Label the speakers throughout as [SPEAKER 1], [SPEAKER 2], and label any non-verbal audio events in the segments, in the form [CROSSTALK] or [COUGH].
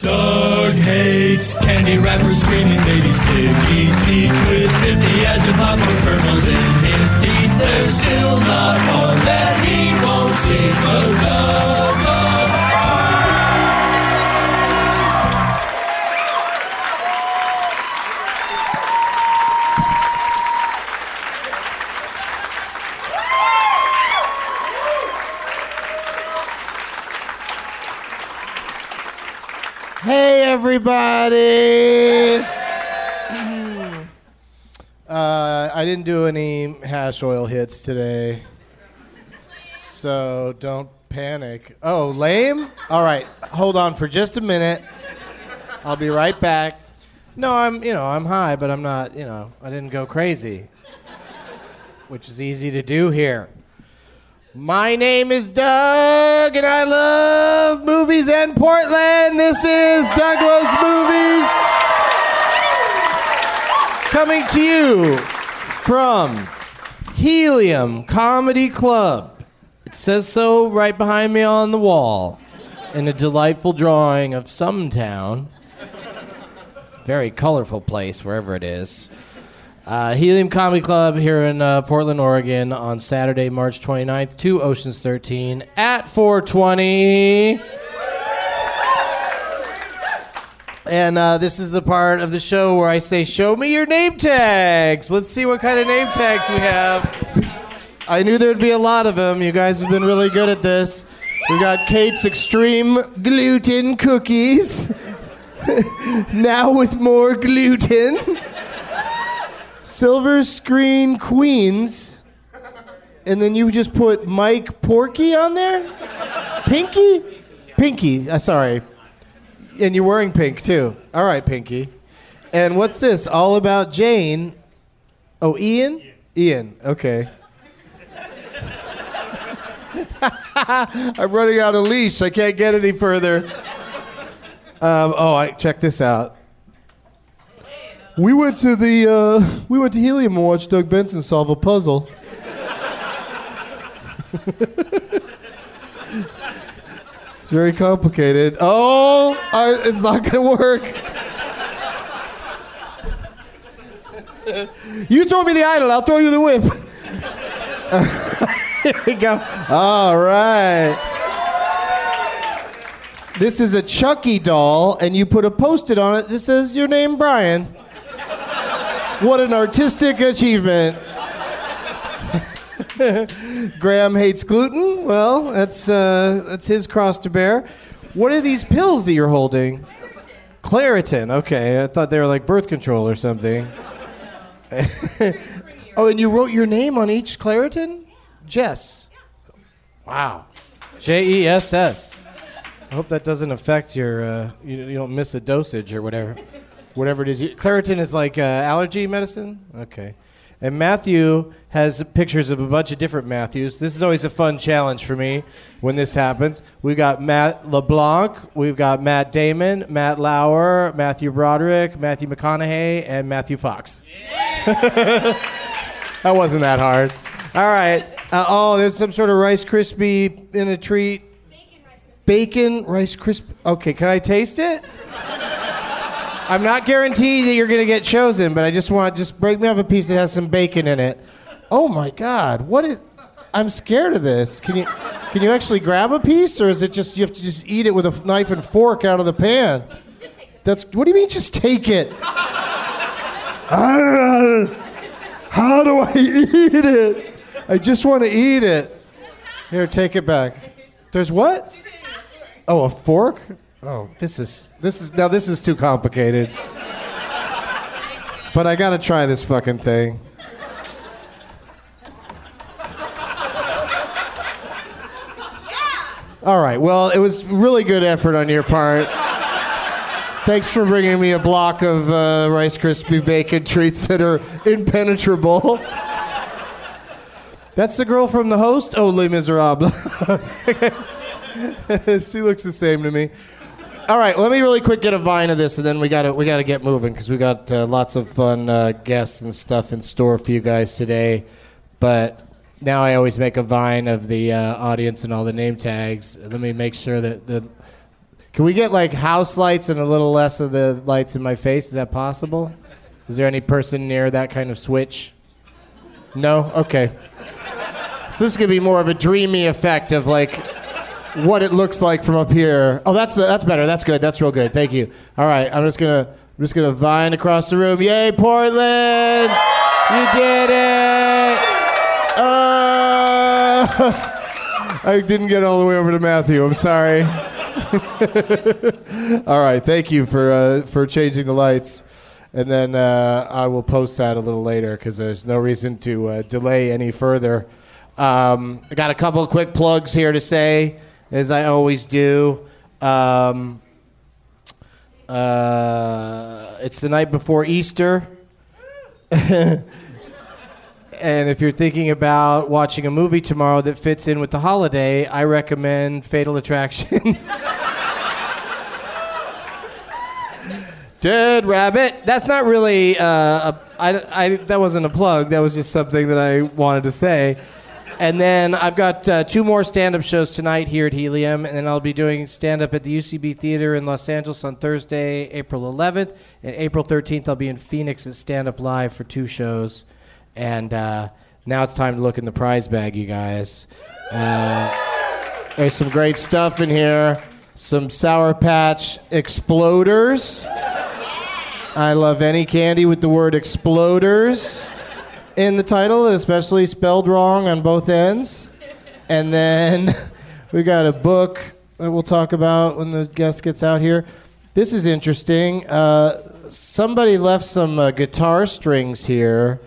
[SPEAKER 1] Doug hates candy wrappers, screaming baby sticky seeds with 50 as if popcorn kernels in his teeth. There's still not one that he won't see. But Doug loves
[SPEAKER 2] Hey, everybody. Mm-hmm. Uh, I didn't do any hash oil hits today, so don't panic. Oh, lame? All right, hold on for just a minute. I'll be right back. No, I'm, you know, I'm high, but I'm not, you know, I didn't go crazy, which is easy to do here. My name is Doug, and I love movies and Portland. This is Doug Loves Movies coming to you from Helium Comedy Club. It says so right behind me on the wall in a delightful drawing of some town. Very colorful place, wherever it is. Uh, Helium Comedy Club here in uh, Portland, Oregon on Saturday, March 29th to Oceans 13 at 420. And uh, this is the part of the show where I say, Show me your name tags. Let's see what kind of name tags we have. I knew there'd be a lot of them. You guys have been really good at this. We got Kate's Extreme Gluten Cookies. now with more gluten. Silver Screen Queens, and then you just put Mike Porky on there? Pinky? Pinky, uh, sorry. And you're wearing pink too. All right, Pinky. And what's this? All About Jane. [LAUGHS] Oh, Ian? Ian, okay.
[SPEAKER 3] I'm running out of leash. I can't get any further. Um, oh, I check this out. We went to the uh, we went to Helium and watched Doug Benson solve a puzzle. [LAUGHS] it's very complicated. Oh, I, it's not gonna work. you throw me the idol, I'll throw you the whip. [LAUGHS] Here we go. All right. This is a Chucky doll, and you put a post-it on it that says your name, Brian. What an artistic achievement. [LAUGHS] Graham hates gluten. Well, that's uh, that's his cross to bear. What are these pills that you're holding? Claritin. Okay, I thought they were like birth control or [LAUGHS] something. oh, and you wrote your name on each Claritin? Jess. Wow. J E S S. I hope that doesn't affect your, uh, you, you don't miss a dosage or whatever. Whatever it is. You- Claritin is like uh, allergy medicine? Okay. And Matthew has pictures of a bunch of different Matthews. This is always a fun challenge for me when this happens. We've got Matt LeBlanc, we've got Matt Damon, Matt Lauer, Matthew Broderick, Matthew McConaughey, and Matthew Fox. [LAUGHS] That wasn't that hard. All right. Uh, oh, there's some sort of Rice Krispie in a treat. Bacon Rice Krispie. Okay, can I taste it? I'm not guaranteed that you're going to get chosen, but I just want just break me up a piece that has some bacon in it. Oh my God, what is? I'm scared of this. Can you can you actually grab a piece, or is it just you have to just eat it with a knife and fork out of the pan? That's what do you mean? Just take it. [LAUGHS] I don't know. How do I eat it? I just want to eat it. Here, take it back. There's what? Oh, a fork? Oh, this is this is now this is too complicated. But I gotta try this fucking thing. All right. Well, it was really good effort on your part. Thanks for bringing me a block of uh, Rice Krispie bacon treats that are impenetrable. That's the girl from the host. Oh, Les [LAUGHS] Miserables. [LAUGHS] she looks the same to me. All right, let me really quick get a vine of this, and then we gotta we gotta get moving because we got uh, lots of fun uh, guests and stuff in store for you guys today. But now I always make a vine of the uh, audience and all the name tags. Let me make sure that the can we get like house lights and a little less of the lights in my face? Is that possible? Is there any person near that kind of switch? No? Okay. So this could be more of a dreamy effect of like what it looks like from up here. Oh, that's that's better. That's good. That's real good. Thank you. All right, I'm just gonna I'm just gonna vine across the room. Yay, Portland! You did it. Uh, [LAUGHS] I didn't get all the way over to Matthew. I'm sorry. [LAUGHS] All right, thank you for uh, for changing the lights, and then uh, I will post that a little later because there's no reason to uh, delay any further. Um, I got a couple of quick plugs here to say, as I always do. Um, uh, it's the night before Easter. [LAUGHS] And if you're thinking about watching a movie tomorrow that fits in with the holiday, I recommend Fatal Attraction. Dead Rabbit. That's not really. Uh, a, I, I, that wasn't a plug. That was just something that I wanted to say. And then I've got uh, two more stand up shows tonight here at Helium. And then I'll be doing stand up at the UCB Theater in Los Angeles on Thursday, April 11th. And April 13th, I'll be in Phoenix at Stand Up Live for two shows. And uh, now it's time to look in the prize bag, you guys. Uh, there's some great stuff in here. Some Sour Patch Exploders. I love any candy with the word exploders in the title, especially spelled wrong on both ends. And then [LAUGHS] we got a book that we'll talk about when the guest gets out here. This is interesting. Uh, somebody left some uh, guitar strings here,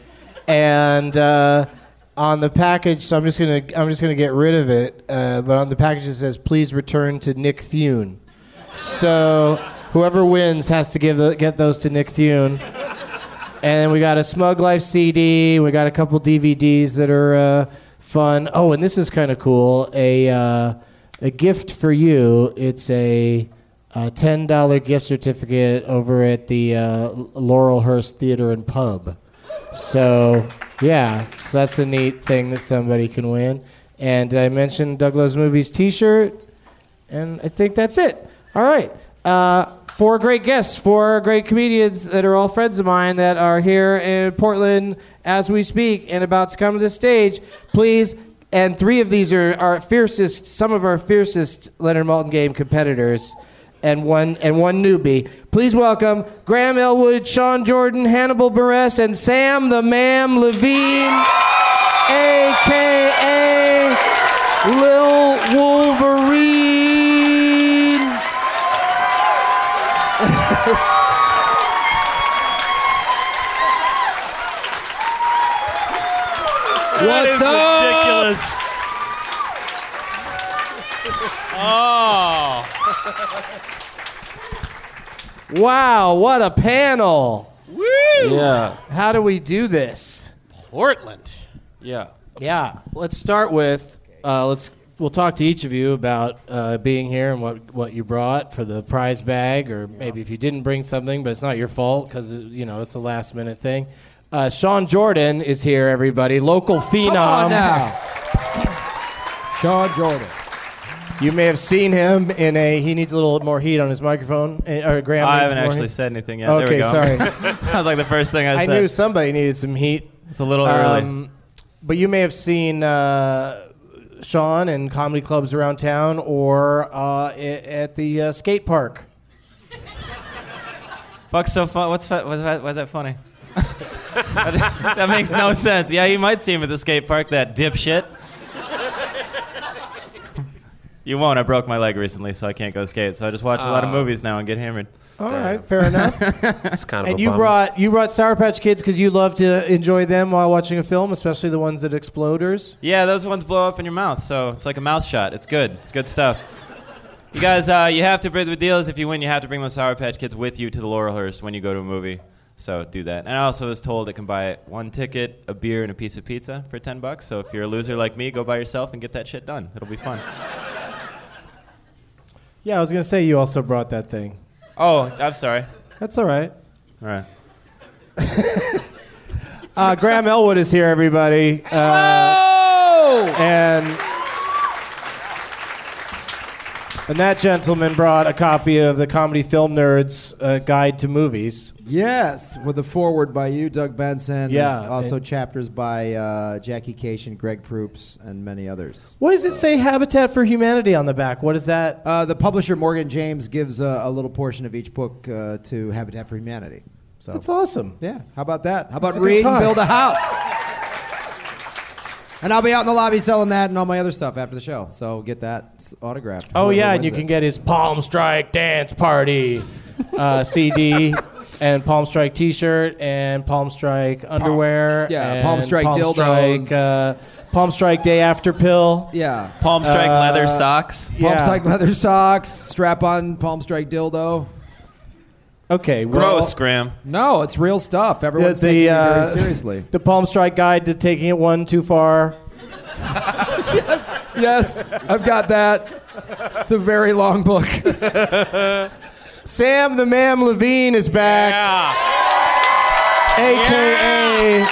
[SPEAKER 3] and uh, on the package, so I'm just gonna I'm just gonna get rid of it. Uh, but on the package it says, "Please return to Nick Thune." So whoever wins has to give the, get those to Nick Thune. And then we got a Smug Life CD. We got a couple DVDs that are uh, fun. Oh, and this is kind of cool. A uh, a gift for you. It's a, uh ten dollar gift certificate over at the uh, Laurelhurst Theater and Pub. So yeah, so that's a neat thing that somebody can win. And did I mention Douglas Movies T-shirt? And I think that's it. All right. Uh, four great guests, four great comedians that are all friends of mine that are here in Portland as we speak and about to come to the stage. Please, and three of these are our fiercest, some of our fiercest Leonard Malton game competitors. And one and one newbie. Please welcome Graham Elwood, Sean Jordan, Hannibal Buress, and Sam the Ma'am Levine, aka Lil Wolverine.
[SPEAKER 1] What's
[SPEAKER 4] That is ridiculous. oh,
[SPEAKER 3] Wow, what a panel.
[SPEAKER 4] woo!
[SPEAKER 5] Yeah.
[SPEAKER 3] How do we do this?
[SPEAKER 4] Portland.
[SPEAKER 5] Yeah.
[SPEAKER 3] Yeah, let's start with uh, let's we'll talk to each of you about uh, being here and what what you brought for the prize bag or maybe if you didn't bring something but it's not your fault cuz you know, it's a last minute thing. Uh, Sean Jordan is here everybody, local phenom.
[SPEAKER 5] Sean Jordan.
[SPEAKER 3] You may have seen him in a. He needs a little more heat on his microphone. eh, Or Graham.
[SPEAKER 5] I
[SPEAKER 3] needs
[SPEAKER 5] haven't
[SPEAKER 3] more
[SPEAKER 5] actually
[SPEAKER 3] heat.
[SPEAKER 5] said anything yet. there we
[SPEAKER 3] okay,
[SPEAKER 5] go.
[SPEAKER 3] sorry.
[SPEAKER 5] [LAUGHS] that was like the first thing I,
[SPEAKER 3] I
[SPEAKER 5] said.
[SPEAKER 3] knew somebody needed some heat.
[SPEAKER 5] It's a little early.
[SPEAKER 3] Um, but you may have seen uh, Sean in comedy clubs around town or uh, i- at the uh, skate park.
[SPEAKER 5] Fuck's so fun. What's fu- what's that, why's that funny? [LAUGHS] that makes no sense. Yeah, you might see him at the skate park. That dipshit. [LAUGHS] you won't. I broke my leg recently, so I can't go skate. So I just watch a
[SPEAKER 3] Ah.
[SPEAKER 5] lot of movies now and get hammered.
[SPEAKER 3] All right, fair [LAUGHS] enough.
[SPEAKER 4] It's kind of
[SPEAKER 3] and
[SPEAKER 4] a
[SPEAKER 3] you
[SPEAKER 4] bummer.
[SPEAKER 3] brought you brought Sour Patch Kids because you love to enjoy them while watching a film, especially the ones that exploders.
[SPEAKER 5] Yeah, those ones blow up in your mouth, so it's like a mouth shot. It's good. It's good stuff. You guys, uh, you have to bring the deal is if you win, you have to bring those Sour Patch Kids with you to the Laurelhurst when you go to a movie. So do that. And I also was told I can buy one ticket, a beer, and a piece of pizza for ten bucks. So if you're a loser like me, go by yourself and get that shit done. It'll be
[SPEAKER 4] [LAUGHS]
[SPEAKER 5] fun.
[SPEAKER 3] Yeah, I was gonna say you also brought that thing.
[SPEAKER 5] Oh, I'm sorry.
[SPEAKER 3] That's all right.
[SPEAKER 5] All right.
[SPEAKER 3] Uh, Graham Elwood is here, everybody. Uh, and and that gentleman brought a copy of the Comedy Film Nerds uh, Guide to Movies.
[SPEAKER 6] Yes, with a forward by you, Doug Benson.
[SPEAKER 3] Yeah.
[SPEAKER 6] There's also chapters by uh, Jackie Cation, Greg Proops, and many others.
[SPEAKER 3] What does it say Habitat for Humanity on the back? What is that?
[SPEAKER 6] Uh, the publisher Morgan James gives a, a little portion of each book uh, to Habitat for Humanity. So
[SPEAKER 3] That's awesome.
[SPEAKER 6] yeah, how about that? How about
[SPEAKER 3] That's a good
[SPEAKER 6] read and
[SPEAKER 3] cause.
[SPEAKER 6] build a house? and I'll be out in the lobby selling that and all my other stuff after the show. So get that s- autographed.
[SPEAKER 3] Oh
[SPEAKER 6] Whoever
[SPEAKER 3] yeah, and you
[SPEAKER 6] wins
[SPEAKER 3] can
[SPEAKER 6] it.
[SPEAKER 3] get his Palm Strike Dance Party [LAUGHS] uh, CD and Palm Strike T-shirt and Palm Strike underwear.
[SPEAKER 6] yeah, Palm
[SPEAKER 3] and
[SPEAKER 6] Strike
[SPEAKER 3] Palm
[SPEAKER 6] dildos.
[SPEAKER 3] Strike, uh, Palm Strike Day After Pill.
[SPEAKER 6] yeah.
[SPEAKER 5] Palm strike
[SPEAKER 3] Uh,
[SPEAKER 5] leather socks.
[SPEAKER 6] Palm
[SPEAKER 3] Yeah.
[SPEAKER 6] strike leather socks, strap on palm strike dildo.
[SPEAKER 3] Okay, well-
[SPEAKER 5] Gross, Graham.
[SPEAKER 6] No, it's real stuff.
[SPEAKER 3] The,
[SPEAKER 6] Everyone's taking
[SPEAKER 3] the, uh,
[SPEAKER 6] it very seriously.
[SPEAKER 3] the Palm Strike Guide to Taking It One Too Far.
[SPEAKER 6] yes, I've got that. It's a very long book.
[SPEAKER 3] Sam the Ma'am Levine is back,
[SPEAKER 5] Yeah.
[SPEAKER 3] aka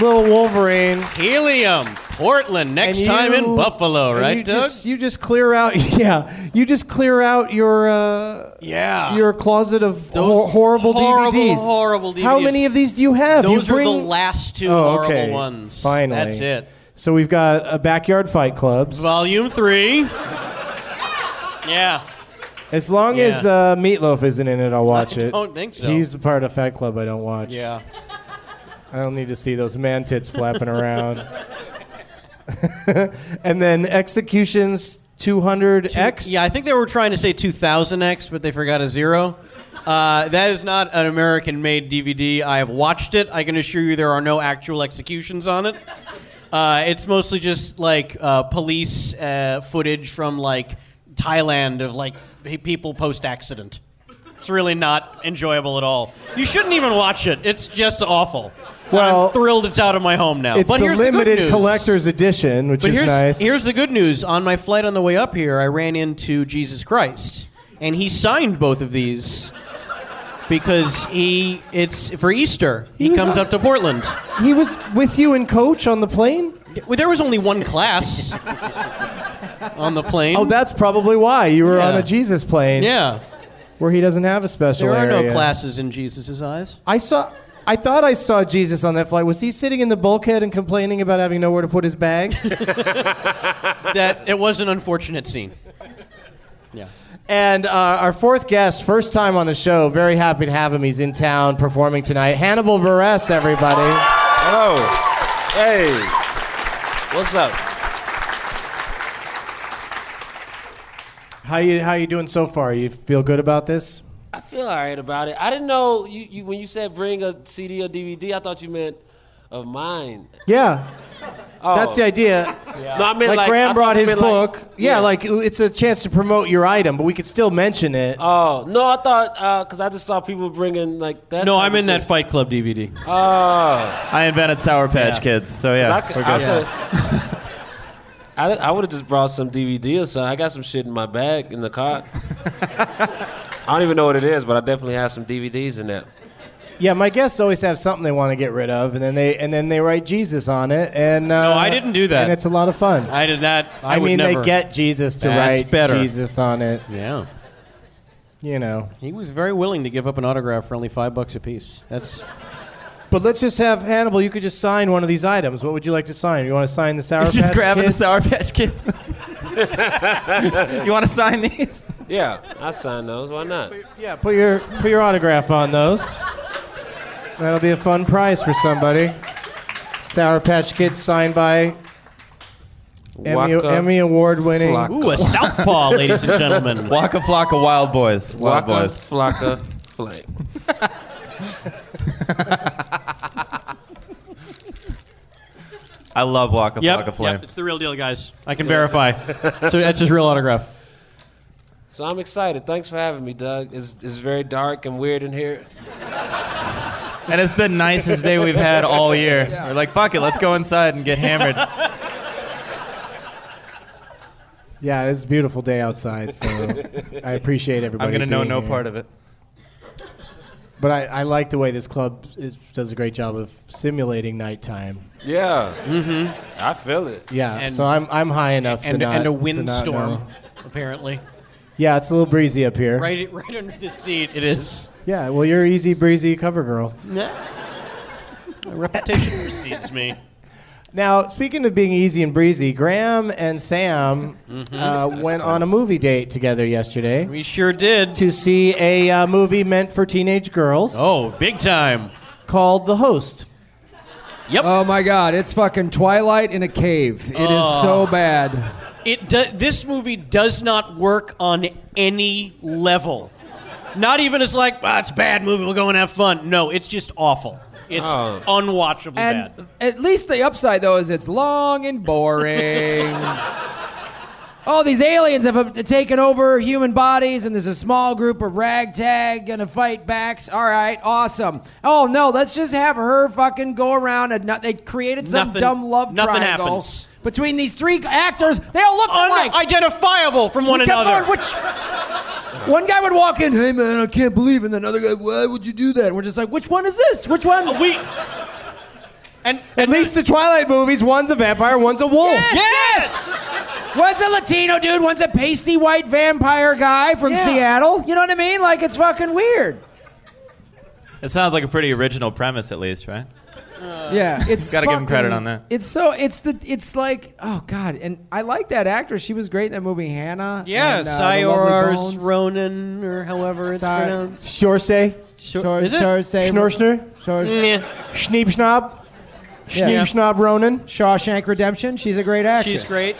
[SPEAKER 3] Little Wolverine.
[SPEAKER 4] Helium, Portland. Next
[SPEAKER 3] And
[SPEAKER 4] time in
[SPEAKER 3] you-
[SPEAKER 4] Buffalo,
[SPEAKER 3] and
[SPEAKER 4] right,
[SPEAKER 3] you
[SPEAKER 4] Doug?
[SPEAKER 3] Just, you just clear out, [LAUGHS] yeah. You just clear out your uh,
[SPEAKER 4] yeah.
[SPEAKER 3] your closet of
[SPEAKER 4] Those
[SPEAKER 3] hor- horrible,
[SPEAKER 4] horrible,
[SPEAKER 3] DVDs.
[SPEAKER 4] horrible
[SPEAKER 3] How
[SPEAKER 4] DVDs.
[SPEAKER 3] many of these do you have?
[SPEAKER 4] Those
[SPEAKER 3] you
[SPEAKER 4] are the
[SPEAKER 3] bring-
[SPEAKER 4] last two
[SPEAKER 3] Oh,
[SPEAKER 4] horrible
[SPEAKER 3] okay.
[SPEAKER 4] ones.
[SPEAKER 3] Finally.
[SPEAKER 4] That's it.
[SPEAKER 3] So we've got a backyard fight clubs.
[SPEAKER 4] Volume three. yeah.
[SPEAKER 3] As long
[SPEAKER 4] Yeah.
[SPEAKER 3] as uh, Meatloaf isn't in it, I'll watch
[SPEAKER 4] I
[SPEAKER 3] it.
[SPEAKER 4] don't think so.
[SPEAKER 3] He's the part of Fat Club I don't watch.
[SPEAKER 4] Yeah.
[SPEAKER 3] [LAUGHS] I don't need to see those man tits flapping around. [LAUGHS] and then executions 200x.
[SPEAKER 4] Yeah, I think they were trying to say 2000X, but they forgot a zero. Uh, that is not an American made DVD. I have watched it. I can assure you there are no actual executions on it. Uh, it's mostly just like uh, police uh, footage from like Thailand of like pe- people post accident. It's really not enjoyable at all. You shouldn't even watch it. It's just awful.
[SPEAKER 3] Well,
[SPEAKER 4] I'm thrilled it's out of my home now.
[SPEAKER 3] It's
[SPEAKER 4] but
[SPEAKER 3] the
[SPEAKER 4] here's the
[SPEAKER 3] limited
[SPEAKER 4] good news.
[SPEAKER 3] collector's edition, which
[SPEAKER 4] But
[SPEAKER 3] is
[SPEAKER 4] here's,
[SPEAKER 3] nice.
[SPEAKER 4] here's the good news. On my flight on the way up here, I ran into Jesus Christ, and he signed both of these because he it's for Easter. He,
[SPEAKER 3] He was
[SPEAKER 4] comes
[SPEAKER 3] on-
[SPEAKER 4] up to Portland.
[SPEAKER 3] he was with you and Coach on the plane.
[SPEAKER 4] Well, there was only one class on the plane.
[SPEAKER 3] Oh, that's probably why you were on
[SPEAKER 4] Yeah.
[SPEAKER 3] a Jesus plane,
[SPEAKER 4] yeah.
[SPEAKER 3] where he doesn't have a special.
[SPEAKER 4] There are no
[SPEAKER 3] area.
[SPEAKER 4] classes in Jesus' eyes.
[SPEAKER 3] I saw. I thought I saw Jesus on that flight. Was he sitting in the bulkhead and complaining about having nowhere to put his
[SPEAKER 4] [LAUGHS]
[SPEAKER 3] bags?
[SPEAKER 4] That it was an unfortunate scene.
[SPEAKER 3] and uh, our fourth guest, first time on the show, very happy to have him. He's in town performing tonight. Hannibal Vares, everybody.
[SPEAKER 7] Hello. Hey. What's up?
[SPEAKER 3] How you How you doing so far? You feel good about this?
[SPEAKER 7] I feel all right about it. I didn't know you, you when you said bring a CD or DVD. I thought you meant of mine.
[SPEAKER 3] Yeah,
[SPEAKER 7] Oh.
[SPEAKER 3] that's the idea.
[SPEAKER 7] No, I meant
[SPEAKER 3] like,
[SPEAKER 7] like, I
[SPEAKER 3] Graham
[SPEAKER 7] thought
[SPEAKER 3] brought
[SPEAKER 7] you
[SPEAKER 3] his
[SPEAKER 7] meant like-
[SPEAKER 3] book. yeah, like it's a chance to promote your item, but we could still mention it.
[SPEAKER 4] Uh,
[SPEAKER 7] Oh no, I thought because I just saw people bringing like that.
[SPEAKER 4] No,
[SPEAKER 7] type
[SPEAKER 4] I'm
[SPEAKER 7] of
[SPEAKER 4] in that
[SPEAKER 7] shit.
[SPEAKER 4] Fight Club DVD.
[SPEAKER 7] Oh,
[SPEAKER 5] I invented Sour Patch
[SPEAKER 4] Yeah.
[SPEAKER 5] Kids, so yeah,
[SPEAKER 7] I could.
[SPEAKER 5] we're
[SPEAKER 7] I,
[SPEAKER 5] good.
[SPEAKER 7] could [LAUGHS] I, would have just brought some DVD or something. I got some shit in my bag in the
[SPEAKER 4] [LAUGHS]
[SPEAKER 7] car. I don't even know what it is, but I definitely have some DVDs in there.
[SPEAKER 3] Yeah, my guests always have something they want to get rid of, and then they and then they write Jesus on it. And uh,
[SPEAKER 4] I didn't do that.
[SPEAKER 3] And it's a lot of fun. I,
[SPEAKER 4] I did not. I, would
[SPEAKER 3] mean,
[SPEAKER 4] never.
[SPEAKER 3] they get Jesus to
[SPEAKER 4] That's
[SPEAKER 3] write
[SPEAKER 4] better.
[SPEAKER 3] Jesus on it.
[SPEAKER 4] Yeah.
[SPEAKER 3] You know,
[SPEAKER 4] He was very willing to give up an autograph for only five bucks a piece. That's
[SPEAKER 3] but let's just have Hannibal. You could just sign one of these items. What would you like to sign? You want to sign the Sour
[SPEAKER 5] You're just
[SPEAKER 3] Patch
[SPEAKER 5] grabbing
[SPEAKER 3] Kids?
[SPEAKER 5] the Sour Patch Kids. you want to sign these?
[SPEAKER 7] Yeah, I signed those. Why not?
[SPEAKER 3] Yeah, put your put your autograph on those. That'll be a fun prize for somebody. Sour Patch Kids signed by Emmy,
[SPEAKER 7] Waka-
[SPEAKER 3] Emmy Award winning.
[SPEAKER 7] Flocka.
[SPEAKER 4] ooh a southpaw, ladies and gentlemen.
[SPEAKER 5] Waka Flocka Wild Boys. Wild
[SPEAKER 7] Waka
[SPEAKER 5] Boys.
[SPEAKER 7] Flocka Flame.
[SPEAKER 5] I love Waka
[SPEAKER 4] [LAUGHS] Yep,
[SPEAKER 5] Flocka Flame.
[SPEAKER 4] yep, it's the real deal, guys. I can [LAUGHS] verify. so that's his real autograph.
[SPEAKER 7] So I'm excited. Thanks for having me, Doug. It's, it's very dark and weird in here.
[SPEAKER 5] And it's the nicest day we've had all year. [LAUGHS] We're like, fuck it, let's go inside and get [LAUGHS] hammered.
[SPEAKER 3] Yeah, it's a beautiful day outside, so I appreciate everybody.
[SPEAKER 5] I'm gonna know
[SPEAKER 3] being
[SPEAKER 5] no
[SPEAKER 3] here.
[SPEAKER 5] part of it.
[SPEAKER 3] But I, I like the way this club is, does a great job of simulating nighttime.
[SPEAKER 7] Yeah. Mm-hmm. I feel it.
[SPEAKER 3] Yeah,
[SPEAKER 4] And-
[SPEAKER 3] so I'm I'm high enough
[SPEAKER 4] And,
[SPEAKER 3] to not
[SPEAKER 4] and a
[SPEAKER 3] to not know.
[SPEAKER 4] windstorm, apparently.
[SPEAKER 3] Yeah, it's a little breezy up here.
[SPEAKER 4] Right, right under the seat, it is.
[SPEAKER 3] Yeah, well, you're easy breezy cover girl.
[SPEAKER 4] My reputation [LAUGHS] precedes me.
[SPEAKER 3] Now, speaking of being easy and breezy, Graham and Sam
[SPEAKER 8] Mm-hmm.
[SPEAKER 3] uh, went on a movie date together yesterday
[SPEAKER 4] We sure did.
[SPEAKER 3] to see a uh, movie meant for teenage girls
[SPEAKER 4] Oh, big time.
[SPEAKER 3] called The Host.
[SPEAKER 8] Oh my God, it's fucking Twilight in a cave. It is so bad.
[SPEAKER 4] It do- this movie does not work on any level. Not even as like, ah, it's a bad movie, we'll go and have fun. No, it's just awful. It's
[SPEAKER 7] Oh.
[SPEAKER 4] unwatchable
[SPEAKER 8] And
[SPEAKER 4] bad.
[SPEAKER 8] at least the upside though is it's long and
[SPEAKER 4] [LAUGHS]
[SPEAKER 8] boring. All these aliens have uh, taken over human bodies, and there's a small group of ragtag gonna fight backs. All right, awesome. Oh no, let's just have her fucking go around and not, they created some
[SPEAKER 4] Nothing-
[SPEAKER 8] dumb love
[SPEAKER 4] nothing
[SPEAKER 8] triangle
[SPEAKER 4] happens. Oh,
[SPEAKER 8] between these three actors. They all look alike.
[SPEAKER 4] Unidentifiable from one
[SPEAKER 8] We kept
[SPEAKER 4] another.
[SPEAKER 8] going, which- one guy would walk in, hey man, I can't believe, it." and another guy, why would you do that? And we're just like, which one is this? Which one?
[SPEAKER 4] Oh, we and
[SPEAKER 3] At least the Twilight movies, one's a vampire, one's a wolf.
[SPEAKER 8] Yes! One's a Latino dude, one's a pasty white vampire guy from
[SPEAKER 3] Yeah.
[SPEAKER 8] Seattle. You know what I mean? Like it's fucking weird.
[SPEAKER 5] It sounds like a pretty original premise, at least, right?
[SPEAKER 8] yeah, it's
[SPEAKER 5] Gotta give him
[SPEAKER 8] fucking-
[SPEAKER 5] credit on that.
[SPEAKER 8] It's so it's the it's like oh god, and I like that actress. She was great in that movie Hannah.
[SPEAKER 4] Yeah,
[SPEAKER 8] and, uh, The Lovely Bones.
[SPEAKER 4] Ronan or however it's
[SPEAKER 8] Sorry.
[SPEAKER 4] pronounced.
[SPEAKER 3] Shorsey,
[SPEAKER 8] Tor-
[SPEAKER 4] is it?
[SPEAKER 8] Torsay-
[SPEAKER 3] Schnorchner,
[SPEAKER 8] Tor-
[SPEAKER 4] Yeah,
[SPEAKER 3] Schneeb Schnob,
[SPEAKER 8] Yeah.
[SPEAKER 3] Schneeb Schnob Ronan.
[SPEAKER 8] Shawshank Redemption. She's a great actress.
[SPEAKER 4] she's great.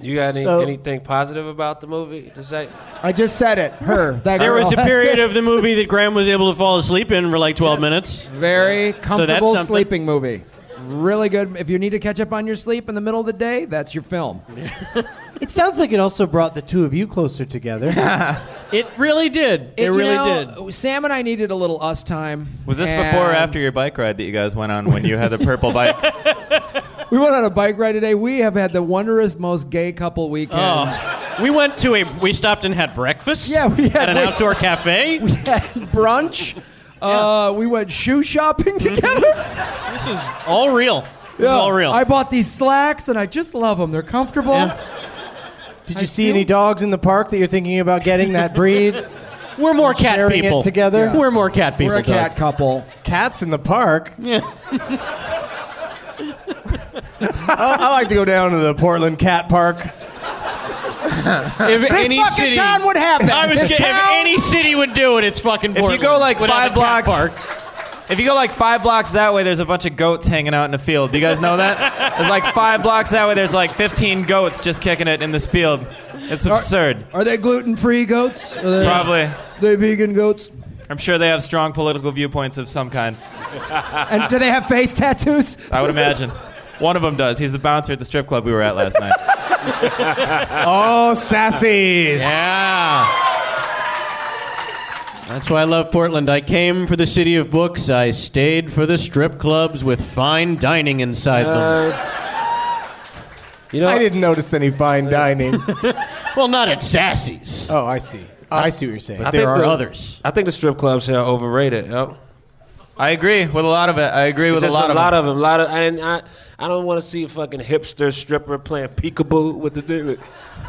[SPEAKER 7] You got any,
[SPEAKER 3] So-
[SPEAKER 7] anything positive about the movie to say?
[SPEAKER 8] I just said it. Her. That
[SPEAKER 4] There
[SPEAKER 8] girl.
[SPEAKER 4] was
[SPEAKER 8] [LAUGHS]
[SPEAKER 4] a
[SPEAKER 8] That's
[SPEAKER 4] period
[SPEAKER 8] it.
[SPEAKER 4] of the movie that Graham was able to fall asleep in for like 12 minutes.
[SPEAKER 8] Very comfortable
[SPEAKER 4] something.
[SPEAKER 8] sleeping movie. Really good. If you need to catch up on your sleep in the middle of the day, that's your film.
[SPEAKER 3] It sounds like it also brought the two of you
[SPEAKER 7] [LAUGHS]
[SPEAKER 3] closer together.
[SPEAKER 4] It really did. It,
[SPEAKER 8] you
[SPEAKER 4] really did.
[SPEAKER 8] know, Sam and I needed a little us time.
[SPEAKER 5] Was this before or
[SPEAKER 8] and
[SPEAKER 5] after your bike ride that you guys went on when you had the purple [LAUGHS] bike?
[SPEAKER 8] We went on a bike ride today. We have had the wondrous most gay couple weekend.
[SPEAKER 4] Oh, we went to a. We stopped and had breakfast. Yeah, we
[SPEAKER 8] had-
[SPEAKER 4] at an
[SPEAKER 8] we-
[SPEAKER 4] outdoor cafe.
[SPEAKER 8] [LAUGHS] We had brunch. Uh, we went shoe shopping together.
[SPEAKER 4] This is all real. This is
[SPEAKER 8] Yeah.
[SPEAKER 4] Mm-hmm. all real.
[SPEAKER 8] I bought these slacks and I just love them. They're comfortable.
[SPEAKER 3] Did you see any dogs in the park that you're thinking about
[SPEAKER 7] [LAUGHS]
[SPEAKER 3] getting that breed?
[SPEAKER 4] We're more cat
[SPEAKER 3] Sharing it
[SPEAKER 4] people
[SPEAKER 3] together?
[SPEAKER 8] Yeah.
[SPEAKER 4] We're more cat people.
[SPEAKER 8] We're a
[SPEAKER 4] Doug.
[SPEAKER 8] cat couple.
[SPEAKER 3] Cats in
[SPEAKER 7] [LAUGHS]
[SPEAKER 3] the park.
[SPEAKER 4] Yeah.
[SPEAKER 3] I, I like to go down to the Portland Cat Park.
[SPEAKER 4] If
[SPEAKER 8] This
[SPEAKER 4] any
[SPEAKER 8] fucking
[SPEAKER 4] city,
[SPEAKER 8] town would have that.
[SPEAKER 4] [LAUGHS] I was
[SPEAKER 8] This
[SPEAKER 4] kidding,
[SPEAKER 8] town-
[SPEAKER 4] if any city would do it, it's fucking.
[SPEAKER 5] If you
[SPEAKER 4] Portland.
[SPEAKER 5] go like
[SPEAKER 4] Would have
[SPEAKER 5] five
[SPEAKER 4] a cat
[SPEAKER 5] blocks,
[SPEAKER 4] park.
[SPEAKER 5] if you go like five blocks that way, there's a bunch of goats hanging out in a field. Do you guys know that? There's like five blocks that way. There's like 15 goats just kicking it in this field. It's absurd.
[SPEAKER 8] Are they gluten free goats? Are they,
[SPEAKER 5] Probably.
[SPEAKER 8] they vegan goats?
[SPEAKER 5] I'm sure they have strong political viewpoints of some kind.
[SPEAKER 8] And do they have face tattoos?
[SPEAKER 5] I would imagine. One of them does. He's the bouncer at the strip club we were at last night.
[SPEAKER 3] Oh, sassies.
[SPEAKER 4] Yeah. That's why I love Portland. I came for the city of books. I stayed for the strip clubs with fine dining inside them.
[SPEAKER 3] Uh,
[SPEAKER 9] You know,
[SPEAKER 3] I didn't notice any fine dining.
[SPEAKER 4] Well, not at Sassy's.
[SPEAKER 3] Oh, I see. I see what you're saying.
[SPEAKER 4] But there
[SPEAKER 9] think
[SPEAKER 4] are
[SPEAKER 9] the-
[SPEAKER 4] others.
[SPEAKER 9] I think the strip clubs here are overrated. Yo.
[SPEAKER 5] I agree with a lot of it. I agree with
[SPEAKER 9] Just
[SPEAKER 5] a lot
[SPEAKER 9] a
[SPEAKER 5] of
[SPEAKER 9] lot
[SPEAKER 5] it.
[SPEAKER 9] of them. A lot of I didn't, I, I don't want to see a fucking hipster stripper playing peekaboo with the dude.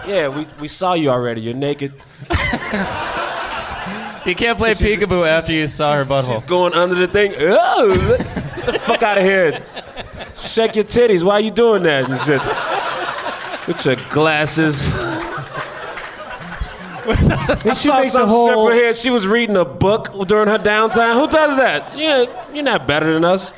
[SPEAKER 9] Yeah, we, we saw you already. You're naked.
[SPEAKER 5] You can't play peekaboo after you saw her butthole.
[SPEAKER 9] Going under the thing. Oh, get the fuck out of here. Shake your titties. Why are you doing that and shit? With your glasses. I saw
[SPEAKER 3] make the
[SPEAKER 9] some
[SPEAKER 3] whole-
[SPEAKER 9] stripper here. She was reading a book during her downtime. Who does that? Yeah, you're not better than us.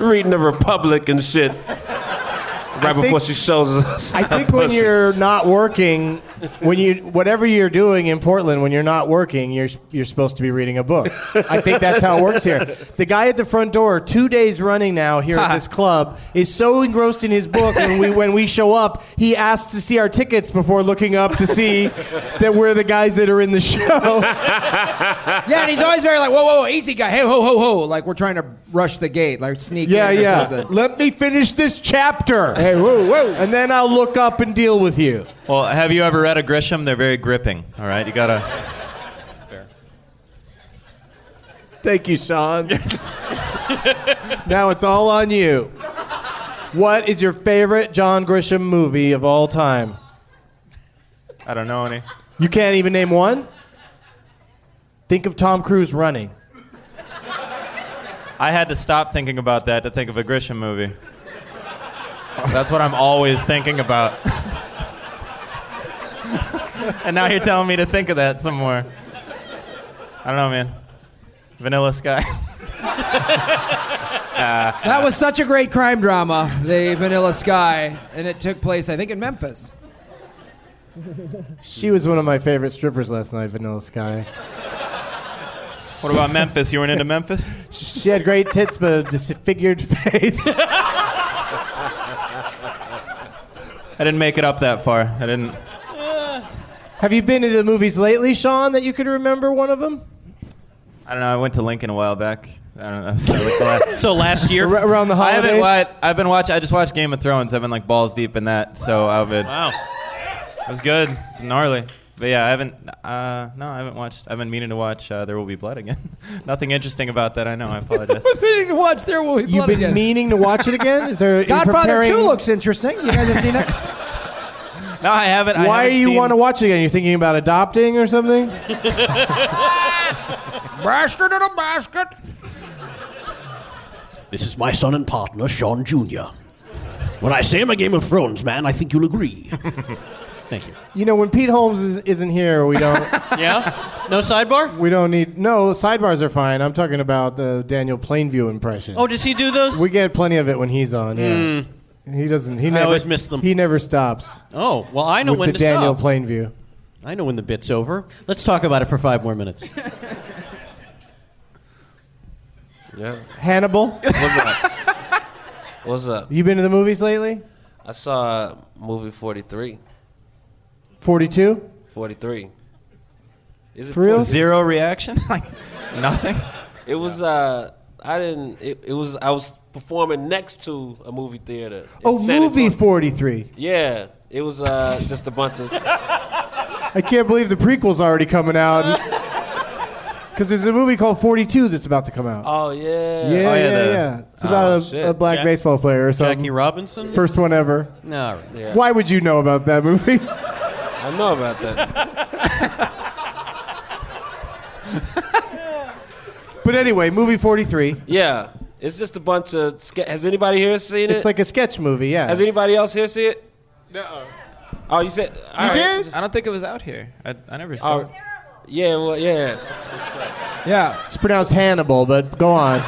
[SPEAKER 9] reading the Republic and shit. Right
[SPEAKER 3] think-
[SPEAKER 9] before she shows us.
[SPEAKER 3] [LAUGHS] I
[SPEAKER 9] her
[SPEAKER 3] think when
[SPEAKER 9] pussy.
[SPEAKER 3] you're not working, when you whatever you're doing in Portland, when you're not working, you're you're supposed to be reading a book. I think that's how it works here. The guy at the front door, two days running now here
[SPEAKER 9] [LAUGHS]
[SPEAKER 3] at this club, is so engrossed in his book. When we when we show up, he asks to see our tickets before looking up to see that we're the guys that are in
[SPEAKER 9] [LAUGHS]
[SPEAKER 3] the show.
[SPEAKER 8] Yeah, and he's always very like, whoa, whoa, whoa, easy guy. Hey, ho, ho, ho. Like we're trying to rush the gate, like sneak
[SPEAKER 3] Yeah,
[SPEAKER 8] in or
[SPEAKER 3] yeah.
[SPEAKER 8] something.
[SPEAKER 3] Let me finish this chapter.
[SPEAKER 8] Hey, whoa, whoa.
[SPEAKER 3] And then I'll look up and deal with you.
[SPEAKER 5] Well, have you ever read a Grisham? They're very gripping. All right, you gotta.
[SPEAKER 3] Thank you, Sean. [LAUGHS] now it's all on you. What is your favorite John Grisham movie of all time?
[SPEAKER 5] I don't know any.
[SPEAKER 3] You can't even name one? Think of Tom Cruise running.
[SPEAKER 5] I had to stop thinking about that to think of a Grisham movie. That's what I'm always thinking about. and now you're telling me to think of that some more. I don't know, man. Vanilla Sky.
[SPEAKER 8] That was such a great crime drama, the Vanilla Sky, and it took place, I think, in Memphis.
[SPEAKER 3] She was one of my favorite strippers last night, Vanilla Sky.
[SPEAKER 5] what about Memphis? You weren't into Memphis?
[SPEAKER 3] She had great tits, but a disfigured [LAUGHS] face.
[SPEAKER 5] I didn't make it up that far. I didn't.
[SPEAKER 3] Have you been to the movies lately, Sean, that you could remember one of them?
[SPEAKER 5] I don't know. I went to Lincoln a while back. I don't know. I was kinda like the last-
[SPEAKER 4] So last year,
[SPEAKER 3] Ar- around the
[SPEAKER 5] I
[SPEAKER 3] holidays?
[SPEAKER 5] haven't watched. I've been watching. I just watched Game of Thrones. I've been like balls deep in that. So I've been.
[SPEAKER 4] wow,
[SPEAKER 5] It was good. It's gnarly. But yeah, I haven't. Uh, no, I haven't watched. I've been meaning to watch. Uh, there will be blood again. [LAUGHS] Nothing interesting about that. I know. I [LAUGHS] apologize.
[SPEAKER 8] Meaning to watch There Will Be
[SPEAKER 3] You've
[SPEAKER 8] Blood
[SPEAKER 3] been
[SPEAKER 8] again.
[SPEAKER 3] meaning to watch it again? Is there? are you
[SPEAKER 8] Godfather
[SPEAKER 3] preparing-
[SPEAKER 8] 2 looks interesting. You guys have seen that?
[SPEAKER 5] no, I haven't. I
[SPEAKER 3] Why
[SPEAKER 5] haven't
[SPEAKER 3] you
[SPEAKER 5] seen-
[SPEAKER 3] want to watch it again? You thinking about adopting or something?
[SPEAKER 8] Bastard in a basket.
[SPEAKER 10] This is my son and partner, Sean Jr. When I say I'm a Game of Thrones man, I think you'll
[SPEAKER 3] [LAUGHS]
[SPEAKER 10] agree.
[SPEAKER 4] thank you.
[SPEAKER 3] You know, when Pete Holmes is, isn't here, we don't
[SPEAKER 4] [LAUGHS] Yeah, no sidebar.
[SPEAKER 3] we don't need no sidebars are fine. I'm talking about the Daniel Plainview impression.
[SPEAKER 4] Oh, does he do those? Hmm.
[SPEAKER 3] we get plenty of it when he's on. Yeah, he doesn't. He never,
[SPEAKER 4] always miss them.
[SPEAKER 3] He never stops
[SPEAKER 4] oh, well, I know
[SPEAKER 3] with
[SPEAKER 4] when
[SPEAKER 3] the
[SPEAKER 4] to
[SPEAKER 3] Daniel
[SPEAKER 4] stop.
[SPEAKER 3] Plainview.
[SPEAKER 4] I know when
[SPEAKER 3] Um,
[SPEAKER 4] the bit's over. Let's talk about it for five more minutes.
[SPEAKER 8] Yeah.
[SPEAKER 3] Hannibal.
[SPEAKER 8] What's up? What's up?
[SPEAKER 3] You been to the movies lately?
[SPEAKER 8] I saw movie 43.
[SPEAKER 3] 42.
[SPEAKER 8] 43. Is it
[SPEAKER 3] For real?
[SPEAKER 8] 43?
[SPEAKER 5] Zero reaction? [LAUGHS] like nothing?
[SPEAKER 8] It was uh I didn't it, it was I was performing next to a movie theater. in
[SPEAKER 3] Oh,
[SPEAKER 8] San
[SPEAKER 3] movie
[SPEAKER 8] Antonio.
[SPEAKER 3] 43.
[SPEAKER 8] Yeah, it was uh just a bunch of
[SPEAKER 3] I can't believe the prequel's already coming out.
[SPEAKER 8] [LAUGHS]
[SPEAKER 3] Because there's a movie called 42 that's about to come out.
[SPEAKER 8] Oh yeah.
[SPEAKER 3] yeah, yeah, yeah,
[SPEAKER 8] the-
[SPEAKER 3] It's about
[SPEAKER 8] Oh, shit.
[SPEAKER 3] a, a black
[SPEAKER 4] Jack-
[SPEAKER 3] baseball player or something.
[SPEAKER 4] Jackie Robinson?
[SPEAKER 3] First one ever.
[SPEAKER 4] No. all right.
[SPEAKER 3] Why would you know about that movie? [LAUGHS]
[SPEAKER 8] I know about that.
[SPEAKER 3] but anyway, movie 43.
[SPEAKER 8] yeah. It's just a bunch of ske- Has anybody here seen it?
[SPEAKER 3] It's like a sketch movie, yeah.
[SPEAKER 8] Has anybody else here seen it? No. Oh, you said all right.
[SPEAKER 3] did?
[SPEAKER 5] I don't think it was out here. I, I never saw
[SPEAKER 8] Oh,
[SPEAKER 5] it.
[SPEAKER 8] yeah, well, yeah.
[SPEAKER 5] Yeah.
[SPEAKER 3] It's pronounced Hannibal, but go on.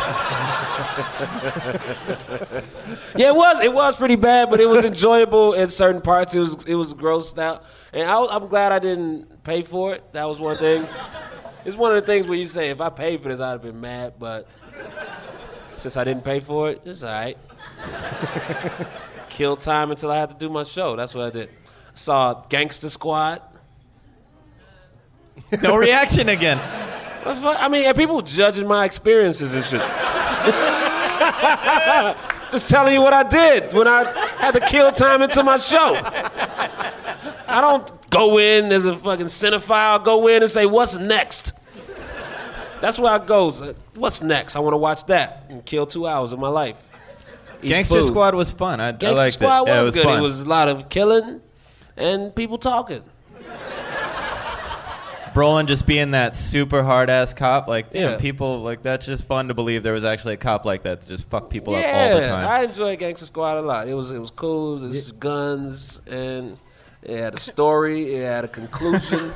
[SPEAKER 8] Yeah, it was. It was pretty bad, but it was enjoyable in certain parts. It was it was grossed out, and I, was- I'm glad I didn't pay for it. That was one thing. It's one of the things where you say, if I paid for this, I'd have been mad, but since I didn't pay for it, it's all right. [LAUGHS] Kill time until I had to do my show. That's what I did. Saw Gangster Squad.
[SPEAKER 5] No reaction again.
[SPEAKER 8] What the fuck? I mean, and people judging my experiences and shit. [LAUGHS] Just telling you what I did when I had to kill time into my show. I don't go in as a fucking cinephile, go in and say, what's next? That's where I go. so, What's next? I want to watch that and kill two hours of my life. Eat
[SPEAKER 5] Gangster
[SPEAKER 8] food.
[SPEAKER 5] Squad was fun. I, I
[SPEAKER 8] Gangster
[SPEAKER 5] liked
[SPEAKER 8] Squad
[SPEAKER 5] it. Yeah,
[SPEAKER 8] was,
[SPEAKER 5] it was
[SPEAKER 8] good.
[SPEAKER 5] Fun.
[SPEAKER 8] It was a lot of killing and people talking.
[SPEAKER 5] Brolin just being that super hard ass cop, like damn,
[SPEAKER 8] Yeah.
[SPEAKER 5] people like that's just fun to believe there was actually a cop like that to just fuck people
[SPEAKER 8] yeah,
[SPEAKER 5] up all the time.
[SPEAKER 8] I enjoyed Gangster Squad a lot. It was it was cool. It was guns and it had a story. It had a conclusion.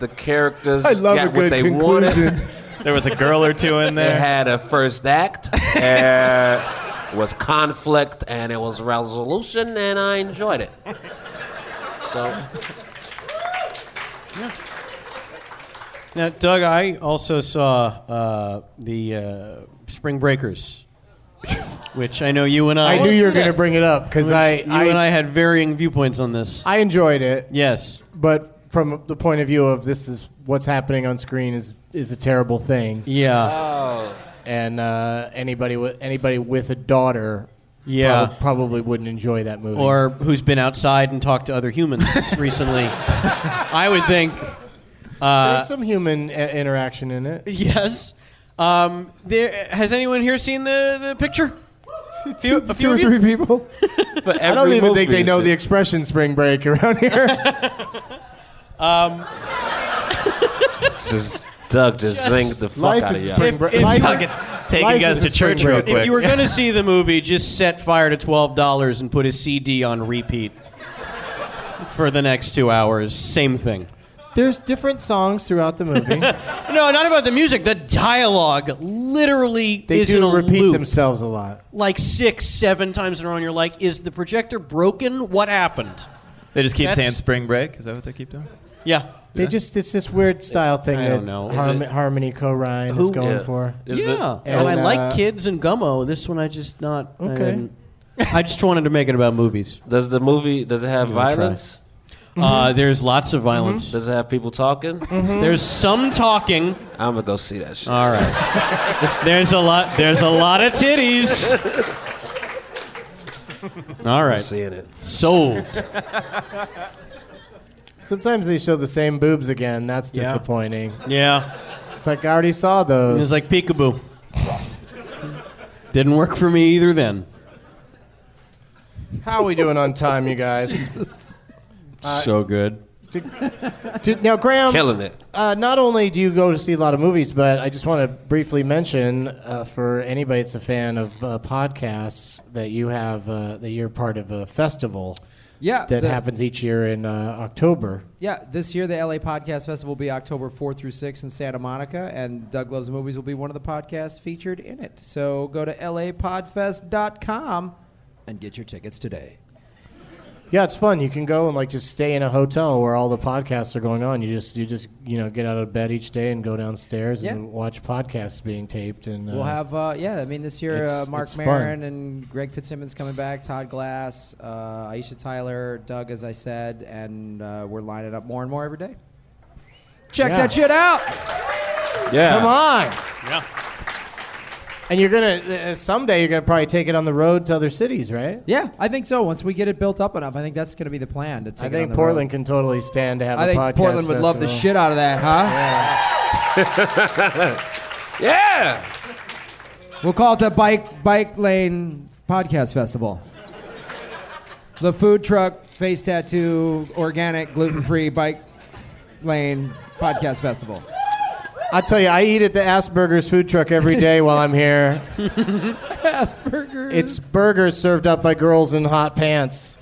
[SPEAKER 8] the characters
[SPEAKER 3] I love
[SPEAKER 8] got
[SPEAKER 3] a good
[SPEAKER 8] what they
[SPEAKER 3] conclusion.
[SPEAKER 8] wanted. [LAUGHS]
[SPEAKER 5] there was a girl or two in
[SPEAKER 8] It
[SPEAKER 5] there.
[SPEAKER 8] had a first act. and it was conflict and it was resolution, and I enjoyed it. So
[SPEAKER 4] Now, Doug, I also saw uh, the uh, Spring Breakers, which I know you and I.
[SPEAKER 3] I knew you were going to bring it up because I,
[SPEAKER 4] You and I
[SPEAKER 3] I,
[SPEAKER 4] had varying viewpoints on this.
[SPEAKER 3] I enjoyed it,
[SPEAKER 4] yes.
[SPEAKER 3] but from the point of view of this is what's happening on screen is is a terrible thing.
[SPEAKER 4] Yeah.
[SPEAKER 8] Uh,
[SPEAKER 3] and uh, anybody with anybody with a daughter,
[SPEAKER 4] Yeah.
[SPEAKER 3] prob- probably wouldn't enjoy that movie.
[SPEAKER 4] or who's been outside and talked to other humans
[SPEAKER 8] [LAUGHS]
[SPEAKER 4] recently. I would think
[SPEAKER 3] there's some human uh, interaction in it.
[SPEAKER 4] yes. Um, there, has anyone here seen the, the
[SPEAKER 3] [LAUGHS]
[SPEAKER 4] picture? A few, a few
[SPEAKER 3] Two or
[SPEAKER 4] of you?
[SPEAKER 3] three
[SPEAKER 4] [LAUGHS]
[SPEAKER 3] people.
[SPEAKER 8] for every
[SPEAKER 3] I don't even think they
[SPEAKER 8] movie,
[SPEAKER 3] know
[SPEAKER 8] it's-
[SPEAKER 3] the expression "spring break" around here.
[SPEAKER 8] Just, Doug just zinged the fuck
[SPEAKER 3] Life
[SPEAKER 8] out of
[SPEAKER 3] is
[SPEAKER 8] y'all.
[SPEAKER 3] spring break.
[SPEAKER 4] if
[SPEAKER 3] Life
[SPEAKER 4] you-
[SPEAKER 3] is-
[SPEAKER 5] Taking
[SPEAKER 3] life
[SPEAKER 5] guys
[SPEAKER 3] is a
[SPEAKER 5] to church
[SPEAKER 3] spring
[SPEAKER 5] real
[SPEAKER 3] break.
[SPEAKER 5] quick.
[SPEAKER 4] If you were going to see the movie, just set fire to $12 and put a CD on repeat for the next two hours. Same thing.
[SPEAKER 3] There's different songs throughout the movie.
[SPEAKER 4] No, not about the music. The dialogue literally
[SPEAKER 3] They
[SPEAKER 4] is in a
[SPEAKER 3] do repeat
[SPEAKER 4] loop.
[SPEAKER 3] themselves a lot.
[SPEAKER 4] Like six, seven times in a row, and you're like, is the projector broken? What happened?
[SPEAKER 5] they just keep saying
[SPEAKER 4] That's-
[SPEAKER 5] spring break. Is that what they keep doing?
[SPEAKER 4] Yeah.
[SPEAKER 3] They just it's this weird style thing
[SPEAKER 4] I
[SPEAKER 3] that
[SPEAKER 4] don't know. Is
[SPEAKER 3] Harm-
[SPEAKER 4] it-
[SPEAKER 3] Harmony Co-Ryan is
[SPEAKER 4] Who-
[SPEAKER 3] going
[SPEAKER 8] Yeah.
[SPEAKER 3] for.
[SPEAKER 8] Is
[SPEAKER 4] yeah,
[SPEAKER 8] the-
[SPEAKER 4] and, I
[SPEAKER 3] and, uh,
[SPEAKER 4] like kids and Gummo. This one I just not. I
[SPEAKER 3] Okay.
[SPEAKER 4] didn't- I, just wanted to make it about movies.
[SPEAKER 8] does the movie does it have
[SPEAKER 4] Give it a try.
[SPEAKER 8] violence?
[SPEAKER 4] Uh, there's lots of violence.
[SPEAKER 8] Does it have people talking?
[SPEAKER 3] Mm-hmm.
[SPEAKER 4] There's some talking.
[SPEAKER 8] I'm gonna go see that shit.
[SPEAKER 4] All right. there's a lot. There's a lot of titties. All right.
[SPEAKER 8] Seeing it.
[SPEAKER 4] Sold.
[SPEAKER 3] Sometimes they show the same boobs again. That's disappointing.
[SPEAKER 4] Yeah.
[SPEAKER 3] It's like I already saw those.
[SPEAKER 4] It's like peekaboo. Didn't work for me either. Then.
[SPEAKER 3] How are we doing on time, you guys?
[SPEAKER 4] so good.
[SPEAKER 3] Did- now, Graham,
[SPEAKER 8] Killing it.
[SPEAKER 3] Uh, not only do you go to see a lot of movies, but I just want to briefly mention uh, for anybody that's a fan of uh, podcasts that you have uh, that you're part of a festival
[SPEAKER 11] Yeah,
[SPEAKER 3] that
[SPEAKER 11] the-
[SPEAKER 3] happens each year in uh, October.
[SPEAKER 11] Yeah, this year the LA Podcast Festival will be October 4 through 6 in Santa Monica, and Doug Loves Movies will be one of the podcasts featured in it. So go to lapodfest.com and get your tickets today.
[SPEAKER 3] Yeah, it's fun. You can go and like just stay in a hotel where all the podcasts are going on. You just you just you know get out of bed each day and go downstairs
[SPEAKER 12] Yeah.
[SPEAKER 3] and watch podcasts being taped. And uh,
[SPEAKER 12] We'll have uh, yeah. I mean, this year uh,
[SPEAKER 3] It's-
[SPEAKER 12] Mark
[SPEAKER 3] it's fun.
[SPEAKER 12] Maron and Greg Fitzsimmons coming back, Todd Glass, uh, Aisha Tyler, Doug, as I said, and uh, we're lining up more and more every day. Check
[SPEAKER 3] Yeah.
[SPEAKER 12] that shit out.
[SPEAKER 8] Yeah.
[SPEAKER 3] Come on.
[SPEAKER 4] Yeah.
[SPEAKER 3] And you're gonna uh, someday you're gonna probably take it on the road to other cities, right?
[SPEAKER 12] Yeah, I think so. Once we get it built up enough, I think that's going to be the plan to take.
[SPEAKER 3] I
[SPEAKER 12] it on
[SPEAKER 3] think
[SPEAKER 12] the
[SPEAKER 3] Portland
[SPEAKER 12] road.
[SPEAKER 3] can totally stand to have. a
[SPEAKER 12] I think
[SPEAKER 3] podcast
[SPEAKER 12] Portland would love the
[SPEAKER 3] festival.
[SPEAKER 12] shit out of that, huh?
[SPEAKER 3] [LAUGHS]
[SPEAKER 8] yeah.
[SPEAKER 12] We'll call it the bike bike lane podcast festival. The food truck face tattoo organic gluten free bike lane podcast festival.
[SPEAKER 3] I tell you, I eat at the Asperger's food truck every day while I'm here.
[SPEAKER 12] [LAUGHS] Asperger's.
[SPEAKER 3] It's burgers served up by girls in hot pants.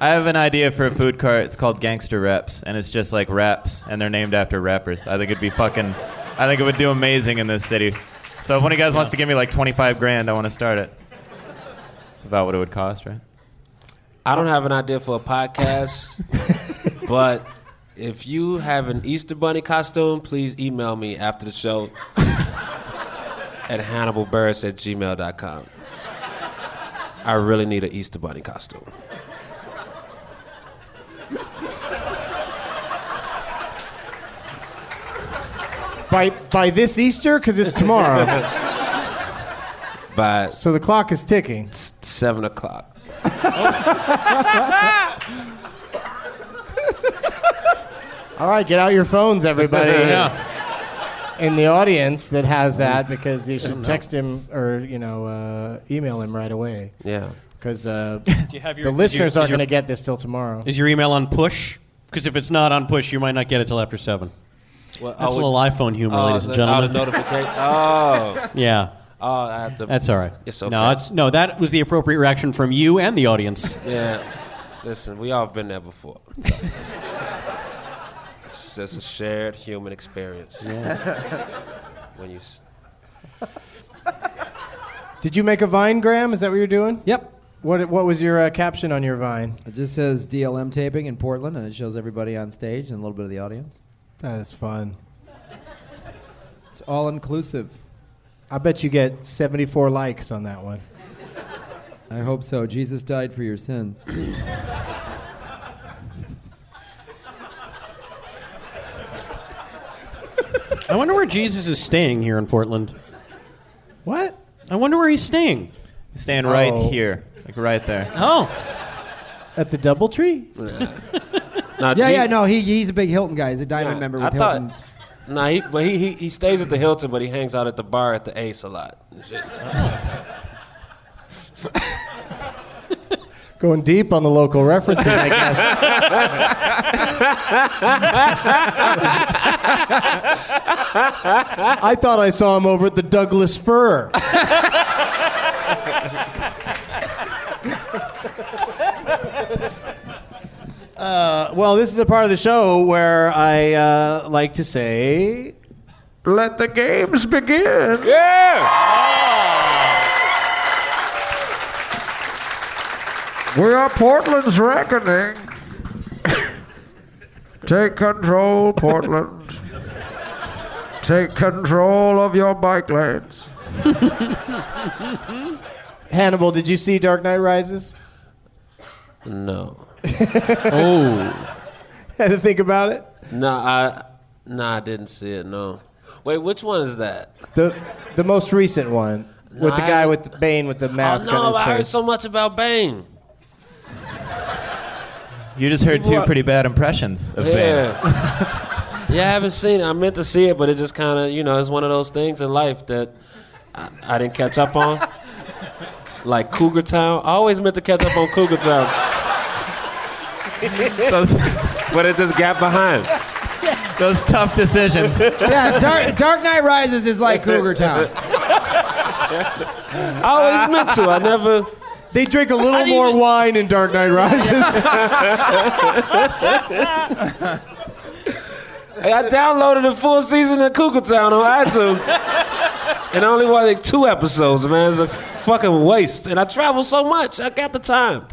[SPEAKER 5] I have an idea for a food cart. It's called Gangster Reps, and it's just like raps, and they're named after rappers. I think it'd be fucking. I think it would do amazing in this city. So if one of you guys wants to give me like 25 grand, I want to start it. It's about what it would cost, right?
[SPEAKER 8] I don't have an idea for a podcast, but if you have an Easter Bunny costume, please email me after the show at hannibalburris at gmail.com. I really need an Easter Bunny costume.
[SPEAKER 3] By by this Easter, because
[SPEAKER 12] [LAUGHS]
[SPEAKER 3] it's tomorrow,
[SPEAKER 8] By
[SPEAKER 3] so the clock is ticking.
[SPEAKER 8] s- 7 o'clock.
[SPEAKER 3] All right, get out your
[SPEAKER 12] [LAUGHS]
[SPEAKER 3] phones, everybody. In the audience that has that, because you should text him or you know uh, email him right away,
[SPEAKER 8] Yeah.
[SPEAKER 3] because
[SPEAKER 4] [LAUGHS]
[SPEAKER 3] uh,
[SPEAKER 4] you have your-
[SPEAKER 3] the
[SPEAKER 4] is
[SPEAKER 3] listeners
[SPEAKER 4] your- is
[SPEAKER 3] aren't
[SPEAKER 4] your-
[SPEAKER 3] going to get this till tomorrow.
[SPEAKER 4] Is your email on push? Because if it's not on push, you might not get it till after seven.
[SPEAKER 8] Well,
[SPEAKER 4] That's a little iPhone humor,
[SPEAKER 5] Uh,
[SPEAKER 8] oh,
[SPEAKER 4] ladies and
[SPEAKER 8] the-
[SPEAKER 4] gentlemen.
[SPEAKER 8] Oh, the
[SPEAKER 5] [LAUGHS]
[SPEAKER 8] notification. Oh,
[SPEAKER 4] [LAUGHS] yeah,
[SPEAKER 8] oh, I have to.
[SPEAKER 4] that's all right.
[SPEAKER 8] It's okay.
[SPEAKER 4] No, it's no. That was the appropriate reaction from you and the audience.
[SPEAKER 8] Yeah. Listen, we all been there before. it's just a shared human experience. when you. s-
[SPEAKER 3] Did you make a Vine Graham? Is that what you're doing?
[SPEAKER 12] Yep.
[SPEAKER 3] What what was your uh, caption on your Vine?
[SPEAKER 12] It just says DLM taping in Portland and it shows everybody on stage and a little bit of the audience.
[SPEAKER 3] That is fun.
[SPEAKER 12] It's all inclusive.
[SPEAKER 3] I bet you get 74 likes on that one.
[SPEAKER 12] I hope so. Jesus died for your
[SPEAKER 8] [CLEARS THROAT]
[SPEAKER 12] sins.
[SPEAKER 4] I wonder where Jesus is staying here in Portland.
[SPEAKER 3] What?
[SPEAKER 4] I wonder where he's staying.
[SPEAKER 5] Stand right
[SPEAKER 3] Oh.
[SPEAKER 5] here, like right there.
[SPEAKER 4] Oh,
[SPEAKER 3] At the DoubleTree?
[SPEAKER 8] Nah,
[SPEAKER 12] yeah,
[SPEAKER 8] G-
[SPEAKER 12] yeah, no, he he's a big Hilton guy. He's a diamond
[SPEAKER 8] nah,
[SPEAKER 12] member
[SPEAKER 8] I
[SPEAKER 12] with
[SPEAKER 8] thought-
[SPEAKER 12] Hilton's.
[SPEAKER 8] Nah, he, but he, he he stays at the Hilton, but he hangs out at the bar at the Ace a lot. and shit.
[SPEAKER 3] Going deep on the local references, [LAUGHS] I guess. I thought I saw him over at the Douglas Fir. Uh, well, this is a part of the show where I uh, like to say, "Let the games begin."
[SPEAKER 8] Yeah.
[SPEAKER 13] [LAUGHS] We are Portland's reckoning. Take control, Portland. Take control of your bike lanes.
[SPEAKER 3] Hannibal, did you see Dark Knight Rises? [LAUGHS]
[SPEAKER 8] No.
[SPEAKER 3] Had to think about it.
[SPEAKER 8] Nah, I nah, I didn't see it. No. Wait, which one is that?
[SPEAKER 3] The the most recent one with the
[SPEAKER 8] I
[SPEAKER 3] guy with
[SPEAKER 8] haven't-
[SPEAKER 3] the Bane with the
[SPEAKER 8] Oh
[SPEAKER 3] mask
[SPEAKER 8] no,
[SPEAKER 3] on his
[SPEAKER 8] I heard
[SPEAKER 3] face.
[SPEAKER 8] so much about Bane.
[SPEAKER 5] You just heard two
[SPEAKER 8] What?
[SPEAKER 5] pretty bad impressions
[SPEAKER 3] [LAUGHS]
[SPEAKER 5] of Bane.
[SPEAKER 8] Yeah. yeah, [LAUGHS] I haven't seen it. I meant to see it, but it just kind of, you know, it's one of those things in life that I, I didn't catch up on. like Cougar Town. I always meant to catch up on Cougar Town,
[SPEAKER 5] Those,
[SPEAKER 8] but it just got behind.
[SPEAKER 5] those tough decisions.
[SPEAKER 12] yeah, Dark, Dark Knight Rises is like Cougar Town.
[SPEAKER 8] I always meant to. I never.
[SPEAKER 3] They drink a little more wine in Dark
[SPEAKER 8] [LAUGHS]
[SPEAKER 3] Knight Rises.
[SPEAKER 8] Hey, I downloaded the full season of Cougar Town on iTunes. And I only watched like two episodes, man. It's a fucking waste. And I travel so much. I got the time.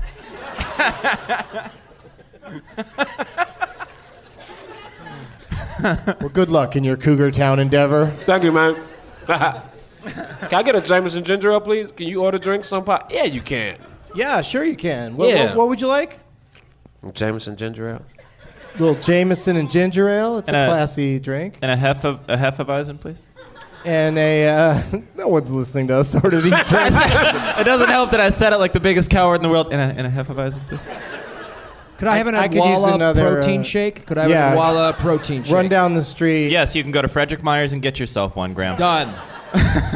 [SPEAKER 3] well, good luck in your Cougar Town endeavor.
[SPEAKER 8] Thank you, man. [LAUGHS] can I get a Jameson ginger ale, please? Can you order drinks on pot? Yeah, you can.
[SPEAKER 3] Yeah, sure you can. What,
[SPEAKER 8] Yeah.
[SPEAKER 3] what, what would you like?
[SPEAKER 8] Jameson ginger ale.
[SPEAKER 3] little Jameson and ginger ale. It's
[SPEAKER 5] And
[SPEAKER 3] a
[SPEAKER 5] a-
[SPEAKER 3] classy drink.
[SPEAKER 5] And a heffa, a hefeweizen, please.
[SPEAKER 3] And a uh, [LAUGHS] no one's listening to us order these drinks.
[SPEAKER 5] it doesn't help that I said it like the biggest coward in the world. And a, and a hefeweizen, please.
[SPEAKER 14] Could I have an
[SPEAKER 3] I could use
[SPEAKER 14] Walla
[SPEAKER 3] another,
[SPEAKER 14] protein
[SPEAKER 3] uh,
[SPEAKER 14] shake? Could I have
[SPEAKER 3] yeah.
[SPEAKER 14] an Walla protein shake?
[SPEAKER 3] Run down the street.
[SPEAKER 5] Yes, you can go to Frederick Myers and get yourself one, Graham.
[SPEAKER 14] Done.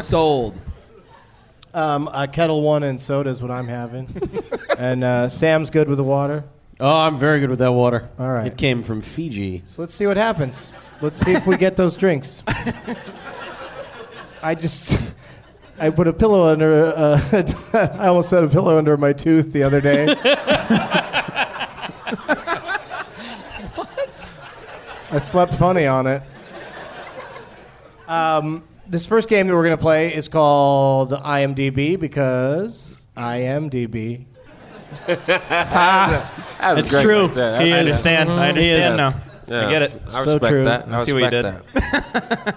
[SPEAKER 14] Sold.
[SPEAKER 3] Um, a kettle one and soda is what I'm having. and uh, Sam's good with the water.
[SPEAKER 4] Oh, I'm very good with that water.
[SPEAKER 3] All right.
[SPEAKER 4] It came from Fiji.
[SPEAKER 3] So let's see what happens. Let's see if we get those drinks. I just. I put a pillow under. Uh, [LAUGHS] I almost had a pillow under my tooth the other day. I slept funny on it. Um, this first game that we're going to play is called IMDb because IMDb.
[SPEAKER 8] That was
[SPEAKER 4] It's
[SPEAKER 8] great
[SPEAKER 4] true.
[SPEAKER 8] right there. That
[SPEAKER 4] He
[SPEAKER 8] was-
[SPEAKER 5] I understand. I
[SPEAKER 4] He
[SPEAKER 5] understand
[SPEAKER 4] is.
[SPEAKER 5] now. I get it.
[SPEAKER 8] I
[SPEAKER 3] So
[SPEAKER 8] respect
[SPEAKER 3] true.
[SPEAKER 8] that. I
[SPEAKER 5] I see what you
[SPEAKER 8] respect that.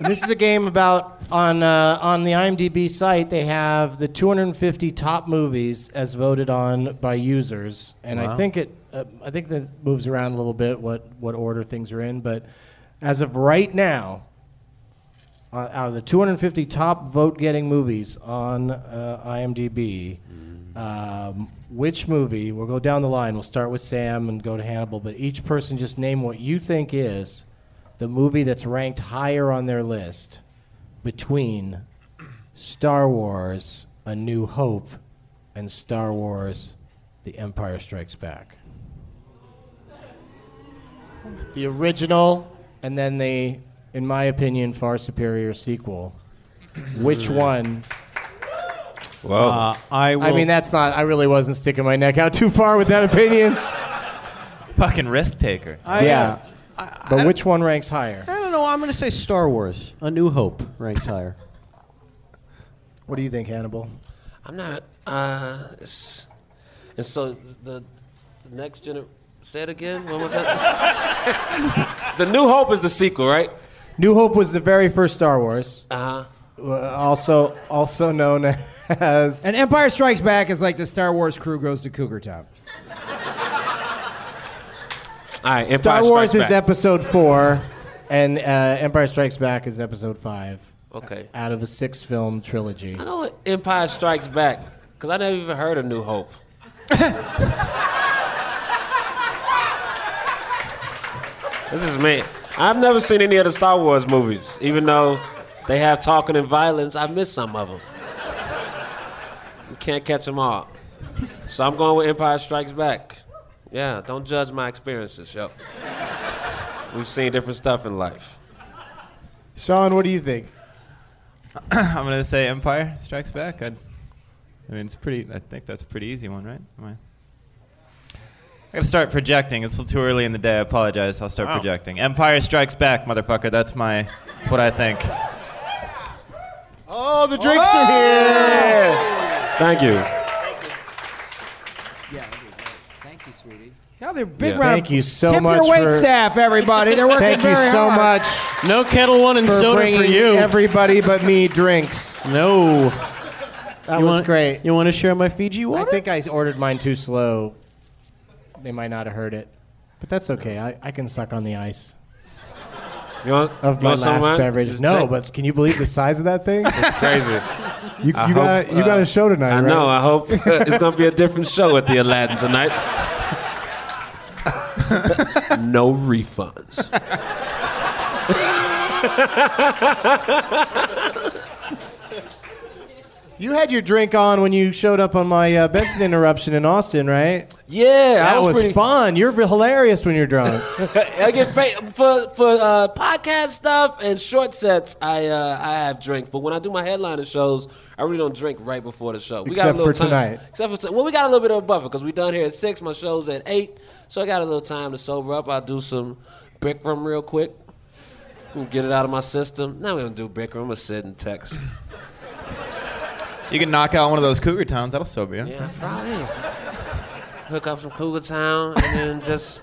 [SPEAKER 3] this is a game about on uh, on the IMDb site. They have the 250 top movies as voted on by users, and I
[SPEAKER 4] Wow.
[SPEAKER 3] think it uh, I think that moves around a little bit what what order things are in. But as of right now, uh, out of the 250 top vote getting movies on uh, IMDb. Um, which movie? We'll go down the line. We'll start with Sam and go to Hannibal, but each person just name what you think is the movie that's ranked higher on their list between Star Wars A New Hope and Star Wars The Empire Strikes Back. The original and then the, in my opinion, far superior sequel. Which one?
[SPEAKER 8] Whoa.
[SPEAKER 4] Uh, I, will,
[SPEAKER 3] I mean, that's not, I really wasn't sticking my neck out [LAUGHS] too far with that opinion.
[SPEAKER 5] Fucking risk taker.
[SPEAKER 4] I,
[SPEAKER 3] yeah.
[SPEAKER 4] uh, I,
[SPEAKER 3] But which one ranks higher?
[SPEAKER 4] I don't know. I'm going to say Star Wars. A New Hope ranks higher.
[SPEAKER 3] What do you think, Hannibal?
[SPEAKER 8] I'm not. Uh, it's, and so the, the next gener. Say it again. What was that? [LAUGHS] the New Hope is the sequel, right?
[SPEAKER 3] New Hope was the very first Star Wars,
[SPEAKER 8] Uh huh.
[SPEAKER 3] uh, also also known as
[SPEAKER 14] And Empire Strikes Back is like the Star Wars crew goes to Cougar Town.
[SPEAKER 8] All right. Empire
[SPEAKER 3] Star Wars
[SPEAKER 8] Strikes
[SPEAKER 3] is
[SPEAKER 8] Back.
[SPEAKER 3] Episode Four, and uh, Empire Strikes Back is Episode Five. Uh,
[SPEAKER 8] Okay.
[SPEAKER 3] Out of a six-film trilogy.
[SPEAKER 8] I go with Empire Strikes Back because I never even heard of New Hope. this is me. I've never seen any of the Star Wars movies, even though they have talking and violence. I missed some of them. You can't catch them all. So I'm going with Empire Strikes Back. Yeah, don't judge my experiences, yo. We've seen different stuff in life.
[SPEAKER 3] Sean, what do you think?
[SPEAKER 5] I'm gonna say Empire Strikes Back. I'd, I mean, it's pretty. I think that's a pretty easy one, right? Am I, I gotta start projecting. It's still too early in the day. I apologize. I'll start projecting. Empire Strikes Back, motherfucker. That's my. That's what I think.
[SPEAKER 3] Oh, the drinks are here.
[SPEAKER 8] Thank you.
[SPEAKER 14] Yeah. Thank you, sweetie. God, they're big
[SPEAKER 8] Yeah.
[SPEAKER 14] round.
[SPEAKER 3] Thank you so
[SPEAKER 14] Tip
[SPEAKER 3] much.
[SPEAKER 14] your wait
[SPEAKER 3] for,
[SPEAKER 14] staff, everybody. They're working
[SPEAKER 3] Thank you
[SPEAKER 14] very
[SPEAKER 3] so
[SPEAKER 14] hard.
[SPEAKER 3] much
[SPEAKER 4] No kettle one and
[SPEAKER 3] for
[SPEAKER 4] soda
[SPEAKER 3] bringing
[SPEAKER 4] for you.
[SPEAKER 3] everybody but me drinks.
[SPEAKER 4] no.
[SPEAKER 3] That
[SPEAKER 4] you
[SPEAKER 3] was
[SPEAKER 4] want,
[SPEAKER 3] great.
[SPEAKER 4] You want to share my Fiji
[SPEAKER 3] I
[SPEAKER 4] water?
[SPEAKER 3] think I ordered mine too slow. They might not have heard it, but that's okay. I, I can suck on the ice
[SPEAKER 8] You want,
[SPEAKER 3] of
[SPEAKER 8] you
[SPEAKER 3] my
[SPEAKER 8] want some
[SPEAKER 3] last
[SPEAKER 8] of mine?
[SPEAKER 3] beverage.
[SPEAKER 8] Just
[SPEAKER 3] No,
[SPEAKER 8] drink.
[SPEAKER 3] but can you believe the size of that
[SPEAKER 8] [LAUGHS]
[SPEAKER 3] thing?
[SPEAKER 8] it's crazy.
[SPEAKER 3] You, you
[SPEAKER 8] I
[SPEAKER 3] got
[SPEAKER 8] hope,
[SPEAKER 3] you got
[SPEAKER 8] uh,
[SPEAKER 3] a show tonight,
[SPEAKER 8] I
[SPEAKER 3] right?
[SPEAKER 8] know. I hope uh, it's going to be a different show at the Aladdin tonight. no refunds.
[SPEAKER 3] You had your drink on when you showed up on my uh, Benson interruption in Austin, right?
[SPEAKER 8] Yeah,
[SPEAKER 3] That
[SPEAKER 8] I
[SPEAKER 3] was,
[SPEAKER 8] was, pretty,
[SPEAKER 3] fun. You're hilarious when you're drunk.
[SPEAKER 8] [LAUGHS] I get fa- for for uh, podcast stuff and short sets. I uh, I have drink, but when I do my headliner shows, I really don't drink right before the show. We got
[SPEAKER 3] Except
[SPEAKER 8] a little
[SPEAKER 3] for
[SPEAKER 8] time.
[SPEAKER 3] tonight.
[SPEAKER 8] Except for t- well, we got a little bit of a buffer because we done here at six. My show's at eight, so I got a little time to sober up. I'll do some Bikram real quick. We'll Get it out of my system. Now we don't do Bikram. I'm gonna sit and text.
[SPEAKER 5] You can knock out one of those cougar towns. That'll sober you.
[SPEAKER 8] Yeah, probably.
[SPEAKER 9] hook up some Cougar Town, and then just,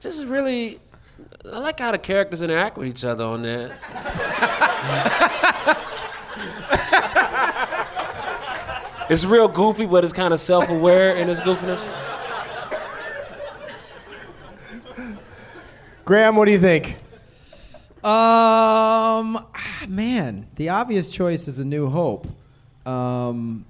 [SPEAKER 9] just really, I like how the characters interact with each other on there. it's real goofy, but it's kind of self-aware in its goofiness.
[SPEAKER 3] Graham, what do you think?
[SPEAKER 8] Oh,
[SPEAKER 15] Um, ah, man, the obvious choice is A New Hope. Um,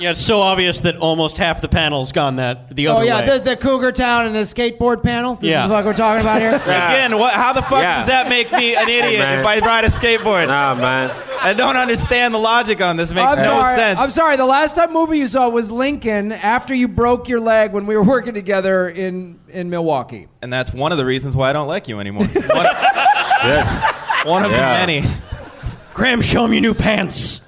[SPEAKER 4] Yeah, it's so obvious that almost half the panel's gone that the other
[SPEAKER 8] oh yeah,
[SPEAKER 4] way.
[SPEAKER 8] the, the Cougar Town and the skateboard panel. This
[SPEAKER 4] Yeah.
[SPEAKER 8] is what we're talking about here.
[SPEAKER 5] Again, what, how the fuck
[SPEAKER 8] Yeah.
[SPEAKER 5] does that make me
[SPEAKER 4] [LAUGHS]
[SPEAKER 5] an idiot
[SPEAKER 8] man.
[SPEAKER 5] if I ride a skateboard?
[SPEAKER 9] Nah, man.
[SPEAKER 5] I don't understand the logic on this. It makes
[SPEAKER 8] I'm
[SPEAKER 5] no
[SPEAKER 8] sorry.
[SPEAKER 5] sense.
[SPEAKER 8] I'm sorry. The last time movie you saw was Lincoln after you broke your leg when we were working together in in Milwaukee.
[SPEAKER 5] and that's one of the reasons why I don't like you
[SPEAKER 4] [LAUGHS]
[SPEAKER 5] anymore. One, one of
[SPEAKER 4] Yeah.
[SPEAKER 5] the many.
[SPEAKER 4] Graham, show him your new pants.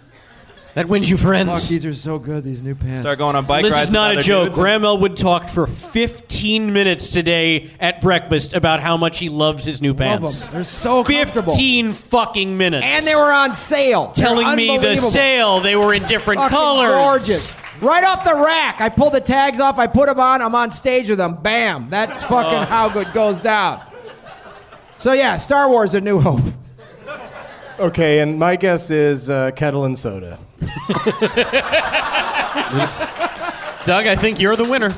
[SPEAKER 4] That wins you friends.
[SPEAKER 8] Fuck, these are so good. These new pants.
[SPEAKER 5] Start going on bike
[SPEAKER 4] this
[SPEAKER 5] rides
[SPEAKER 4] is
[SPEAKER 5] with
[SPEAKER 4] not a
[SPEAKER 5] other
[SPEAKER 4] joke.
[SPEAKER 5] dudes and-
[SPEAKER 4] Graham Elwood talked for 15 minutes today at breakfast about how much he loves his new
[SPEAKER 8] Love
[SPEAKER 4] pants.
[SPEAKER 8] them. They're so comfortable.
[SPEAKER 4] 15 fucking minutes.
[SPEAKER 8] And they were on sale. They're
[SPEAKER 4] telling me the
[SPEAKER 8] unbelievable.
[SPEAKER 4] sale. They were in different
[SPEAKER 8] Fucking
[SPEAKER 4] colors.
[SPEAKER 8] Gorgeous. Right off the rack. I pull the tags off. I put them on. I'm on stage with them. Bam. That's fucking
[SPEAKER 4] Oh.
[SPEAKER 8] how good goes down. So yeah, Star Wars: A New Hope.
[SPEAKER 3] Okay, and my guess is uh, kettle and soda.
[SPEAKER 4] Doug, I think you're the winner.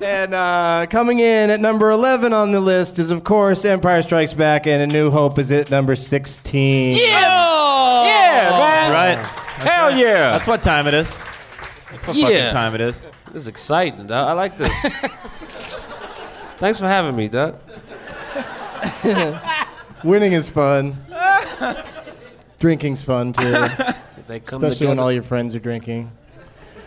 [SPEAKER 3] And uh, coming in at number 11 on the list is, of course, Empire Strikes Back, and A New Hope is at number 16.
[SPEAKER 4] Oh.
[SPEAKER 9] Yeah, man.
[SPEAKER 5] Right.
[SPEAKER 9] Hell yeah.
[SPEAKER 5] That's what time it is. That's what fucking
[SPEAKER 9] Yeah.
[SPEAKER 5] time it is.
[SPEAKER 9] This is exciting, dog. I like
[SPEAKER 8] [LAUGHS]
[SPEAKER 9] this. Thanks for having me, Doug.
[SPEAKER 3] Winning
[SPEAKER 9] [LAUGHS]
[SPEAKER 3] is fun. Drinking's fun, too.
[SPEAKER 9] They come
[SPEAKER 3] Especially when
[SPEAKER 9] together.
[SPEAKER 3] all your friends are drinking.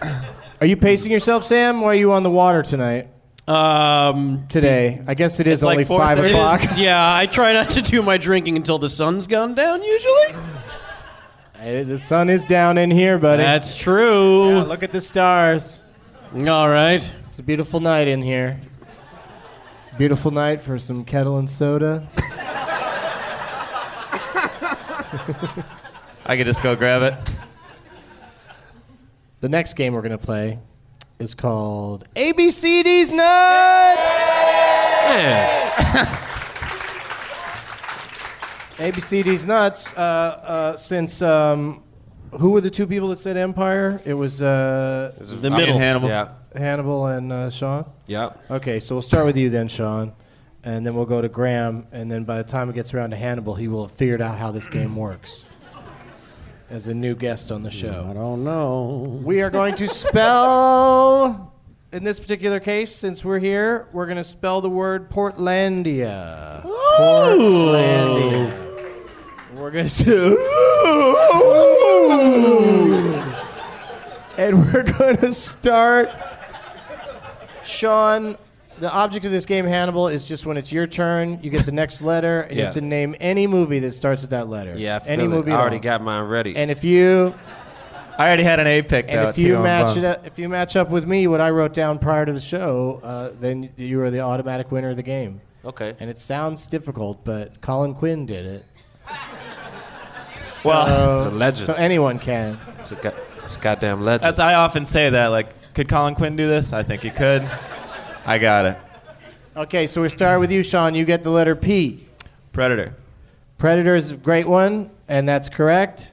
[SPEAKER 3] Are you pacing yourself, Sam? Or are you on the water tonight?
[SPEAKER 4] Um,
[SPEAKER 3] Today. I guess it is
[SPEAKER 4] It's like
[SPEAKER 3] only
[SPEAKER 4] four-
[SPEAKER 3] 5
[SPEAKER 4] it is-
[SPEAKER 3] o'clock.
[SPEAKER 4] yeah, I try not to do my drinking until the sun's gone down. Usually,
[SPEAKER 3] Hey, the sun is down in here, buddy.
[SPEAKER 4] that's true.
[SPEAKER 3] Yeah, look at the stars.
[SPEAKER 4] All right.
[SPEAKER 3] It's a beautiful night in here. Beautiful night for some kettle and soda.
[SPEAKER 5] I could just go grab it.
[SPEAKER 3] The next game we're going to play is called ABCD's Nuts! [LAUGHS] ABCD's Nuts, uh, uh, since um, who were the two people that said Empire? It was uh,
[SPEAKER 9] The me and middle. Hannibal. Yeah.
[SPEAKER 3] Hannibal and uh, Sean?
[SPEAKER 9] Yep.
[SPEAKER 3] Okay, so we'll start with you then, Sean. And then we'll go to Graham. And then by the time it gets around to Hannibal, he will have figured out how this game works [CLEARS THROAT] as a new guest on the show. I don't know. We are going to spell, in this particular case, since we're here, we're going to spell the word Portlandia. Portlandia. We're going to. [LAUGHS] And we're going to start. Sean, the object of this game, Hannibal, is just when it's your turn, you get the next letter, and you have
[SPEAKER 9] Yeah.
[SPEAKER 3] to name any movie that starts with that letter.
[SPEAKER 9] Yeah, I feel
[SPEAKER 3] any
[SPEAKER 9] it.
[SPEAKER 3] movie.
[SPEAKER 9] I
[SPEAKER 3] at
[SPEAKER 9] already
[SPEAKER 3] all.
[SPEAKER 9] got mine ready.
[SPEAKER 3] And if you
[SPEAKER 5] I already had an A pick
[SPEAKER 3] and
[SPEAKER 5] though.
[SPEAKER 3] if you
[SPEAKER 5] too, I'm
[SPEAKER 3] match
[SPEAKER 5] bummed.
[SPEAKER 3] it up, if you match up with me, what I wrote down prior to the show, uh, then you are the automatic winner of the game.
[SPEAKER 9] Okay.
[SPEAKER 3] And it sounds difficult, but Colin Quinn did it.
[SPEAKER 5] Well-
[SPEAKER 9] He's a legend.
[SPEAKER 3] So anyone can.
[SPEAKER 9] It's a, go- it's a goddamn legend.
[SPEAKER 5] That's I often say that. Like, could Colin Quinn do this? I think he could. I got it.
[SPEAKER 3] Okay, so we start with you, Sean. You get the letter P.
[SPEAKER 5] Predator.
[SPEAKER 3] Predator is a great one, and that's correct.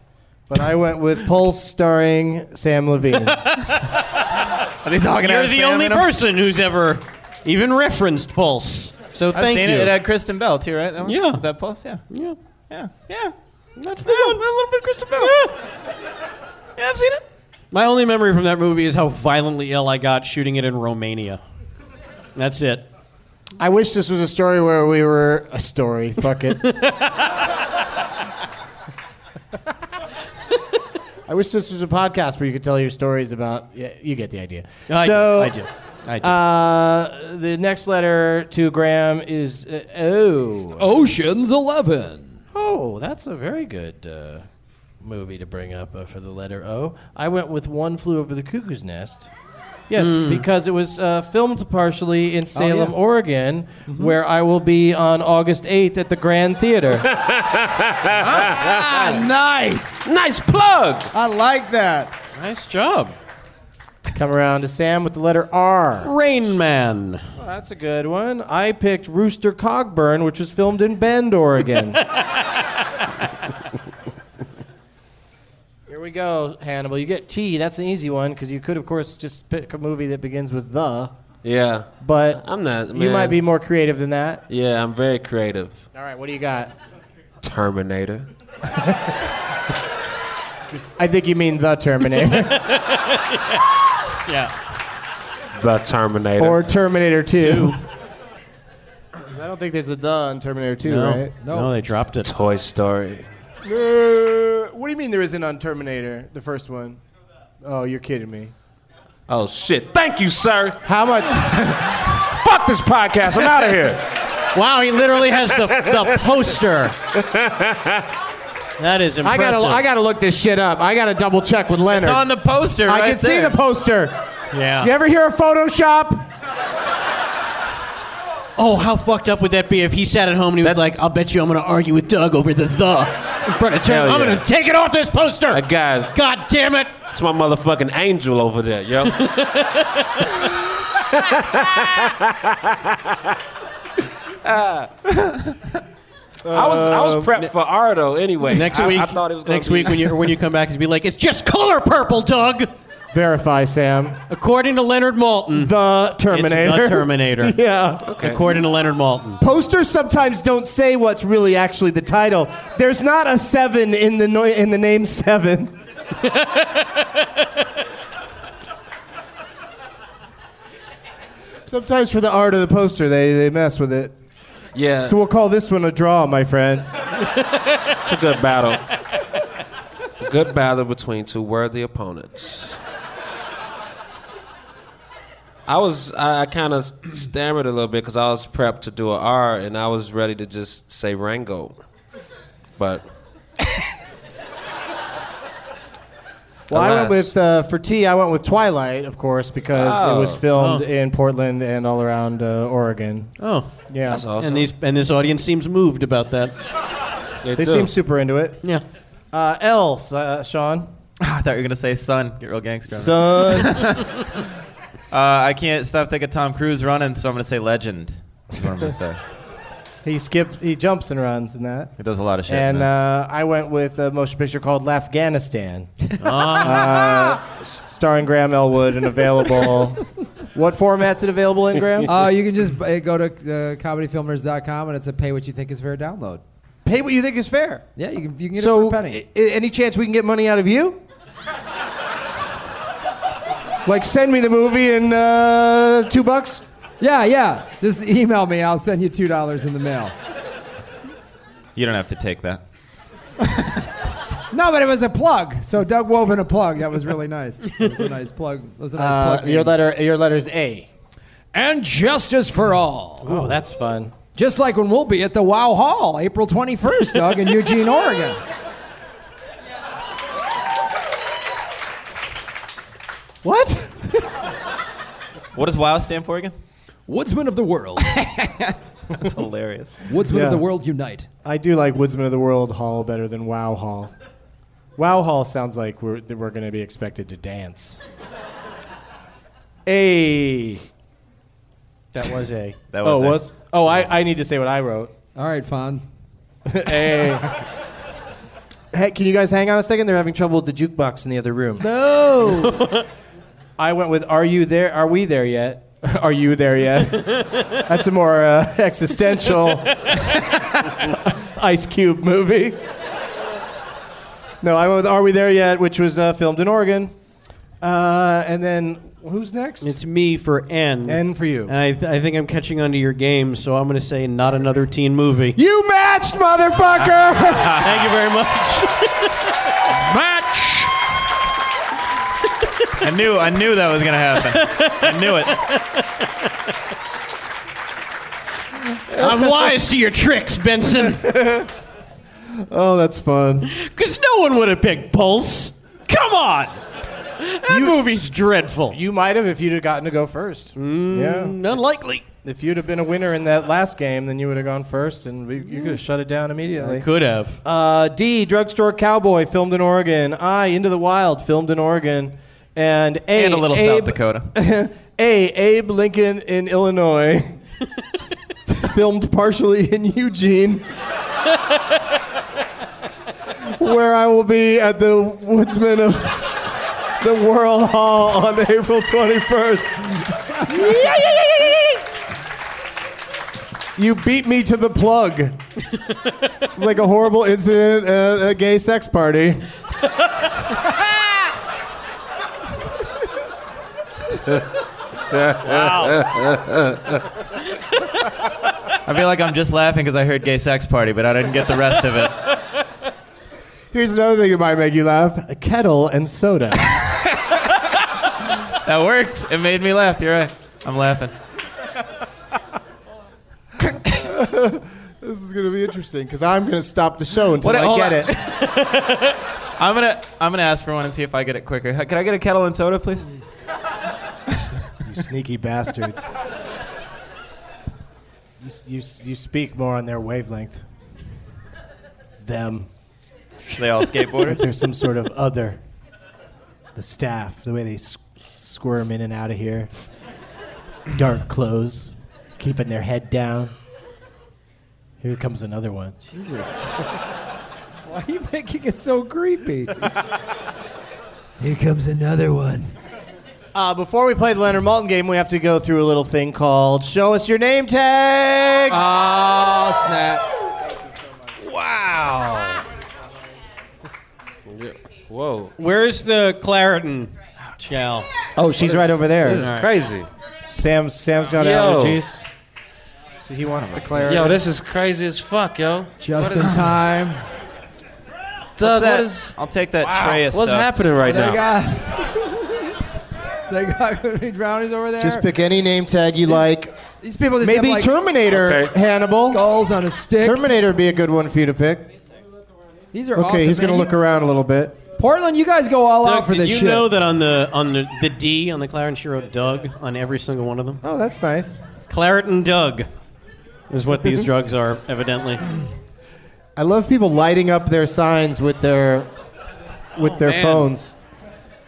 [SPEAKER 3] But I went with Pulse starring Sam
[SPEAKER 4] [LAUGHS]
[SPEAKER 3] Levine.
[SPEAKER 5] Are these all gonna
[SPEAKER 4] You're
[SPEAKER 5] have
[SPEAKER 4] the
[SPEAKER 5] Sam
[SPEAKER 4] only
[SPEAKER 5] in 'em?
[SPEAKER 4] person who's ever even referenced Pulse. So
[SPEAKER 5] I've
[SPEAKER 4] thank
[SPEAKER 5] seen
[SPEAKER 4] you.
[SPEAKER 5] it. It had Kristen Bell too, right? That one?
[SPEAKER 4] Yeah.
[SPEAKER 5] Is that plus? Yeah.
[SPEAKER 4] Yeah.
[SPEAKER 5] Yeah.
[SPEAKER 4] Yeah. That's the one. A little bit Kristen Bell. Yeah.
[SPEAKER 5] I've seen it.
[SPEAKER 4] My only memory from that movie is how violently ill I got shooting it in Romania. That's it.
[SPEAKER 3] I wish this was a story where we were a story. Fuck
[SPEAKER 4] [LAUGHS]
[SPEAKER 3] it. I wish this was a podcast where you could tell your stories about. Yeah, you get the idea.
[SPEAKER 4] I
[SPEAKER 3] so
[SPEAKER 4] do, I do. I do.
[SPEAKER 3] Uh, the next letter to Graham is uh, O.
[SPEAKER 8] Ocean's Eleven.
[SPEAKER 3] Oh, that's a very good uh, movie to bring up uh, for the letter O. I went with One Flew Over the Cuckoo's Nest. Yes,
[SPEAKER 4] Mm.
[SPEAKER 3] because it was uh, filmed partially in Salem,
[SPEAKER 4] yeah.
[SPEAKER 3] Oregon, where I will be on August 8th at the Grand Theater.
[SPEAKER 8] nice.
[SPEAKER 9] Nice plug.
[SPEAKER 8] I like that.
[SPEAKER 4] Nice job.
[SPEAKER 3] Come around to Sam with the letter R.
[SPEAKER 4] Rain Man.
[SPEAKER 3] Well, that's a good one. I picked Rooster Cogburn, which was filmed in Bend, Oregon. Here we go, Hannibal. You get T. That's an easy one because you could, of course, just pick a movie that begins with the.
[SPEAKER 9] Yeah.
[SPEAKER 3] But
[SPEAKER 8] Oh,
[SPEAKER 9] I'm not.
[SPEAKER 3] You might
[SPEAKER 9] man.
[SPEAKER 3] be more creative than that.
[SPEAKER 9] Yeah, I'm very creative.
[SPEAKER 3] All right, what do you got?
[SPEAKER 9] Terminator.
[SPEAKER 3] I think you mean the Terminator
[SPEAKER 4] Yeah.
[SPEAKER 9] The Terminator.
[SPEAKER 3] or Terminator [LAUGHS] 2. I don't think there's a the in Terminator 2,
[SPEAKER 4] No.
[SPEAKER 3] right?
[SPEAKER 4] No, they dropped it.
[SPEAKER 9] Toy Story.
[SPEAKER 3] Uh, what do you mean there isn't on Terminator, the first one? Oh, you're kidding me.
[SPEAKER 9] Oh shit! Thank you, sir.
[SPEAKER 3] How much?
[SPEAKER 9] Fuck this podcast. I'm out of here.
[SPEAKER 4] Wow, he literally has the, the poster. That is
[SPEAKER 3] I
[SPEAKER 4] impressive.
[SPEAKER 3] gotta, I gotta look this shit up. I gotta double check with Leonard.
[SPEAKER 5] It's on the poster.
[SPEAKER 3] I
[SPEAKER 5] right
[SPEAKER 3] can see
[SPEAKER 5] there.
[SPEAKER 3] the poster.
[SPEAKER 4] Yeah.
[SPEAKER 3] You ever hear of Photoshop?
[SPEAKER 4] Oh, how fucked up would that be if he sat at home and he was like, "I'll bet you I'm going to argue with Doug over the the in front of Tim.
[SPEAKER 9] Hell
[SPEAKER 4] I'm
[SPEAKER 9] yeah.
[SPEAKER 4] going to take it off this poster."
[SPEAKER 9] Uh, guys,
[SPEAKER 4] God damn it!
[SPEAKER 9] it's my motherfucking angel over there,
[SPEAKER 8] [LAUGHS]
[SPEAKER 9] yo. I was I was
[SPEAKER 8] Uh,
[SPEAKER 9] prepped for R though. Anyway,
[SPEAKER 4] Next
[SPEAKER 9] I-
[SPEAKER 4] week,
[SPEAKER 9] I, thought it was gonna
[SPEAKER 4] next
[SPEAKER 9] be-
[SPEAKER 4] week when you when you come back, it's be like, "It's just color purple, Doug."
[SPEAKER 3] Verify, Sam.
[SPEAKER 4] According to Leonard Malton,
[SPEAKER 3] The Terminator.
[SPEAKER 4] It's the Terminator.
[SPEAKER 3] [LAUGHS] yeah.
[SPEAKER 9] Okay.
[SPEAKER 4] According to Leonard Malton.
[SPEAKER 3] Posters sometimes don't say what's really actually the title. There's not a seven in the no- in the name seven. [LAUGHS] sometimes for the art of the poster, they, they mess with it.
[SPEAKER 9] Yeah,
[SPEAKER 3] So we'll call this one a draw, my friend.
[SPEAKER 9] it's a good battle. A good battle between two worthy opponents. I was I kind of stammered a little bit because I was prepped to do a R and I was ready to just say Rango, but
[SPEAKER 3] Well, I
[SPEAKER 9] Alas.
[SPEAKER 3] went with uh, for tea. I went with Twilight, of course, because it was
[SPEAKER 9] Oh.
[SPEAKER 3] filmed
[SPEAKER 4] Oh.
[SPEAKER 3] in Portland and all around uh, Oregon.
[SPEAKER 4] Oh,
[SPEAKER 3] Yeah,
[SPEAKER 9] that's awesome.
[SPEAKER 4] and these and this audience seems moved about that.
[SPEAKER 3] they
[SPEAKER 9] do.
[SPEAKER 3] seem super into it.
[SPEAKER 4] Yeah.
[SPEAKER 3] Uh, else,
[SPEAKER 9] [LAUGHS]
[SPEAKER 3] uh, Sean,
[SPEAKER 5] [SIGHS] I thought you were gonna say son. Get real gangster. on it.
[SPEAKER 3] son,
[SPEAKER 5] Uh, I can't stop thinking Tom Cruise running, so I'm gonna say legend. That's what I'm
[SPEAKER 3] [LAUGHS]
[SPEAKER 5] gonna say.
[SPEAKER 3] he skips, he jumps and runs and that.
[SPEAKER 5] It does a lot of shit.
[SPEAKER 3] And
[SPEAKER 5] man.
[SPEAKER 3] uh, I went with a motion picture called Afghanistan,
[SPEAKER 9] Ah.
[SPEAKER 3] uh, starring Graham Elwood and available.
[SPEAKER 9] [LAUGHS]
[SPEAKER 3] what format's it available in, Graham?
[SPEAKER 8] Uh, you can just uh, go to uh, comedyfilmers.com and it's a pay what you think is fair download.
[SPEAKER 3] Pay what you think is fair.
[SPEAKER 8] Yeah, you can, you can get it
[SPEAKER 3] So,
[SPEAKER 8] for a penny.
[SPEAKER 3] i- i- any chance we can get money out of you? like, send me the movie in uh, two bucks.
[SPEAKER 8] yeah, yeah. Just email me. I'll send you $2 in the mail.
[SPEAKER 3] uh,
[SPEAKER 5] you don't have to take that.
[SPEAKER 8] No, but it was a plug. So Doug wove in a plug. That was really nice. It was a nice plug. It was a nice
[SPEAKER 3] Uh,
[SPEAKER 8] plug.
[SPEAKER 3] your
[SPEAKER 8] in.
[SPEAKER 3] letter, your letter's A.
[SPEAKER 8] and justice for all.
[SPEAKER 3] Oh, that's fun.
[SPEAKER 8] Just like when we'll be at the Wow Hall, April 21st, Doug, in Eugene, Oregon.
[SPEAKER 3] What?
[SPEAKER 5] What does WoW stand for
[SPEAKER 3] [LAUGHS]
[SPEAKER 5] again?
[SPEAKER 8] Woodsman of the world.
[SPEAKER 5] That's hilarious.
[SPEAKER 8] Woodsman
[SPEAKER 3] Yeah.
[SPEAKER 8] of the world unite.
[SPEAKER 3] I do like Woodsman of the World Hall better than Wow Hall. Wow Hall sounds like we're that we're going to be expected to dance. A. That was A.
[SPEAKER 5] That was
[SPEAKER 3] oh,
[SPEAKER 5] A.
[SPEAKER 3] was. Oh, I, I need to say what I wrote.
[SPEAKER 8] All right, Fonz.
[SPEAKER 3] A. Hey, can you guys hang on a second? They're having trouble with the jukebox in the other room.
[SPEAKER 8] No.
[SPEAKER 3] I went with "Are you there? Are we there yet? [LAUGHS] Are you there yet?" [LAUGHS] That's a more uh, existential [LAUGHS] Ice Cube movie. No, I went with "Are we there yet?" which was uh, filmed in Oregon. Uh, and then who's next?
[SPEAKER 4] It's me for N.
[SPEAKER 3] N for you.
[SPEAKER 4] And I, th- I think I'm catching on to your game, so I'm going to say not another teen movie.
[SPEAKER 3] you matched, motherfucker. [LAUGHS]
[SPEAKER 4] Thank you very much.
[SPEAKER 9] match.
[SPEAKER 5] I knew. I knew that was gonna happen. I
[SPEAKER 3] [LAUGHS]
[SPEAKER 5] knew it.
[SPEAKER 4] [LAUGHS] I'm wise to your tricks, Benson,
[SPEAKER 3] oh, that's fun.
[SPEAKER 4] because no one would have picked Pulse. Come on.
[SPEAKER 3] That movie's dreadful. You might have if you'd have gotten to go first. yeah. Unlikely. If you'd have been a winner in that last game, then you would have gone first, and we, you could have shut it down immediately.
[SPEAKER 4] I could have.
[SPEAKER 3] Uh, D, Drugstore Cowboy, filmed in Oregon. I, Into the Wild, filmed in Oregon. And A,
[SPEAKER 5] And a little South
[SPEAKER 3] Abe, [LAUGHS]
[SPEAKER 5] Dakota.
[SPEAKER 3] A, Abe Lincoln in
[SPEAKER 5] [LAUGHS]
[SPEAKER 3] Illinois, filmed partially in Eugene, where I will be at the Woodsman of the World Hall on April 21st. You beat me to the plug. It's like a horrible incident at a gay sex party.
[SPEAKER 5] I feel like I'm just laughing because I heard gay sex party, but I didn't get the rest of it.
[SPEAKER 3] [LAUGHS] Here's another thing that might make you laugh: a kettle and soda.
[SPEAKER 5] [LAUGHS] That worked. It made me laugh. You're right. I'm laughing.
[SPEAKER 3] this is gonna be interesting because I'm gonna stop the show until
[SPEAKER 5] What-
[SPEAKER 3] I
[SPEAKER 5] hold
[SPEAKER 3] get
[SPEAKER 5] on.
[SPEAKER 3] it.
[SPEAKER 5] [LAUGHS] I'm gonna I'm gonna ask for one and see if I get it quicker. H- Can I get a kettle and soda, please?
[SPEAKER 3] You sneaky bastard. You, you, you speak more on their wavelength. Them.
[SPEAKER 5] They all
[SPEAKER 3] Like
[SPEAKER 5] skateboarders.
[SPEAKER 3] There's some sort of other. The staff, the way they s- squirm in and out of here. Dark clothes, keeping their head down. Here comes another one.
[SPEAKER 8] Jesus. Why are you making it so creepy? Here comes another one.
[SPEAKER 3] Uh, before we play the Leonard Malton game, we have to go through a little thing called "Show us your name tags."
[SPEAKER 8] Oh snap!
[SPEAKER 4] Ah, Wow.
[SPEAKER 16] Whoa.
[SPEAKER 4] Where's the Claritin gal?
[SPEAKER 3] Oh, she's right over there.
[SPEAKER 4] This is Alright. crazy.
[SPEAKER 3] Sam, Sam's got
[SPEAKER 16] Yo.
[SPEAKER 3] allergies. So he wants the Claritin.
[SPEAKER 16] Yo, this is crazy as fuck, yo.
[SPEAKER 8] Just
[SPEAKER 16] What
[SPEAKER 8] in
[SPEAKER 16] is-
[SPEAKER 8] time.
[SPEAKER 16] So
[SPEAKER 5] What's
[SPEAKER 16] that-
[SPEAKER 5] that- [LAUGHS] I'll take that
[SPEAKER 16] Wow.
[SPEAKER 5] tray of
[SPEAKER 16] What's
[SPEAKER 5] stuff.
[SPEAKER 16] happening right
[SPEAKER 8] they
[SPEAKER 16] now?
[SPEAKER 8] got they got [LAUGHS] goody brownies over there.
[SPEAKER 3] Just pick any name tag you like.
[SPEAKER 8] These people just have,
[SPEAKER 3] Maybe
[SPEAKER 8] like,
[SPEAKER 3] Terminator, Hannibal.
[SPEAKER 8] Skulls on a stick.
[SPEAKER 3] Terminator would be a good one for you to pick.
[SPEAKER 8] These are
[SPEAKER 3] Okay,
[SPEAKER 8] awesome.
[SPEAKER 3] he's
[SPEAKER 8] man.
[SPEAKER 3] gonna
[SPEAKER 8] You-
[SPEAKER 3] look around a little bit.
[SPEAKER 8] Portland, you guys go all out
[SPEAKER 4] Doug,
[SPEAKER 8] for
[SPEAKER 4] did
[SPEAKER 8] this
[SPEAKER 4] you
[SPEAKER 8] shit.
[SPEAKER 4] know that on the on the, the D on the Claritin she wrote Doug on every single one of them?
[SPEAKER 3] Oh, that's nice.
[SPEAKER 4] Claritin Doug is what these drugs are, evidently.
[SPEAKER 3] I love people lighting up their signs with their with their [LAUGHS]
[SPEAKER 4] man.
[SPEAKER 3] phones.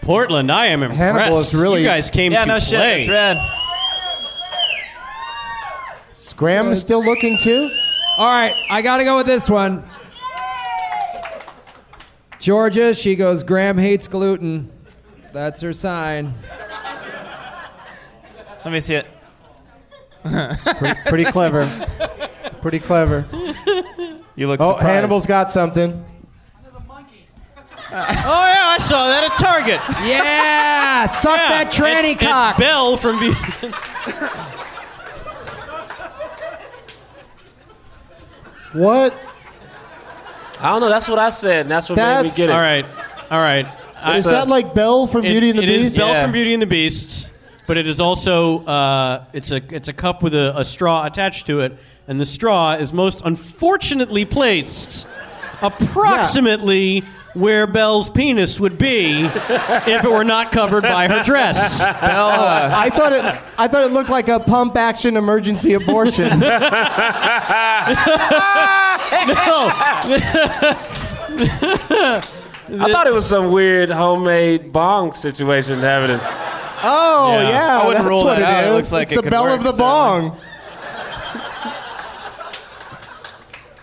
[SPEAKER 4] Portland, I am impressed.
[SPEAKER 3] Hannibal is really-
[SPEAKER 4] you guys came
[SPEAKER 5] yeah,
[SPEAKER 4] to
[SPEAKER 5] no
[SPEAKER 4] play.
[SPEAKER 5] shit. That's rad.
[SPEAKER 3] Scram is still looking too.
[SPEAKER 8] All right, I gotta go with this one. Georgia, she goes, Graham hates gluten. That's her sign.
[SPEAKER 5] Let me see it.
[SPEAKER 3] Pretty, pretty clever. Pretty clever.
[SPEAKER 5] You look
[SPEAKER 3] Oh,
[SPEAKER 5] surprised.
[SPEAKER 3] Hannibal's got something.
[SPEAKER 4] Oh yeah, I saw that at Target.
[SPEAKER 8] Yeah, suck
[SPEAKER 4] Yeah,
[SPEAKER 8] that tranny
[SPEAKER 4] it's,
[SPEAKER 8] cock.
[SPEAKER 4] It's Belle from. Be-
[SPEAKER 3] What?
[SPEAKER 16] I don't know. That's what I said, and that's what made
[SPEAKER 3] That's-
[SPEAKER 16] me get it.
[SPEAKER 4] all right, all right. I-
[SPEAKER 3] Is that like Belle from
[SPEAKER 4] It-
[SPEAKER 3] Beauty and the
[SPEAKER 4] It
[SPEAKER 3] Beast?
[SPEAKER 4] is Belle
[SPEAKER 5] Yeah.
[SPEAKER 4] from Beauty and the Beast, but it is also uh, it's a it's a cup with a, a straw attached to it, and the straw is most unfortunately placed approximately where Belle's penis would be if it were not covered by
[SPEAKER 8] [LAUGHS]
[SPEAKER 4] her dress.
[SPEAKER 5] Bell,
[SPEAKER 3] [LAUGHS]
[SPEAKER 5] uh,
[SPEAKER 3] I thought it. I thought it looked like a pump action emergency
[SPEAKER 4] [LAUGHS]
[SPEAKER 3] abortion.
[SPEAKER 16] I thought it was some weird homemade bong situation happening.
[SPEAKER 3] Oh yeah,
[SPEAKER 5] Yeah. I wouldn't
[SPEAKER 3] that's
[SPEAKER 5] rule
[SPEAKER 3] what
[SPEAKER 5] that out.
[SPEAKER 3] It,
[SPEAKER 5] It
[SPEAKER 3] is.
[SPEAKER 5] looks like
[SPEAKER 3] it's
[SPEAKER 5] it
[SPEAKER 3] the
[SPEAKER 5] could
[SPEAKER 3] bell
[SPEAKER 5] work,
[SPEAKER 3] of the
[SPEAKER 5] certainly.
[SPEAKER 3] bong.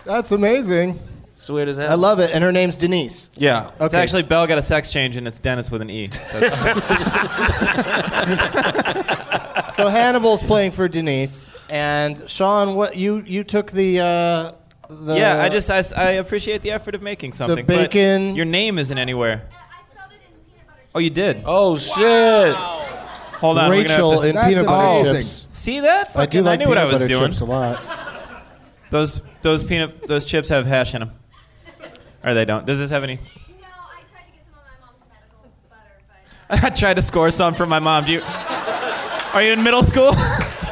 [SPEAKER 3] That's amazing.
[SPEAKER 16] It's weird as hell.
[SPEAKER 3] I love it, and her name's Denise.
[SPEAKER 16] Yeah.
[SPEAKER 5] it's actually Bell got a sex change, and it's Dennis with an
[SPEAKER 3] [LAUGHS]
[SPEAKER 5] E. That's-
[SPEAKER 3] so Hannibal's playing for Denise, and Sean, what you you took the uh, the
[SPEAKER 5] yeah, I just I, s- I appreciate the effort of making something. but
[SPEAKER 3] bacon-
[SPEAKER 5] your name isn't anywhere. Oh, you did.
[SPEAKER 16] Oh shit!
[SPEAKER 5] Hold on. we're gonna have
[SPEAKER 3] Rachel
[SPEAKER 5] to-
[SPEAKER 3] in
[SPEAKER 8] That's
[SPEAKER 3] peanut butter
[SPEAKER 8] amazing.
[SPEAKER 3] chips.
[SPEAKER 5] see that?
[SPEAKER 3] I do
[SPEAKER 5] Fucking-
[SPEAKER 3] like
[SPEAKER 5] I knew what I
[SPEAKER 3] peanut
[SPEAKER 5] was
[SPEAKER 3] butter
[SPEAKER 5] doing.
[SPEAKER 3] chips a lot.
[SPEAKER 5] Those those peanut those chips have hash in them, or they don't. Does this have any?
[SPEAKER 17] [LAUGHS]
[SPEAKER 5] I tried to score some from my mom. Do you? Are you in middle
[SPEAKER 8] [LAUGHS]
[SPEAKER 5] school?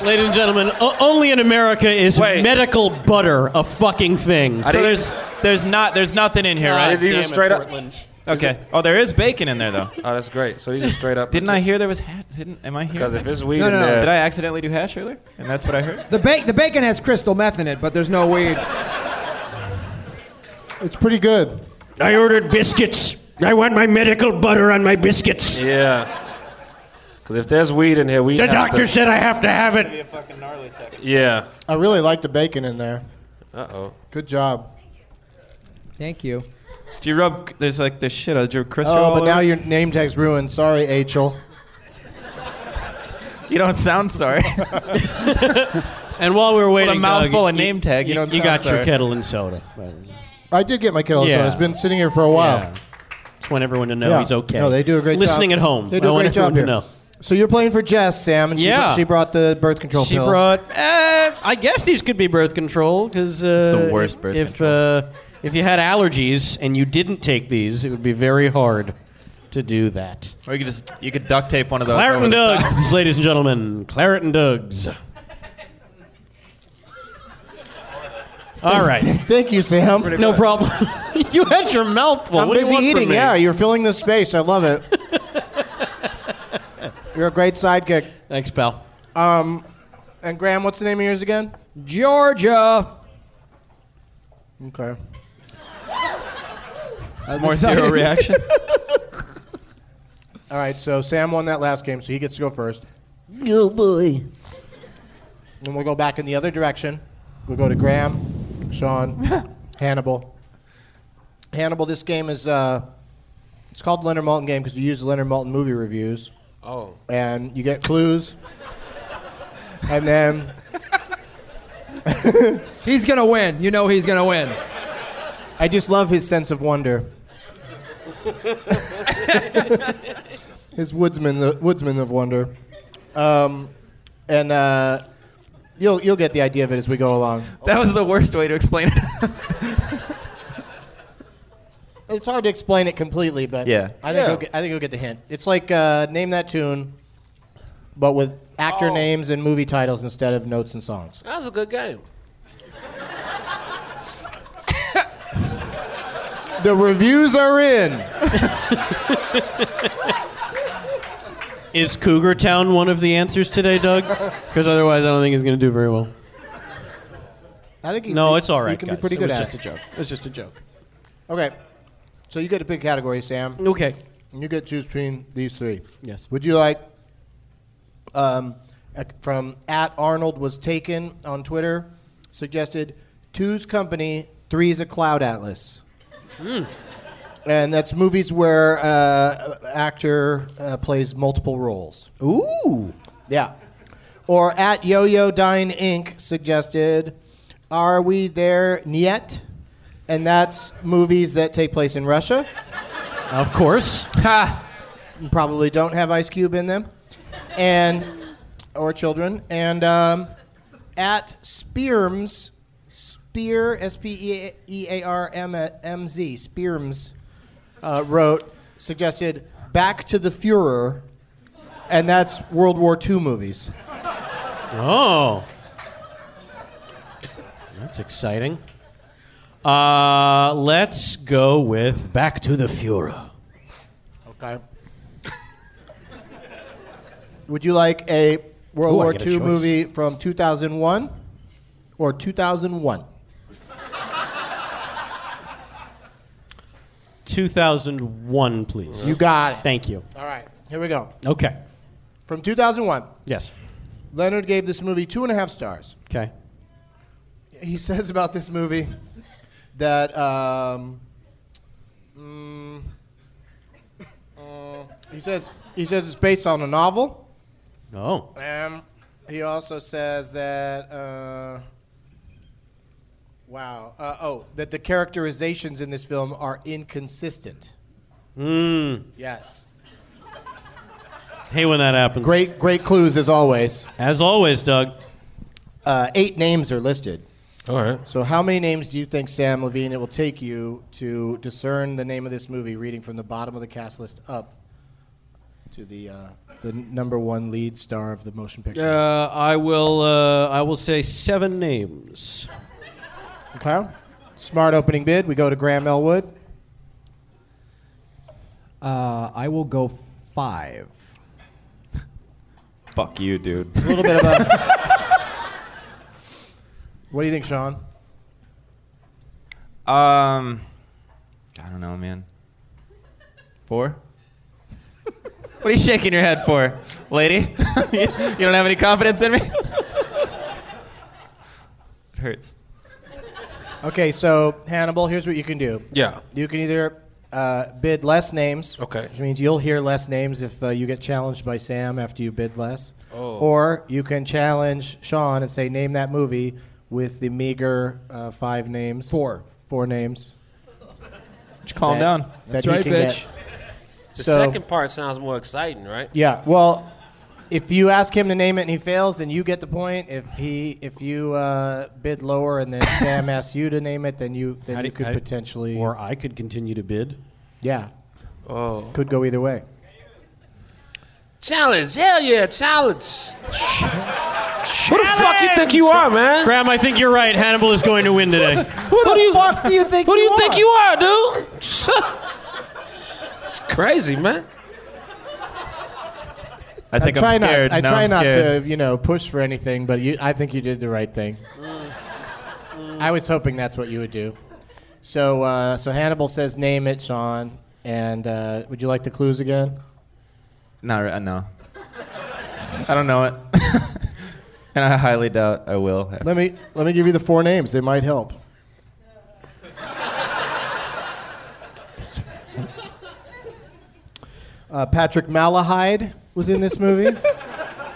[SPEAKER 4] Ladies and gentlemen, o- only in America is
[SPEAKER 16] Wait.
[SPEAKER 4] medical butter a fucking thing.
[SPEAKER 5] so there's there's not there's nothing in here,
[SPEAKER 16] Uh,
[SPEAKER 5] right?
[SPEAKER 16] these are straight up. Uh,
[SPEAKER 17] Okay. Oh, there is bacon in there though.
[SPEAKER 9] Oh, that's great. So you just straight up.
[SPEAKER 17] Didn't I hear there was hash? Didn't? Am I hearing?
[SPEAKER 9] 'Cause if
[SPEAKER 17] that?
[SPEAKER 9] it's weed No, in no, no. there-
[SPEAKER 17] Did I accidentally do hash earlier? And that's what I heard.
[SPEAKER 18] The, ba- the bacon has crystal meth in it, but there's no weed.
[SPEAKER 8] It's pretty good. I ordered biscuits. I want my medical butter on my biscuits.
[SPEAKER 9] Yeah. Because if there's weed in here, we.
[SPEAKER 8] The
[SPEAKER 9] have
[SPEAKER 8] doctor
[SPEAKER 9] to-
[SPEAKER 8] said I have to have it.
[SPEAKER 9] Yeah.
[SPEAKER 8] I really like the bacon in there.
[SPEAKER 9] Uh oh.
[SPEAKER 8] Good job.
[SPEAKER 18] Thank you.
[SPEAKER 17] Do you rub? There's like this shit. I drew crystal. all
[SPEAKER 8] Oh, but
[SPEAKER 17] over
[SPEAKER 8] now
[SPEAKER 17] it.
[SPEAKER 8] your name tag's ruined. Sorry, Achel.
[SPEAKER 17] You don't sound sorry. [LAUGHS]
[SPEAKER 4] and while we were
[SPEAKER 17] With a
[SPEAKER 4] waiting,
[SPEAKER 17] mouthful
[SPEAKER 4] Doug,
[SPEAKER 17] and name tag, you don't
[SPEAKER 4] you
[SPEAKER 17] sound
[SPEAKER 4] got your
[SPEAKER 17] sorry.
[SPEAKER 4] kettle and soda. Right.
[SPEAKER 8] I did get my kettle and
[SPEAKER 4] Yeah.
[SPEAKER 8] soda. It's been sitting here for a while.
[SPEAKER 4] Yeah. Just want everyone to know
[SPEAKER 8] Yeah.
[SPEAKER 4] he's okay.
[SPEAKER 8] No, they do a great
[SPEAKER 4] Listening
[SPEAKER 8] job.
[SPEAKER 4] at home.
[SPEAKER 8] They do
[SPEAKER 4] I
[SPEAKER 8] a
[SPEAKER 4] want
[SPEAKER 8] great job
[SPEAKER 4] everyone
[SPEAKER 8] here.
[SPEAKER 4] to know.
[SPEAKER 8] So you're playing for Jess, Sam, and she,
[SPEAKER 4] Yeah.
[SPEAKER 8] brought, she brought the birth control
[SPEAKER 4] She
[SPEAKER 8] pills.
[SPEAKER 4] brought. Uh, I guess these could be birth control because uh,
[SPEAKER 17] the worst birth
[SPEAKER 4] if, Uh, if you had allergies and you didn't take these, it would be very hard to do that.
[SPEAKER 17] Or you could just you could duct tape one of those.
[SPEAKER 4] Claret
[SPEAKER 17] over
[SPEAKER 4] and
[SPEAKER 17] the top.
[SPEAKER 4] Dugs, ladies and gentlemen. Claret and Dugs. All right. [LAUGHS]
[SPEAKER 8] Thank you, Sam.
[SPEAKER 4] No problem. [LAUGHS] you had your mouth full.
[SPEAKER 8] I'm
[SPEAKER 4] What do you
[SPEAKER 8] busy
[SPEAKER 4] want from
[SPEAKER 8] eating.
[SPEAKER 4] me?
[SPEAKER 8] Yeah, you're filling the space. I
[SPEAKER 9] [LAUGHS]
[SPEAKER 8] love it. you're a great sidekick.
[SPEAKER 4] Thanks, pal.
[SPEAKER 8] Um, and Graham, what's the name of yours again?
[SPEAKER 18] Georgia.
[SPEAKER 8] Okay.
[SPEAKER 17] It's more zero
[SPEAKER 8] [LAUGHS]
[SPEAKER 17] reaction.
[SPEAKER 8] All right, so Sam won that last game, so he gets to go first.
[SPEAKER 19] Oh boy.
[SPEAKER 8] And we'll go back in the other direction. We'll go to Graham, Sean, Hannibal. Hannibal, this game is uh, it's called Leonard Malton game because you use the Leonard Malton movie reviews.
[SPEAKER 9] Oh.
[SPEAKER 8] And you get
[SPEAKER 18] [LAUGHS]
[SPEAKER 8] clues. and then
[SPEAKER 18] He's going to win. You know he's going to win.
[SPEAKER 8] I just love his sense of wonder. his woodsman, the woodsman of wonder. Um, and uh, you'll you'll get the idea of it as we go along.
[SPEAKER 17] That was the worst way to explain it.
[SPEAKER 8] It's hard to explain it completely, but
[SPEAKER 17] Yeah.
[SPEAKER 8] I think
[SPEAKER 17] Yeah.
[SPEAKER 8] You'll get, I think you'll get the hint. It's like uh, name that tune, but with
[SPEAKER 4] Oh.
[SPEAKER 8] actor names and movie titles instead of notes and songs.
[SPEAKER 9] That was a good game.
[SPEAKER 8] The reviews are in.
[SPEAKER 4] [LAUGHS] Is Cougar Town one of the answers today, Doug? Because otherwise, I don't think he's going to do very well.
[SPEAKER 8] I think he,
[SPEAKER 4] No, it's all right.
[SPEAKER 8] He can
[SPEAKER 4] guys.
[SPEAKER 8] be pretty
[SPEAKER 4] It
[SPEAKER 8] good
[SPEAKER 4] was
[SPEAKER 8] at
[SPEAKER 4] just
[SPEAKER 8] it.
[SPEAKER 4] a joke. It was just a joke.
[SPEAKER 8] Okay, so you get a big category, Sam.
[SPEAKER 4] Okay.
[SPEAKER 8] And you get to choose between these three.
[SPEAKER 4] Yes.
[SPEAKER 8] Would you like um, a- from at Arnold was taken on Twitter suggested two's company, three's a cloud atlas. And that's movies where uh, a- actor uh, plays multiple roles.
[SPEAKER 18] Ooh.
[SPEAKER 8] Yeah. Or at Yo-Yo Dine Inc. suggested, "Are we there yet?" And that's movies that take place in Russia.
[SPEAKER 4] Of course.
[SPEAKER 8] Ha. Probably don't have Ice Cube in them, and or children. And um, at Spearms, Spear S P E E A R M M Z Spearms uh, wrote suggested Back to the Fuhrer, and that's World War II movies.
[SPEAKER 4] Oh. That's exciting. Uh, let's go with Back to the Fuhrer.
[SPEAKER 8] Okay. Would you like a World
[SPEAKER 4] Ooh, I
[SPEAKER 8] War
[SPEAKER 4] get a
[SPEAKER 8] II
[SPEAKER 4] choice.
[SPEAKER 8] movie from 2001 or 2001?
[SPEAKER 4] 2001, please.
[SPEAKER 8] You got it.
[SPEAKER 4] Thank you.
[SPEAKER 8] All right, here we go.
[SPEAKER 4] Okay.
[SPEAKER 8] From 2001,
[SPEAKER 4] Yes.
[SPEAKER 8] Leonard gave this movie two and a half stars.
[SPEAKER 4] Okay.
[SPEAKER 8] He says about this movie that um, mm, uh, he says he says it's based on a novel.
[SPEAKER 4] Oh.
[SPEAKER 8] Um, he also says that. Uh, wow. Uh, oh, that the characterizations in this film are inconsistent.
[SPEAKER 9] Hmm.
[SPEAKER 4] Mm.
[SPEAKER 8] Yes.
[SPEAKER 4] Hey, when that happens.
[SPEAKER 8] Great, great clues as always.
[SPEAKER 4] As always, Doug.
[SPEAKER 8] Uh, eight names are listed.
[SPEAKER 9] All right.
[SPEAKER 8] So, how many names do you think, Sam Levine, it will take you to discern the name of this movie, reading from the bottom of the cast list up to the uh, the number one lead star of the motion picture?
[SPEAKER 4] Uh, I will. Uh, I will say seven names.
[SPEAKER 8] Okay. Smart opening bid. We go to Graham Elwood.
[SPEAKER 20] Uh, I will go five.
[SPEAKER 5] Fuck you, dude.
[SPEAKER 21] A little bit of a. what do you think, Sean?
[SPEAKER 5] Um, I don't know, man. Four? what are you shaking your head for, lady? [LAUGHS] you, you don't have any confidence in me? it hurts.
[SPEAKER 8] Okay, so Hannibal, here's what you can do.
[SPEAKER 3] Yeah.
[SPEAKER 8] You can either uh, bid less names.
[SPEAKER 3] Okay.
[SPEAKER 8] Which means you'll hear less names if uh, you get challenged by Sam after you bid less.
[SPEAKER 3] Oh.
[SPEAKER 8] Or you can challenge Sean and say, name that movie with the meager uh, five names. Four. Four names.
[SPEAKER 5] Just calm down.
[SPEAKER 3] That's
[SPEAKER 8] you
[SPEAKER 3] right,
[SPEAKER 8] can get.
[SPEAKER 3] bitch. The
[SPEAKER 8] So-
[SPEAKER 3] second part sounds more exciting, right?
[SPEAKER 8] Yeah. Well, if you ask him to name it and he fails, then you get the point. If he, if you uh, bid lower and then Sam asks you to name it, then you, then
[SPEAKER 20] How do-
[SPEAKER 8] you could
[SPEAKER 20] how do-
[SPEAKER 8] potentially.
[SPEAKER 20] Or I could continue to bid.
[SPEAKER 8] Yeah.
[SPEAKER 3] Oh.
[SPEAKER 8] Could go either way.
[SPEAKER 3] Challenge, hell yeah, challenge. Who the fuck you think you are, man?
[SPEAKER 22] Graham, I think you're right. Hannibal is going to win today.
[SPEAKER 4] [LAUGHS]
[SPEAKER 3] Who the fuck do you think? Who do you think you are, dude? it's crazy, man.
[SPEAKER 5] I think
[SPEAKER 8] Uh, try
[SPEAKER 5] am scared.
[SPEAKER 8] Not, I
[SPEAKER 5] Now
[SPEAKER 8] try
[SPEAKER 5] I'm
[SPEAKER 8] not
[SPEAKER 5] scared.
[SPEAKER 8] to, you know, push for anything, but you, I think you did the right thing.
[SPEAKER 3] Mm.
[SPEAKER 8] I was hoping that's what you would do. So, uh, so Hannibal says, "Name it, Sean." And uh, would you like the clues again?
[SPEAKER 5] Not re- uh, no. I don't know it, [LAUGHS] and I highly doubt I will.
[SPEAKER 8] Let me let me give you the four names. They might help. Uh, Patrick Malahide was in this movie.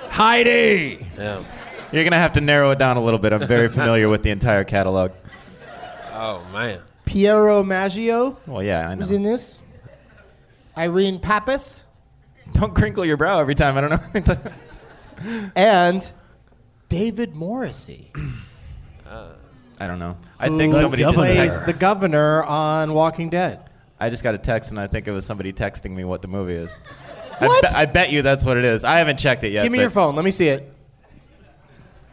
[SPEAKER 5] Heidi. Yeah. You're gonna have to narrow it down a little bit. I'm very familiar with the entire catalog.
[SPEAKER 3] Oh man.
[SPEAKER 8] Piero Maggio
[SPEAKER 5] Well, yeah, I know.
[SPEAKER 8] was in this. Irene Pappas.
[SPEAKER 5] Don't crinkle your brow every time. I don't know. [LAUGHS]
[SPEAKER 8] and David Morrissey,
[SPEAKER 5] I don't know. I
[SPEAKER 8] who
[SPEAKER 5] think somebody just
[SPEAKER 8] plays
[SPEAKER 5] text-
[SPEAKER 8] the governor on Walking Dead.
[SPEAKER 5] I just got a text, and I think it was somebody texting me what the movie is.
[SPEAKER 8] What?
[SPEAKER 5] I, bet- I bet you that's what it is. I haven't checked it yet.
[SPEAKER 8] Give me
[SPEAKER 5] but
[SPEAKER 8] your phone. Let me see it.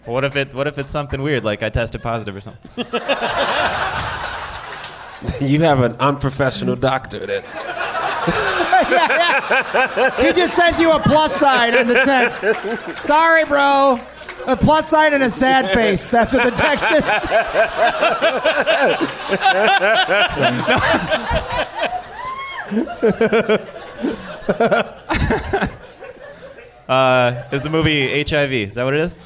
[SPEAKER 5] What if it? What if it's something weird, like I tested positive or something?
[SPEAKER 3] You have an unprofessional doctor that.
[SPEAKER 23] he just sent you a plus sign on the text. Sorry, bro. A plus sign and a sad face. That's what the text is.
[SPEAKER 5] Uh, is the movie HIV? Is that what it is?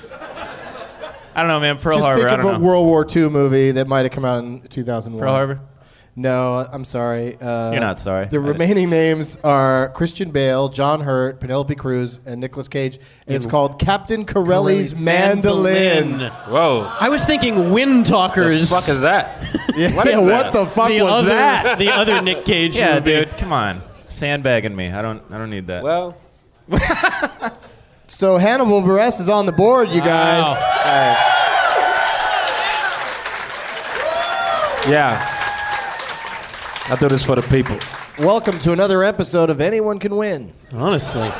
[SPEAKER 5] I don't know, man. Pearl
[SPEAKER 8] Just
[SPEAKER 5] Harbor.
[SPEAKER 8] think
[SPEAKER 5] I
[SPEAKER 8] of
[SPEAKER 5] don't
[SPEAKER 8] a
[SPEAKER 5] know.
[SPEAKER 8] World War II movie that might have come out in 2001.
[SPEAKER 5] Pearl Harbor?
[SPEAKER 8] No, I'm sorry. Uh,
[SPEAKER 5] You're not sorry.
[SPEAKER 8] The
[SPEAKER 5] I did-
[SPEAKER 8] remaining names are Christian Bale, John Hurt, Penelope Cruz, and Nicolas Cage. And it's
[SPEAKER 4] Ew.
[SPEAKER 8] called Captain Corelli's Mandolin.
[SPEAKER 3] Whoa.
[SPEAKER 4] I was thinking wind talkers.
[SPEAKER 3] The fuck is that?
[SPEAKER 8] [LAUGHS] Yeah,
[SPEAKER 5] What is
[SPEAKER 8] what
[SPEAKER 5] that?
[SPEAKER 8] the fuck was
[SPEAKER 4] other-
[SPEAKER 8] that?
[SPEAKER 4] [LAUGHS] the other Nick Cage
[SPEAKER 5] Yeah,
[SPEAKER 4] movie.
[SPEAKER 5] dude. Come on, sandbagging me. I don't. I don't need that.
[SPEAKER 3] Well,
[SPEAKER 8] So Hannibal Buress is on the board, you guys.
[SPEAKER 3] Yeah. I do this for the people.
[SPEAKER 8] Welcome to another episode of Anyone Can Win.
[SPEAKER 4] Honestly.
[SPEAKER 3] you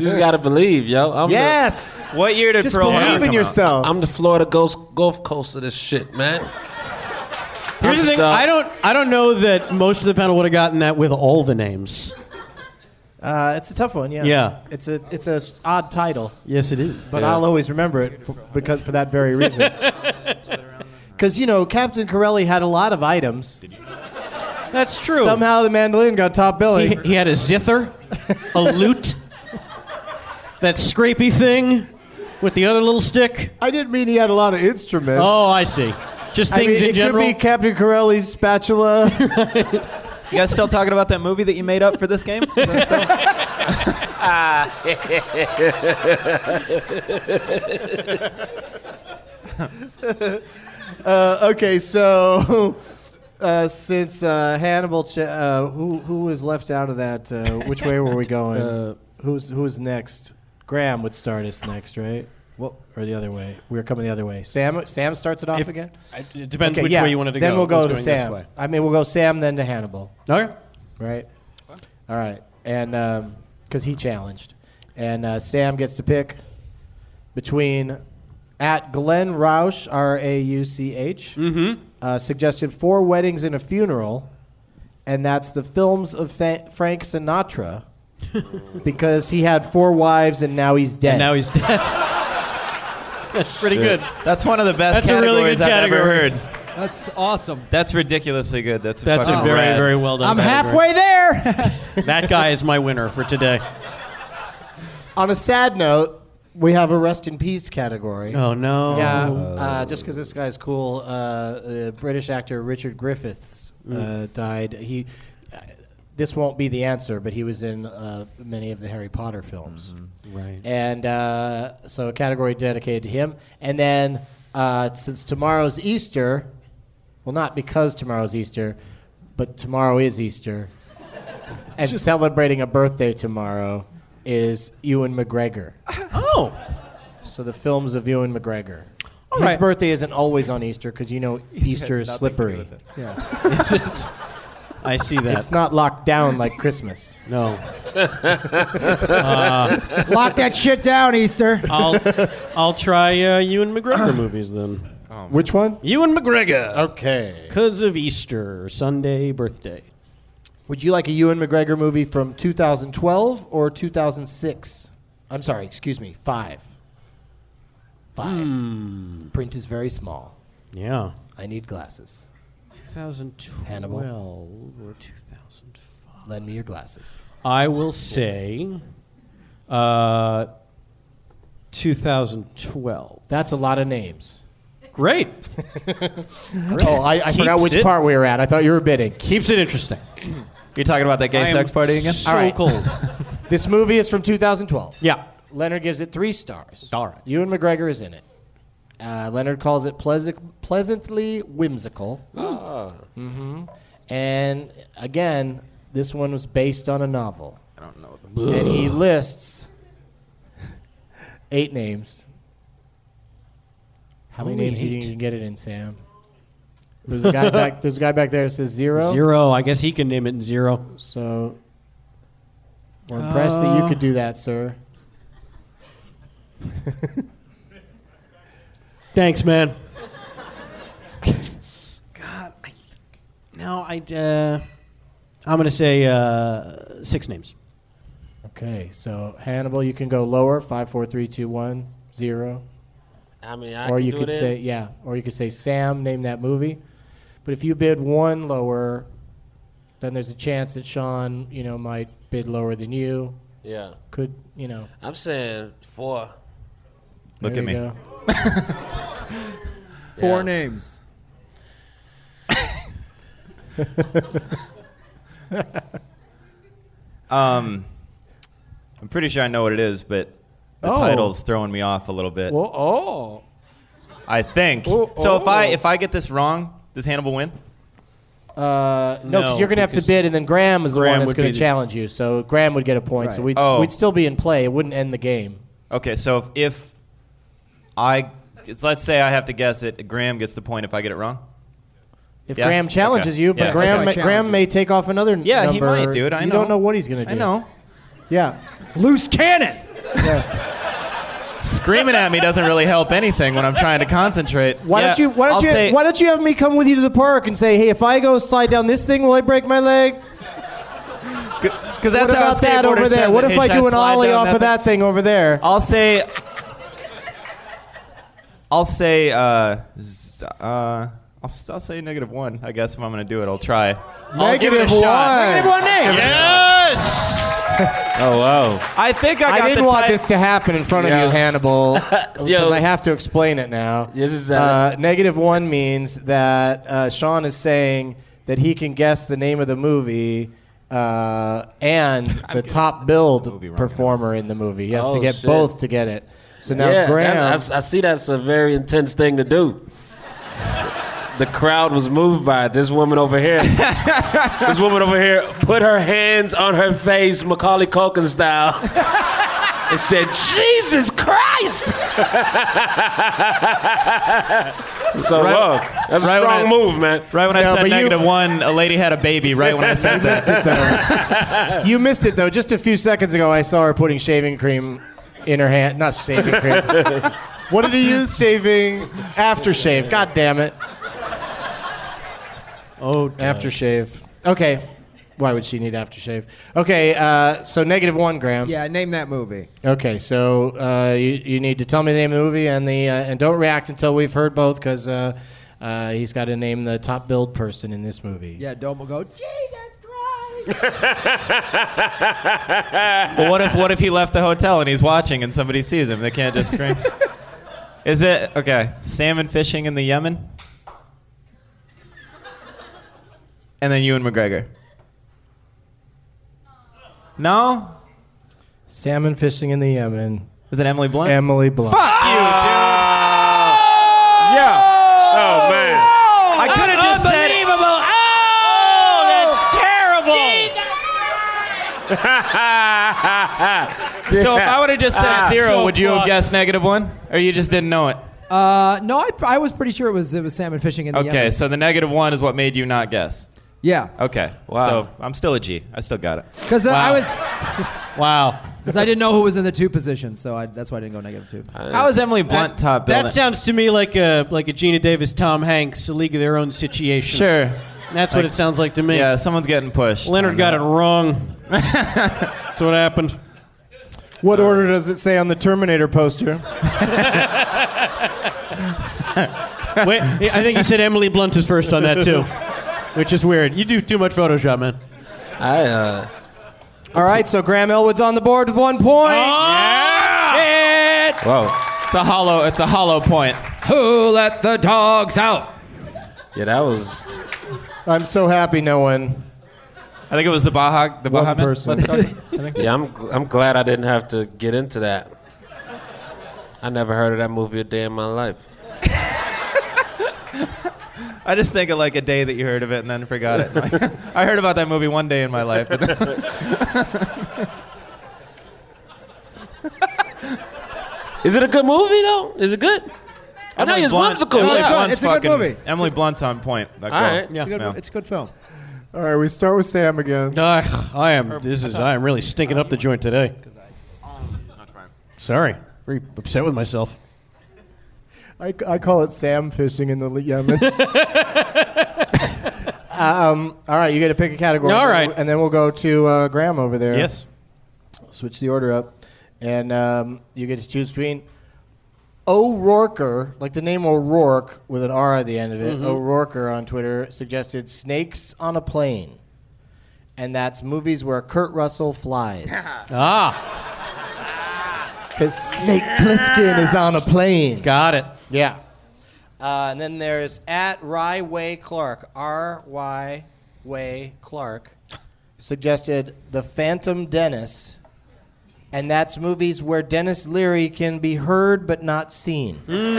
[SPEAKER 3] just gotta believe, yo. I'm the-
[SPEAKER 8] Yes.
[SPEAKER 5] What year did
[SPEAKER 3] Just
[SPEAKER 5] Pearl
[SPEAKER 3] believe
[SPEAKER 5] Harbor
[SPEAKER 3] in
[SPEAKER 5] come
[SPEAKER 8] yourself.
[SPEAKER 3] I'm the Florida Gulf, Gulf Coast of this shit, man.
[SPEAKER 4] Here's the thing. I don't. I don't know that most of the panel would have gotten that with all the names.
[SPEAKER 8] Uh, it's a tough one, yeah.
[SPEAKER 4] Yeah.
[SPEAKER 8] It's a it's a s- odd title,
[SPEAKER 4] Yes, it is.
[SPEAKER 8] but I'll always remember it for, because for that very
[SPEAKER 4] [LAUGHS]
[SPEAKER 8] reason. Because you know, Captain Corelli had a lot of items.
[SPEAKER 4] That's true.
[SPEAKER 8] Somehow the mandolin got top
[SPEAKER 4] He,
[SPEAKER 8] billing.
[SPEAKER 4] he had a zither, a lute, that scrapey thing with the other little stick.
[SPEAKER 8] I didn't mean he had a lot of instruments.
[SPEAKER 4] Oh, I see. Just
[SPEAKER 8] I mean,
[SPEAKER 4] things in
[SPEAKER 8] it
[SPEAKER 4] general.
[SPEAKER 8] could be Captain Corelli's spatula.
[SPEAKER 5] You guys still talking about that movie that you made up for this game? Is that still-
[SPEAKER 8] uh, okay, so [LAUGHS] uh, since uh, Hannibal, ch- uh, who who was left out of that? Uh, which way were we going?
[SPEAKER 20] Uh,
[SPEAKER 8] who's who's next? Graham would start us next, right? Well, or the other way. We were coming the other way. Sam Sam starts it off
[SPEAKER 4] If-
[SPEAKER 8] again.
[SPEAKER 4] I- it depends which
[SPEAKER 8] yeah,
[SPEAKER 4] way you wanted to
[SPEAKER 8] then
[SPEAKER 4] go.
[SPEAKER 8] we'll
[SPEAKER 4] I
[SPEAKER 8] go
[SPEAKER 4] was
[SPEAKER 8] to
[SPEAKER 4] going this
[SPEAKER 8] Sam.
[SPEAKER 4] way.
[SPEAKER 8] I mean, we'll go Sam then to Hannibal.
[SPEAKER 4] Okay.
[SPEAKER 8] Right. All right, and because he challenged, and uh, Sam gets to pick between at Glenn Rausch,
[SPEAKER 4] Mm-hmm.
[SPEAKER 8] uh, R A U C H, suggested four weddings and a funeral, and that's the films of Fa- Frank
[SPEAKER 4] [LAUGHS]
[SPEAKER 8] Sinatra, because he had four wives and now he's dead.
[SPEAKER 24] And now he's
[SPEAKER 4] [LAUGHS]
[SPEAKER 24] dead.
[SPEAKER 5] That's
[SPEAKER 24] pretty
[SPEAKER 8] good.
[SPEAKER 5] That's one of the best
[SPEAKER 8] That's a really
[SPEAKER 5] categories
[SPEAKER 8] good
[SPEAKER 5] I've
[SPEAKER 8] category.
[SPEAKER 5] ever heard.
[SPEAKER 25] That's awesome.
[SPEAKER 5] That's ridiculously good. That's
[SPEAKER 24] That's a
[SPEAKER 5] fucking
[SPEAKER 24] very,
[SPEAKER 5] rad.
[SPEAKER 24] very well done.
[SPEAKER 25] I'm
[SPEAKER 24] category.
[SPEAKER 25] halfway there.
[SPEAKER 24] that guy is my winner for today.
[SPEAKER 4] [LAUGHS]
[SPEAKER 8] On a sad note, we have a rest in peace category.
[SPEAKER 24] Oh, no.
[SPEAKER 8] Yeah,
[SPEAKER 24] Oh.
[SPEAKER 8] uh, just because this guy's cool. Uh, the British actor Richard Griffiths uh,
[SPEAKER 24] Mm.
[SPEAKER 8] died. He. uh, This won't be the answer, but he was in uh, many of the Harry Potter films.
[SPEAKER 24] Mm-hmm. Right.
[SPEAKER 8] And uh, so a category dedicated to him. And then uh, since tomorrow's Easter, well, not because tomorrow's Easter, but tomorrow is Easter, and celebrating a birthday tomorrow is Ewan McGregor.
[SPEAKER 24] Oh!
[SPEAKER 8] So the films of Ewan McGregor.
[SPEAKER 24] All
[SPEAKER 8] His
[SPEAKER 24] right.
[SPEAKER 8] birthday isn't always on Easter because you
[SPEAKER 24] [LAUGHS]
[SPEAKER 8] know Easter is
[SPEAKER 24] nothing to do
[SPEAKER 8] slippery.
[SPEAKER 24] with it.
[SPEAKER 8] Yeah.
[SPEAKER 24] Is it? I see that.
[SPEAKER 8] It's not locked down like
[SPEAKER 25] [LAUGHS]
[SPEAKER 8] Christmas.
[SPEAKER 24] No.
[SPEAKER 4] Uh,
[SPEAKER 25] Lock that shit down, Easter.
[SPEAKER 4] [LAUGHS] I'll I'll try uh, Ewan McGregor movies then.
[SPEAKER 24] Um,
[SPEAKER 8] Which one?
[SPEAKER 4] Ewan McGregor.
[SPEAKER 8] Okay.
[SPEAKER 4] Because of Easter, Sunday birthday.
[SPEAKER 8] Would you like a Ewan McGregor movie from 2012 or 2006? I'm sorry, excuse me, five. Five.
[SPEAKER 24] Hmm.
[SPEAKER 8] Print is very small.
[SPEAKER 4] Yeah.
[SPEAKER 8] I need glasses.
[SPEAKER 4] 2012
[SPEAKER 8] Hannibal.
[SPEAKER 4] or 2005.
[SPEAKER 8] Lend me your glasses.
[SPEAKER 4] I will say uh, 2012.
[SPEAKER 8] That's a lot of names.
[SPEAKER 4] Great.
[SPEAKER 8] Oh, I, I forgot
[SPEAKER 4] Keeps
[SPEAKER 8] which
[SPEAKER 4] it-
[SPEAKER 8] part we were at. I thought you were bidding.
[SPEAKER 4] Keeps it interesting.
[SPEAKER 5] You're talking about that gay
[SPEAKER 4] I am
[SPEAKER 5] sex party again?
[SPEAKER 4] so cold.
[SPEAKER 8] [LAUGHS] this movie is from 2012.
[SPEAKER 4] Yeah.
[SPEAKER 8] Leonard gives it three stars.
[SPEAKER 4] All right.
[SPEAKER 8] Ewan McGregor is in it. Uh, Leonard calls it pleas- pleasantly whimsical.
[SPEAKER 4] Ah.
[SPEAKER 8] hmm And again, this one was based on a novel. I don't know.
[SPEAKER 5] the-
[SPEAKER 8] and he lists eight names. How many
[SPEAKER 4] Only
[SPEAKER 8] names do you
[SPEAKER 4] eight?
[SPEAKER 8] think you can get it in, Sam? There's a guy back. There's a guy back there that says zero.
[SPEAKER 4] Zero. I guess he can name it in zero.
[SPEAKER 8] So We're impressed that
[SPEAKER 4] Uh,
[SPEAKER 8] you could do that, sir.
[SPEAKER 4] Thanks, man. God, I, no, I. Uh, I'm gonna say uh, six names.
[SPEAKER 8] Okay, so Hannibal, you can go lower five, four, three, two, one, zero.
[SPEAKER 3] I mean, I
[SPEAKER 8] or
[SPEAKER 3] can
[SPEAKER 8] you
[SPEAKER 3] do
[SPEAKER 8] could
[SPEAKER 3] it in.
[SPEAKER 8] say yeah, or you could say Sam, name that movie. But if you bid one lower, then there's a chance that Sean, you know, might bid lower than you.
[SPEAKER 3] Yeah.
[SPEAKER 8] Could you know?
[SPEAKER 3] I'm saying four.
[SPEAKER 5] Look
[SPEAKER 8] there
[SPEAKER 5] at me.
[SPEAKER 8] you go.
[SPEAKER 26] Four
[SPEAKER 3] Yeah.
[SPEAKER 26] names.
[SPEAKER 5] Um, I'm pretty sure I know what it is, but the
[SPEAKER 8] Oh.
[SPEAKER 5] title's throwing me off a little bit.
[SPEAKER 8] Well, oh,
[SPEAKER 5] I think. so if I if I get this wrong, does Hannibal win?
[SPEAKER 8] Uh, no, because
[SPEAKER 5] No,
[SPEAKER 8] you're gonna have to
[SPEAKER 5] because
[SPEAKER 8] bid, and then Graham is the
[SPEAKER 5] Graham
[SPEAKER 8] one that's
[SPEAKER 5] would be
[SPEAKER 8] gonna
[SPEAKER 5] the-
[SPEAKER 8] challenge you. So Graham would get a point. So
[SPEAKER 5] Right.
[SPEAKER 8] we'd
[SPEAKER 5] Oh.
[SPEAKER 8] we'd still be in play. It wouldn't end the game.
[SPEAKER 5] Okay, so if, if I it's, let's say I have to guess it, Graham gets the point if I get it wrong.
[SPEAKER 8] If
[SPEAKER 5] Yeah?
[SPEAKER 8] Graham challenges
[SPEAKER 5] Okay.
[SPEAKER 8] you, but
[SPEAKER 5] Yeah.
[SPEAKER 8] Graham
[SPEAKER 5] Okay.
[SPEAKER 8] may, Graham may take off another. n-
[SPEAKER 5] Yeah, he
[SPEAKER 8] number.
[SPEAKER 5] might, dude. I
[SPEAKER 8] You don't
[SPEAKER 5] know.
[SPEAKER 8] know what he's gonna do.
[SPEAKER 5] I know.
[SPEAKER 8] Yeah.
[SPEAKER 25] Loose cannon.
[SPEAKER 5] Screaming at me doesn't really help anything when I'm trying to concentrate.
[SPEAKER 8] Why
[SPEAKER 5] Yeah,
[SPEAKER 8] don't you? Why don't
[SPEAKER 5] I'll
[SPEAKER 8] you?
[SPEAKER 5] say-
[SPEAKER 8] why don't you have me come with you to the park and say, hey, if I go slide down this thing, will I break my leg?
[SPEAKER 5] Because that's
[SPEAKER 8] what
[SPEAKER 5] how a
[SPEAKER 8] about that over
[SPEAKER 5] skateboarder
[SPEAKER 8] there?
[SPEAKER 5] says
[SPEAKER 8] What
[SPEAKER 5] it.
[SPEAKER 8] if I
[SPEAKER 5] Hey, should
[SPEAKER 8] do an
[SPEAKER 5] slide
[SPEAKER 8] ollie
[SPEAKER 5] down
[SPEAKER 8] off of that thing over there?
[SPEAKER 5] I'll say. I'll say. Uh, z- uh, I'll, s- I'll say negative one. I guess if I'm gonna do it, I'll try. I'll give it a
[SPEAKER 8] Negative
[SPEAKER 5] shot.
[SPEAKER 8] one. Negative one name.
[SPEAKER 5] Yes. [LAUGHS] Oh wow. I think I
[SPEAKER 8] I,
[SPEAKER 5] got
[SPEAKER 8] didn't
[SPEAKER 5] the
[SPEAKER 8] want
[SPEAKER 5] type-
[SPEAKER 8] this to happen in front of
[SPEAKER 5] Yeah.
[SPEAKER 3] [LAUGHS]
[SPEAKER 8] you, Hannibal, because I have to explain it now. uh, negative one means that uh, Sean is saying that he can guess the name of the movie uh,
[SPEAKER 5] [LAUGHS]
[SPEAKER 8] and the top billed performer in the movie. He has to
[SPEAKER 3] Oh,
[SPEAKER 8] get
[SPEAKER 3] shit.
[SPEAKER 8] both to get it. So now
[SPEAKER 3] yeah, that-
[SPEAKER 8] Graham.
[SPEAKER 3] I, I see that's a very intense thing to do. The crowd was moved by it. This woman over here.
[SPEAKER 8] [LAUGHS]
[SPEAKER 3] this woman over here put her hands on her face, Macaulay Culkin style, and said, "Jesus Christ!" [LAUGHS] so
[SPEAKER 5] Right-
[SPEAKER 3] whoa, that's
[SPEAKER 5] right
[SPEAKER 3] a
[SPEAKER 5] when
[SPEAKER 3] strong
[SPEAKER 5] I-
[SPEAKER 3] move, man.
[SPEAKER 5] Right when I said negative one, a lady had a baby. Right when I said
[SPEAKER 8] [LAUGHS]
[SPEAKER 5] that.
[SPEAKER 8] you missed it though. Just a few seconds ago, I saw her putting shaving cream in her hand. Not shaving cream. what did he use? Shaving aftershave. God damn it. Oh, aftershave.
[SPEAKER 3] Okay. Why would she need aftershave? Okay, uh, so negative one, Graham.
[SPEAKER 27] Yeah, name that movie.
[SPEAKER 3] Okay, so uh, you, you need to tell me the name of the movie and the uh, and don't react until we've heard both because uh, uh, he's got to name the top billed person in this movie.
[SPEAKER 8] Yeah, Domo go. Jesus
[SPEAKER 5] Well, what if what if he left the hotel and he's watching and somebody sees him? They can't just scream. Is it okay? Salmon fishing in the Yemen, and then Ewan McGregor. No,
[SPEAKER 3] Salmon fishing in the Yemen.
[SPEAKER 5] Is it Emily Blunt?
[SPEAKER 3] Emily Blunt.
[SPEAKER 5] Fuck you, dude. Yeah. Oh man. I could have just said. Unbelievable. Oh, that's terrible. Oh, So if I would have just said
[SPEAKER 28] Ah,
[SPEAKER 5] zero,
[SPEAKER 28] so
[SPEAKER 5] would you have
[SPEAKER 28] fucked.
[SPEAKER 5] guessed negative one, or you just didn't know it?
[SPEAKER 8] Uh, no, I, I was pretty sure it was it was salmon fishing in the
[SPEAKER 5] Okay,
[SPEAKER 8] Yemen.
[SPEAKER 5] so the negative one is what made you not guess.
[SPEAKER 8] Yeah.
[SPEAKER 5] Okay.
[SPEAKER 8] Wow.
[SPEAKER 5] So I'm still a G. I still got it.
[SPEAKER 8] Because
[SPEAKER 5] Wow.
[SPEAKER 8] I was.
[SPEAKER 5] wow.
[SPEAKER 8] Because I didn't know who was in the two position, so I, that's why I didn't go negative two.
[SPEAKER 5] How is Emily Blunt top
[SPEAKER 4] Uh, That
[SPEAKER 5] billing?
[SPEAKER 4] sounds to me like a like a Gina Davis, Tom Hanks, a League of Their Own situation.
[SPEAKER 5] Sure.
[SPEAKER 4] And that's what
[SPEAKER 5] Like-
[SPEAKER 4] it sounds like to me.
[SPEAKER 5] Yeah, someone's getting pushed.
[SPEAKER 4] Leonard
[SPEAKER 5] on
[SPEAKER 4] got
[SPEAKER 5] that.
[SPEAKER 4] it
[SPEAKER 5] [LAUGHS]
[SPEAKER 4] wrong. that's what happened.
[SPEAKER 3] What order does it say on the Terminator poster?
[SPEAKER 4] Wait, I think you said Emily Blunt is first on that too, which is weird. You do too much Photoshop, man.
[SPEAKER 3] I. Uh... All right, so Graham Elwood's on the board with one point.
[SPEAKER 5] Whoa. It's a hollow. It's a hollow point.
[SPEAKER 28] Who let the dogs out?
[SPEAKER 3] Yeah, that was. I'm so happy no one.
[SPEAKER 5] I think it was the Baja. The
[SPEAKER 3] One
[SPEAKER 5] Baja men
[SPEAKER 3] person.
[SPEAKER 5] let the dogs out, I think.
[SPEAKER 9] Yeah, I'm gl- I'm glad I didn't have to get into that. I never heard of that movie a day in my life.
[SPEAKER 5] I just think of like a day that you heard of it and then forgot it. [LAUGHS] I heard about that movie one day in my life. but then-
[SPEAKER 9] Is it a good movie though? Is it good? I know it's whimsical.
[SPEAKER 5] Emily
[SPEAKER 9] yeah.
[SPEAKER 5] Blunt's fucking- Emily Blunt's on point. That girl.
[SPEAKER 9] Yeah.
[SPEAKER 5] No.
[SPEAKER 8] it's a good film.
[SPEAKER 3] All right, we start with Sam again.
[SPEAKER 4] I am. This is. I am really stinking up the joint today. Sorry, very upset with myself.
[SPEAKER 3] I, I call it Sam fishing in the Le- Yemen. [LAUGHS] um, all right, you get to pick a category.
[SPEAKER 4] All
[SPEAKER 3] and
[SPEAKER 4] right.
[SPEAKER 3] then- and then we'll go to uh, Graham over there.
[SPEAKER 4] Yes.
[SPEAKER 3] Switch the order up, and um, you get to choose between O'Rourker, like the name O'Rourke with an R at the end of it.
[SPEAKER 29] Mhm.
[SPEAKER 3] O'Rourker on Twitter suggested "Snakes on a Plane," and that's movies where Kurt Russell flies.
[SPEAKER 4] ah,
[SPEAKER 3] because Snake Plissken is on a plane.
[SPEAKER 4] Got it.
[SPEAKER 3] Yeah. Uh, and then there's at Rye Way Clark, R Y Way Clark, suggested The Phantom Dennis. And that's movies where Dennis Leary can be heard but not seen.
[SPEAKER 5] Whoa.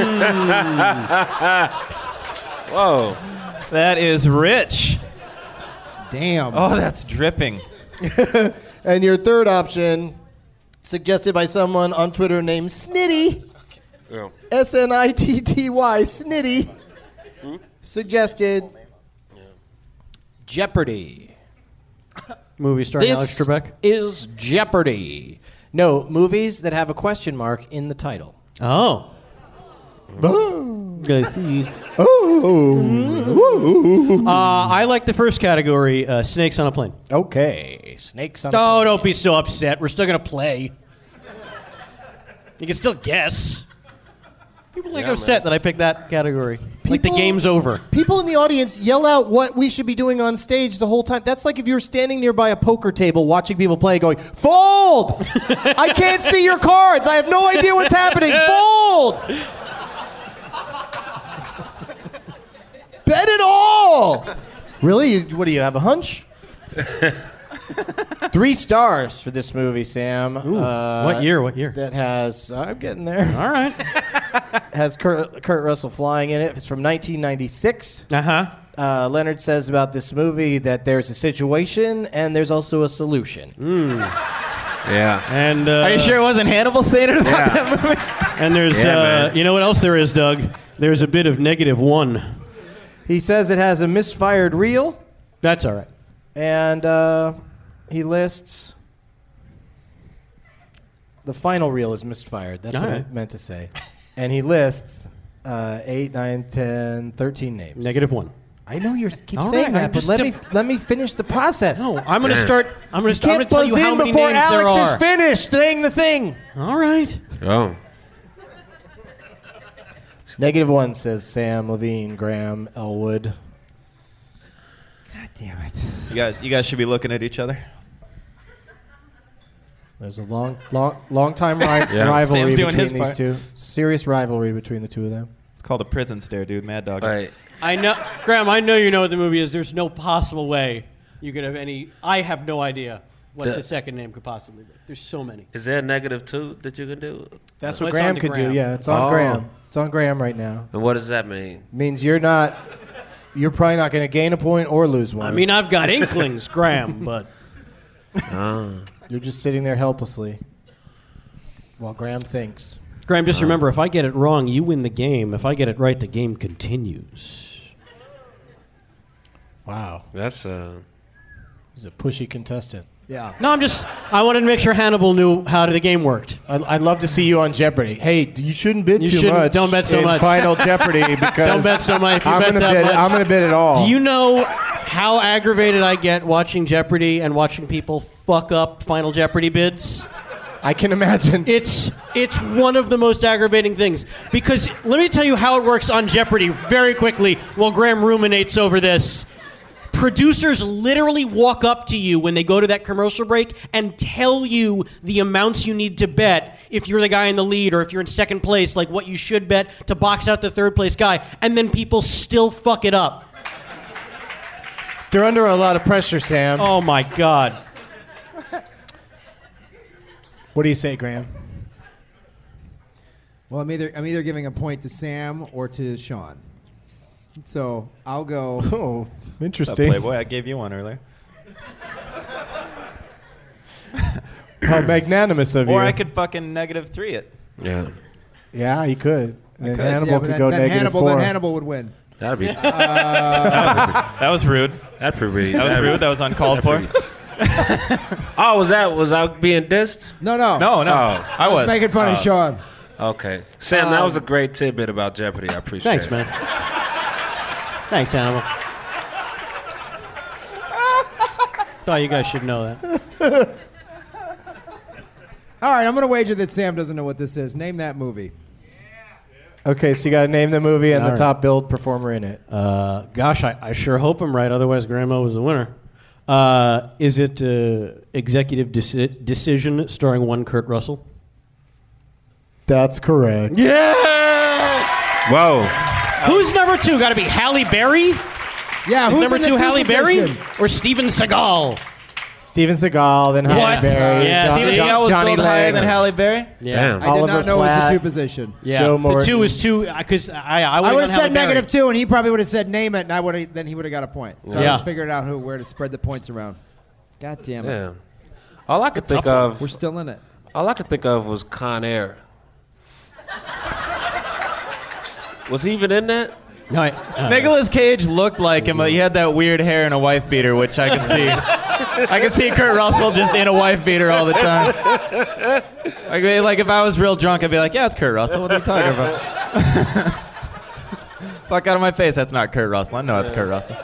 [SPEAKER 5] That is rich.
[SPEAKER 3] Damn.
[SPEAKER 5] Oh, that's dripping.
[SPEAKER 3] and your third option, suggested by someone on Twitter named Snitty, S N I T T Y, Snitty, suggested Jeopardy.
[SPEAKER 4] Movie starring Alex Trebek.
[SPEAKER 3] is Jeopardy. No, movies that have a question mark in the title.
[SPEAKER 4] Oh.
[SPEAKER 3] Oh.
[SPEAKER 4] Uh, I like the first category, uh, snakes on a plane.
[SPEAKER 3] Okay, snakes on.
[SPEAKER 4] Oh, don't be so upset. We're still gonna play. You can still guess. People like upset that I picked that category. like the
[SPEAKER 3] People-
[SPEAKER 4] game's over.
[SPEAKER 3] People in the audience yell out what we should be doing on stage the whole time. That's like if you're standing nearby a poker table watching people play, going, "Fold! I can't see your cards. I have no idea what's happening. Fold! Bet it all." Really? You, what do you have a hunch? [LAUGHS] Three stars for this movie, Sam. Uh,
[SPEAKER 4] what year? What year?
[SPEAKER 3] That has. I'm getting there.
[SPEAKER 4] All right.
[SPEAKER 3] has Kurt, Kurt Russell flying in it. It's from 1996.
[SPEAKER 4] Uh-huh.
[SPEAKER 3] Uh, Leonard says about this movie that there's a situation and there's also a solution.
[SPEAKER 9] Yeah.
[SPEAKER 4] And uh,
[SPEAKER 5] Are you sure it wasn't Hannibal saying it about that movie?
[SPEAKER 4] And there's,
[SPEAKER 5] Yeah,
[SPEAKER 4] uh,
[SPEAKER 5] man.
[SPEAKER 4] you know what else there is, Doug? There's a bit of negative one.
[SPEAKER 3] He says it has a misfired reel,
[SPEAKER 4] That's all right.
[SPEAKER 3] and uh, he lists the final reel is misfired. That's
[SPEAKER 4] All
[SPEAKER 3] what I
[SPEAKER 4] right.
[SPEAKER 3] meant to say. And he lists uh, 8, 9, 10, 13 names.
[SPEAKER 4] Negative one.
[SPEAKER 3] I know you keep
[SPEAKER 30] All
[SPEAKER 3] saying
[SPEAKER 30] right, I'm
[SPEAKER 3] that, but
[SPEAKER 30] just
[SPEAKER 3] let
[SPEAKER 30] a-
[SPEAKER 3] me let me finish the process. No,
[SPEAKER 30] I'm gonna start- I'm gonna-
[SPEAKER 3] You can't
[SPEAKER 30] I'm gonna tell
[SPEAKER 3] buzz
[SPEAKER 30] you how
[SPEAKER 3] in
[SPEAKER 30] many
[SPEAKER 3] before
[SPEAKER 30] names there
[SPEAKER 3] Alex
[SPEAKER 30] are.
[SPEAKER 3] is finished saying the thing.
[SPEAKER 30] All right.
[SPEAKER 9] Oh.
[SPEAKER 3] Negative one says Sam Levine, Graham Elwood.
[SPEAKER 5] You guys, you guys should be looking at each other.
[SPEAKER 3] There's a long, long, long time ri-
[SPEAKER 5] Yeah.
[SPEAKER 3] rivalry
[SPEAKER 5] Sam's doing
[SPEAKER 3] between
[SPEAKER 5] his
[SPEAKER 3] these
[SPEAKER 5] part.
[SPEAKER 3] two. Serious rivalry between the two of them.
[SPEAKER 5] It's called a prison stare, dude. Mad dog.
[SPEAKER 9] All right.
[SPEAKER 4] I know, Graham. I know you know what the movie is. There's no possible way you could have any. I have no idea what
[SPEAKER 9] The-
[SPEAKER 4] the second name could possibly be. There's so many.
[SPEAKER 9] Is there a negative two that you can do?
[SPEAKER 3] That's
[SPEAKER 4] Well,
[SPEAKER 3] what
[SPEAKER 4] it's on
[SPEAKER 3] Graham
[SPEAKER 4] to
[SPEAKER 3] could
[SPEAKER 4] Graham.
[SPEAKER 3] do. Yeah, it's on
[SPEAKER 9] Oh.
[SPEAKER 3] Graham. It's on Graham right now.
[SPEAKER 9] And what does that mean?
[SPEAKER 3] Means you're not. You're probably not going to gain a point or lose one.
[SPEAKER 4] I mean, I've got inklings, Graham,
[SPEAKER 9] [LAUGHS]
[SPEAKER 4] but
[SPEAKER 3] You're just sitting there helplessly while Graham thinks.
[SPEAKER 30] Graham, just remember if I get it wrong, you win the game. If I get it right, the game continues.
[SPEAKER 3] Wow.
[SPEAKER 9] That's uh.
[SPEAKER 3] He's a pushy contestant.
[SPEAKER 8] Yeah.
[SPEAKER 4] No, I'm just. I wanted to make sure Hannibal knew how the game worked.
[SPEAKER 3] I, I'd love to see you on Jeopardy. Hey, d- you shouldn't bid
[SPEAKER 4] You
[SPEAKER 3] too
[SPEAKER 4] shouldn't-
[SPEAKER 3] much.
[SPEAKER 4] don't bet so
[SPEAKER 3] in
[SPEAKER 4] much. [LAUGHS]
[SPEAKER 3] Final Jeopardy because
[SPEAKER 4] Don't bet so much. If you
[SPEAKER 3] I'm
[SPEAKER 4] bet
[SPEAKER 3] gonna
[SPEAKER 4] that
[SPEAKER 3] bid.
[SPEAKER 4] much-
[SPEAKER 3] I'm going to bid it all.
[SPEAKER 4] Do you know how aggravated I get watching Jeopardy and watching people fuck up Final Jeopardy bids?
[SPEAKER 3] I can imagine.
[SPEAKER 4] It's it's one of the most aggravating things because let me tell you how it works on Jeopardy very quickly while Graham ruminates over this. Producers literally walk up to you when they go to that commercial break and tell you the amounts you need to bet if you're the guy in the lead or if you're in second place, like what you should bet to box out the third place guy, and then people still fuck it up.
[SPEAKER 3] They're under a lot of pressure, Sam.
[SPEAKER 4] Oh my God.
[SPEAKER 3] What do you say, Graham?
[SPEAKER 8] Well, I'm either I'm either giving a point to Sam or to Sean. So I'll go.
[SPEAKER 3] Oh,
[SPEAKER 5] What's up, Uh, Playboy, I gave you one earlier.
[SPEAKER 3] How magnanimous of you.
[SPEAKER 5] Or I could fucking negative three it.
[SPEAKER 9] Yeah.
[SPEAKER 3] Yeah, he could. And then
[SPEAKER 5] could.
[SPEAKER 3] Hannibal
[SPEAKER 5] Yeah, but
[SPEAKER 3] could
[SPEAKER 5] that-
[SPEAKER 3] go
[SPEAKER 5] that
[SPEAKER 3] negative
[SPEAKER 8] Hannibal,
[SPEAKER 3] four.
[SPEAKER 8] then Hannibal would win.
[SPEAKER 9] That'd be.
[SPEAKER 5] that was rude.
[SPEAKER 9] That'd be rude.
[SPEAKER 5] That was rude. That was uncalled for. [LAUGHS]
[SPEAKER 9] Oh, was that was I being dissed?
[SPEAKER 8] No, no,
[SPEAKER 5] No, no.
[SPEAKER 9] Oh.
[SPEAKER 5] I I was was. making fun of
[SPEAKER 9] Oh.
[SPEAKER 8] Sean.
[SPEAKER 9] Okay, Sam, that
[SPEAKER 8] Um,
[SPEAKER 9] was a great tidbit about Jeopardy. I appreciate
[SPEAKER 4] Thanks,
[SPEAKER 9] it.
[SPEAKER 4] man. Thanks, Hannibal. Thought you guys should know that.
[SPEAKER 8] All right, I'm going to wager that Sam doesn't know what this is. Name that movie.
[SPEAKER 3] Okay, so you got to name the movie and
[SPEAKER 30] All
[SPEAKER 3] the
[SPEAKER 30] right.
[SPEAKER 3] top billed performer in it.
[SPEAKER 30] Uh, gosh, I, I sure hope I'm right. Otherwise, Grandma was the winner. Uh, is it uh, Executive Deci- Decision starring one Kurt Russell?
[SPEAKER 3] That's correct.
[SPEAKER 4] Yes!
[SPEAKER 9] Whoa.
[SPEAKER 4] Who's number two? Got to be Halle Berry?
[SPEAKER 8] Yeah,
[SPEAKER 4] Is
[SPEAKER 8] who's
[SPEAKER 4] number
[SPEAKER 8] in the
[SPEAKER 4] two
[SPEAKER 8] two
[SPEAKER 4] Halle
[SPEAKER 8] position?
[SPEAKER 4] Berry or Steven Seagal?
[SPEAKER 3] Steven Seagal, then Halle
[SPEAKER 4] What?
[SPEAKER 3] Berry,
[SPEAKER 4] Yeah,
[SPEAKER 3] John-
[SPEAKER 4] Steven
[SPEAKER 3] John-
[SPEAKER 4] Seagal was
[SPEAKER 3] Johnny
[SPEAKER 4] billed higher than
[SPEAKER 3] Legs.
[SPEAKER 4] Halle Berry? Yeah. Damn.
[SPEAKER 8] I did
[SPEAKER 3] Oliver
[SPEAKER 8] not know it was
[SPEAKER 3] Platt.
[SPEAKER 8] a two position.
[SPEAKER 4] Yeah,
[SPEAKER 3] Joe
[SPEAKER 4] the
[SPEAKER 3] Morton.
[SPEAKER 4] two is two because I I,
[SPEAKER 8] I
[SPEAKER 4] would've
[SPEAKER 8] would have
[SPEAKER 4] gone Halle
[SPEAKER 8] said
[SPEAKER 4] Berry.
[SPEAKER 8] negative two, and he probably would have said name it, and I would have then he would have got a point. So I
[SPEAKER 9] Yeah.
[SPEAKER 8] was figuring out who where to spread the points around. God damn it!
[SPEAKER 9] Damn. All I could think
[SPEAKER 8] Tough one.
[SPEAKER 9] of.
[SPEAKER 8] We're still in it.
[SPEAKER 9] All I could think of was Con Air. was he even in that?
[SPEAKER 30] No, I,
[SPEAKER 5] [LAUGHS] Nicholas Cage looked like him, but he had that weird hair and a wife beater, which I could see. I could see Kurt Russell just in a wife beater all the time. Like, eh, like if I was real drunk, I'd be like, "Yeah, it's Kurt Russell. What are you talking about? [LAUGHS] Fuck out of my face. That's not Kurt Russell. I know it's Kurt Russell.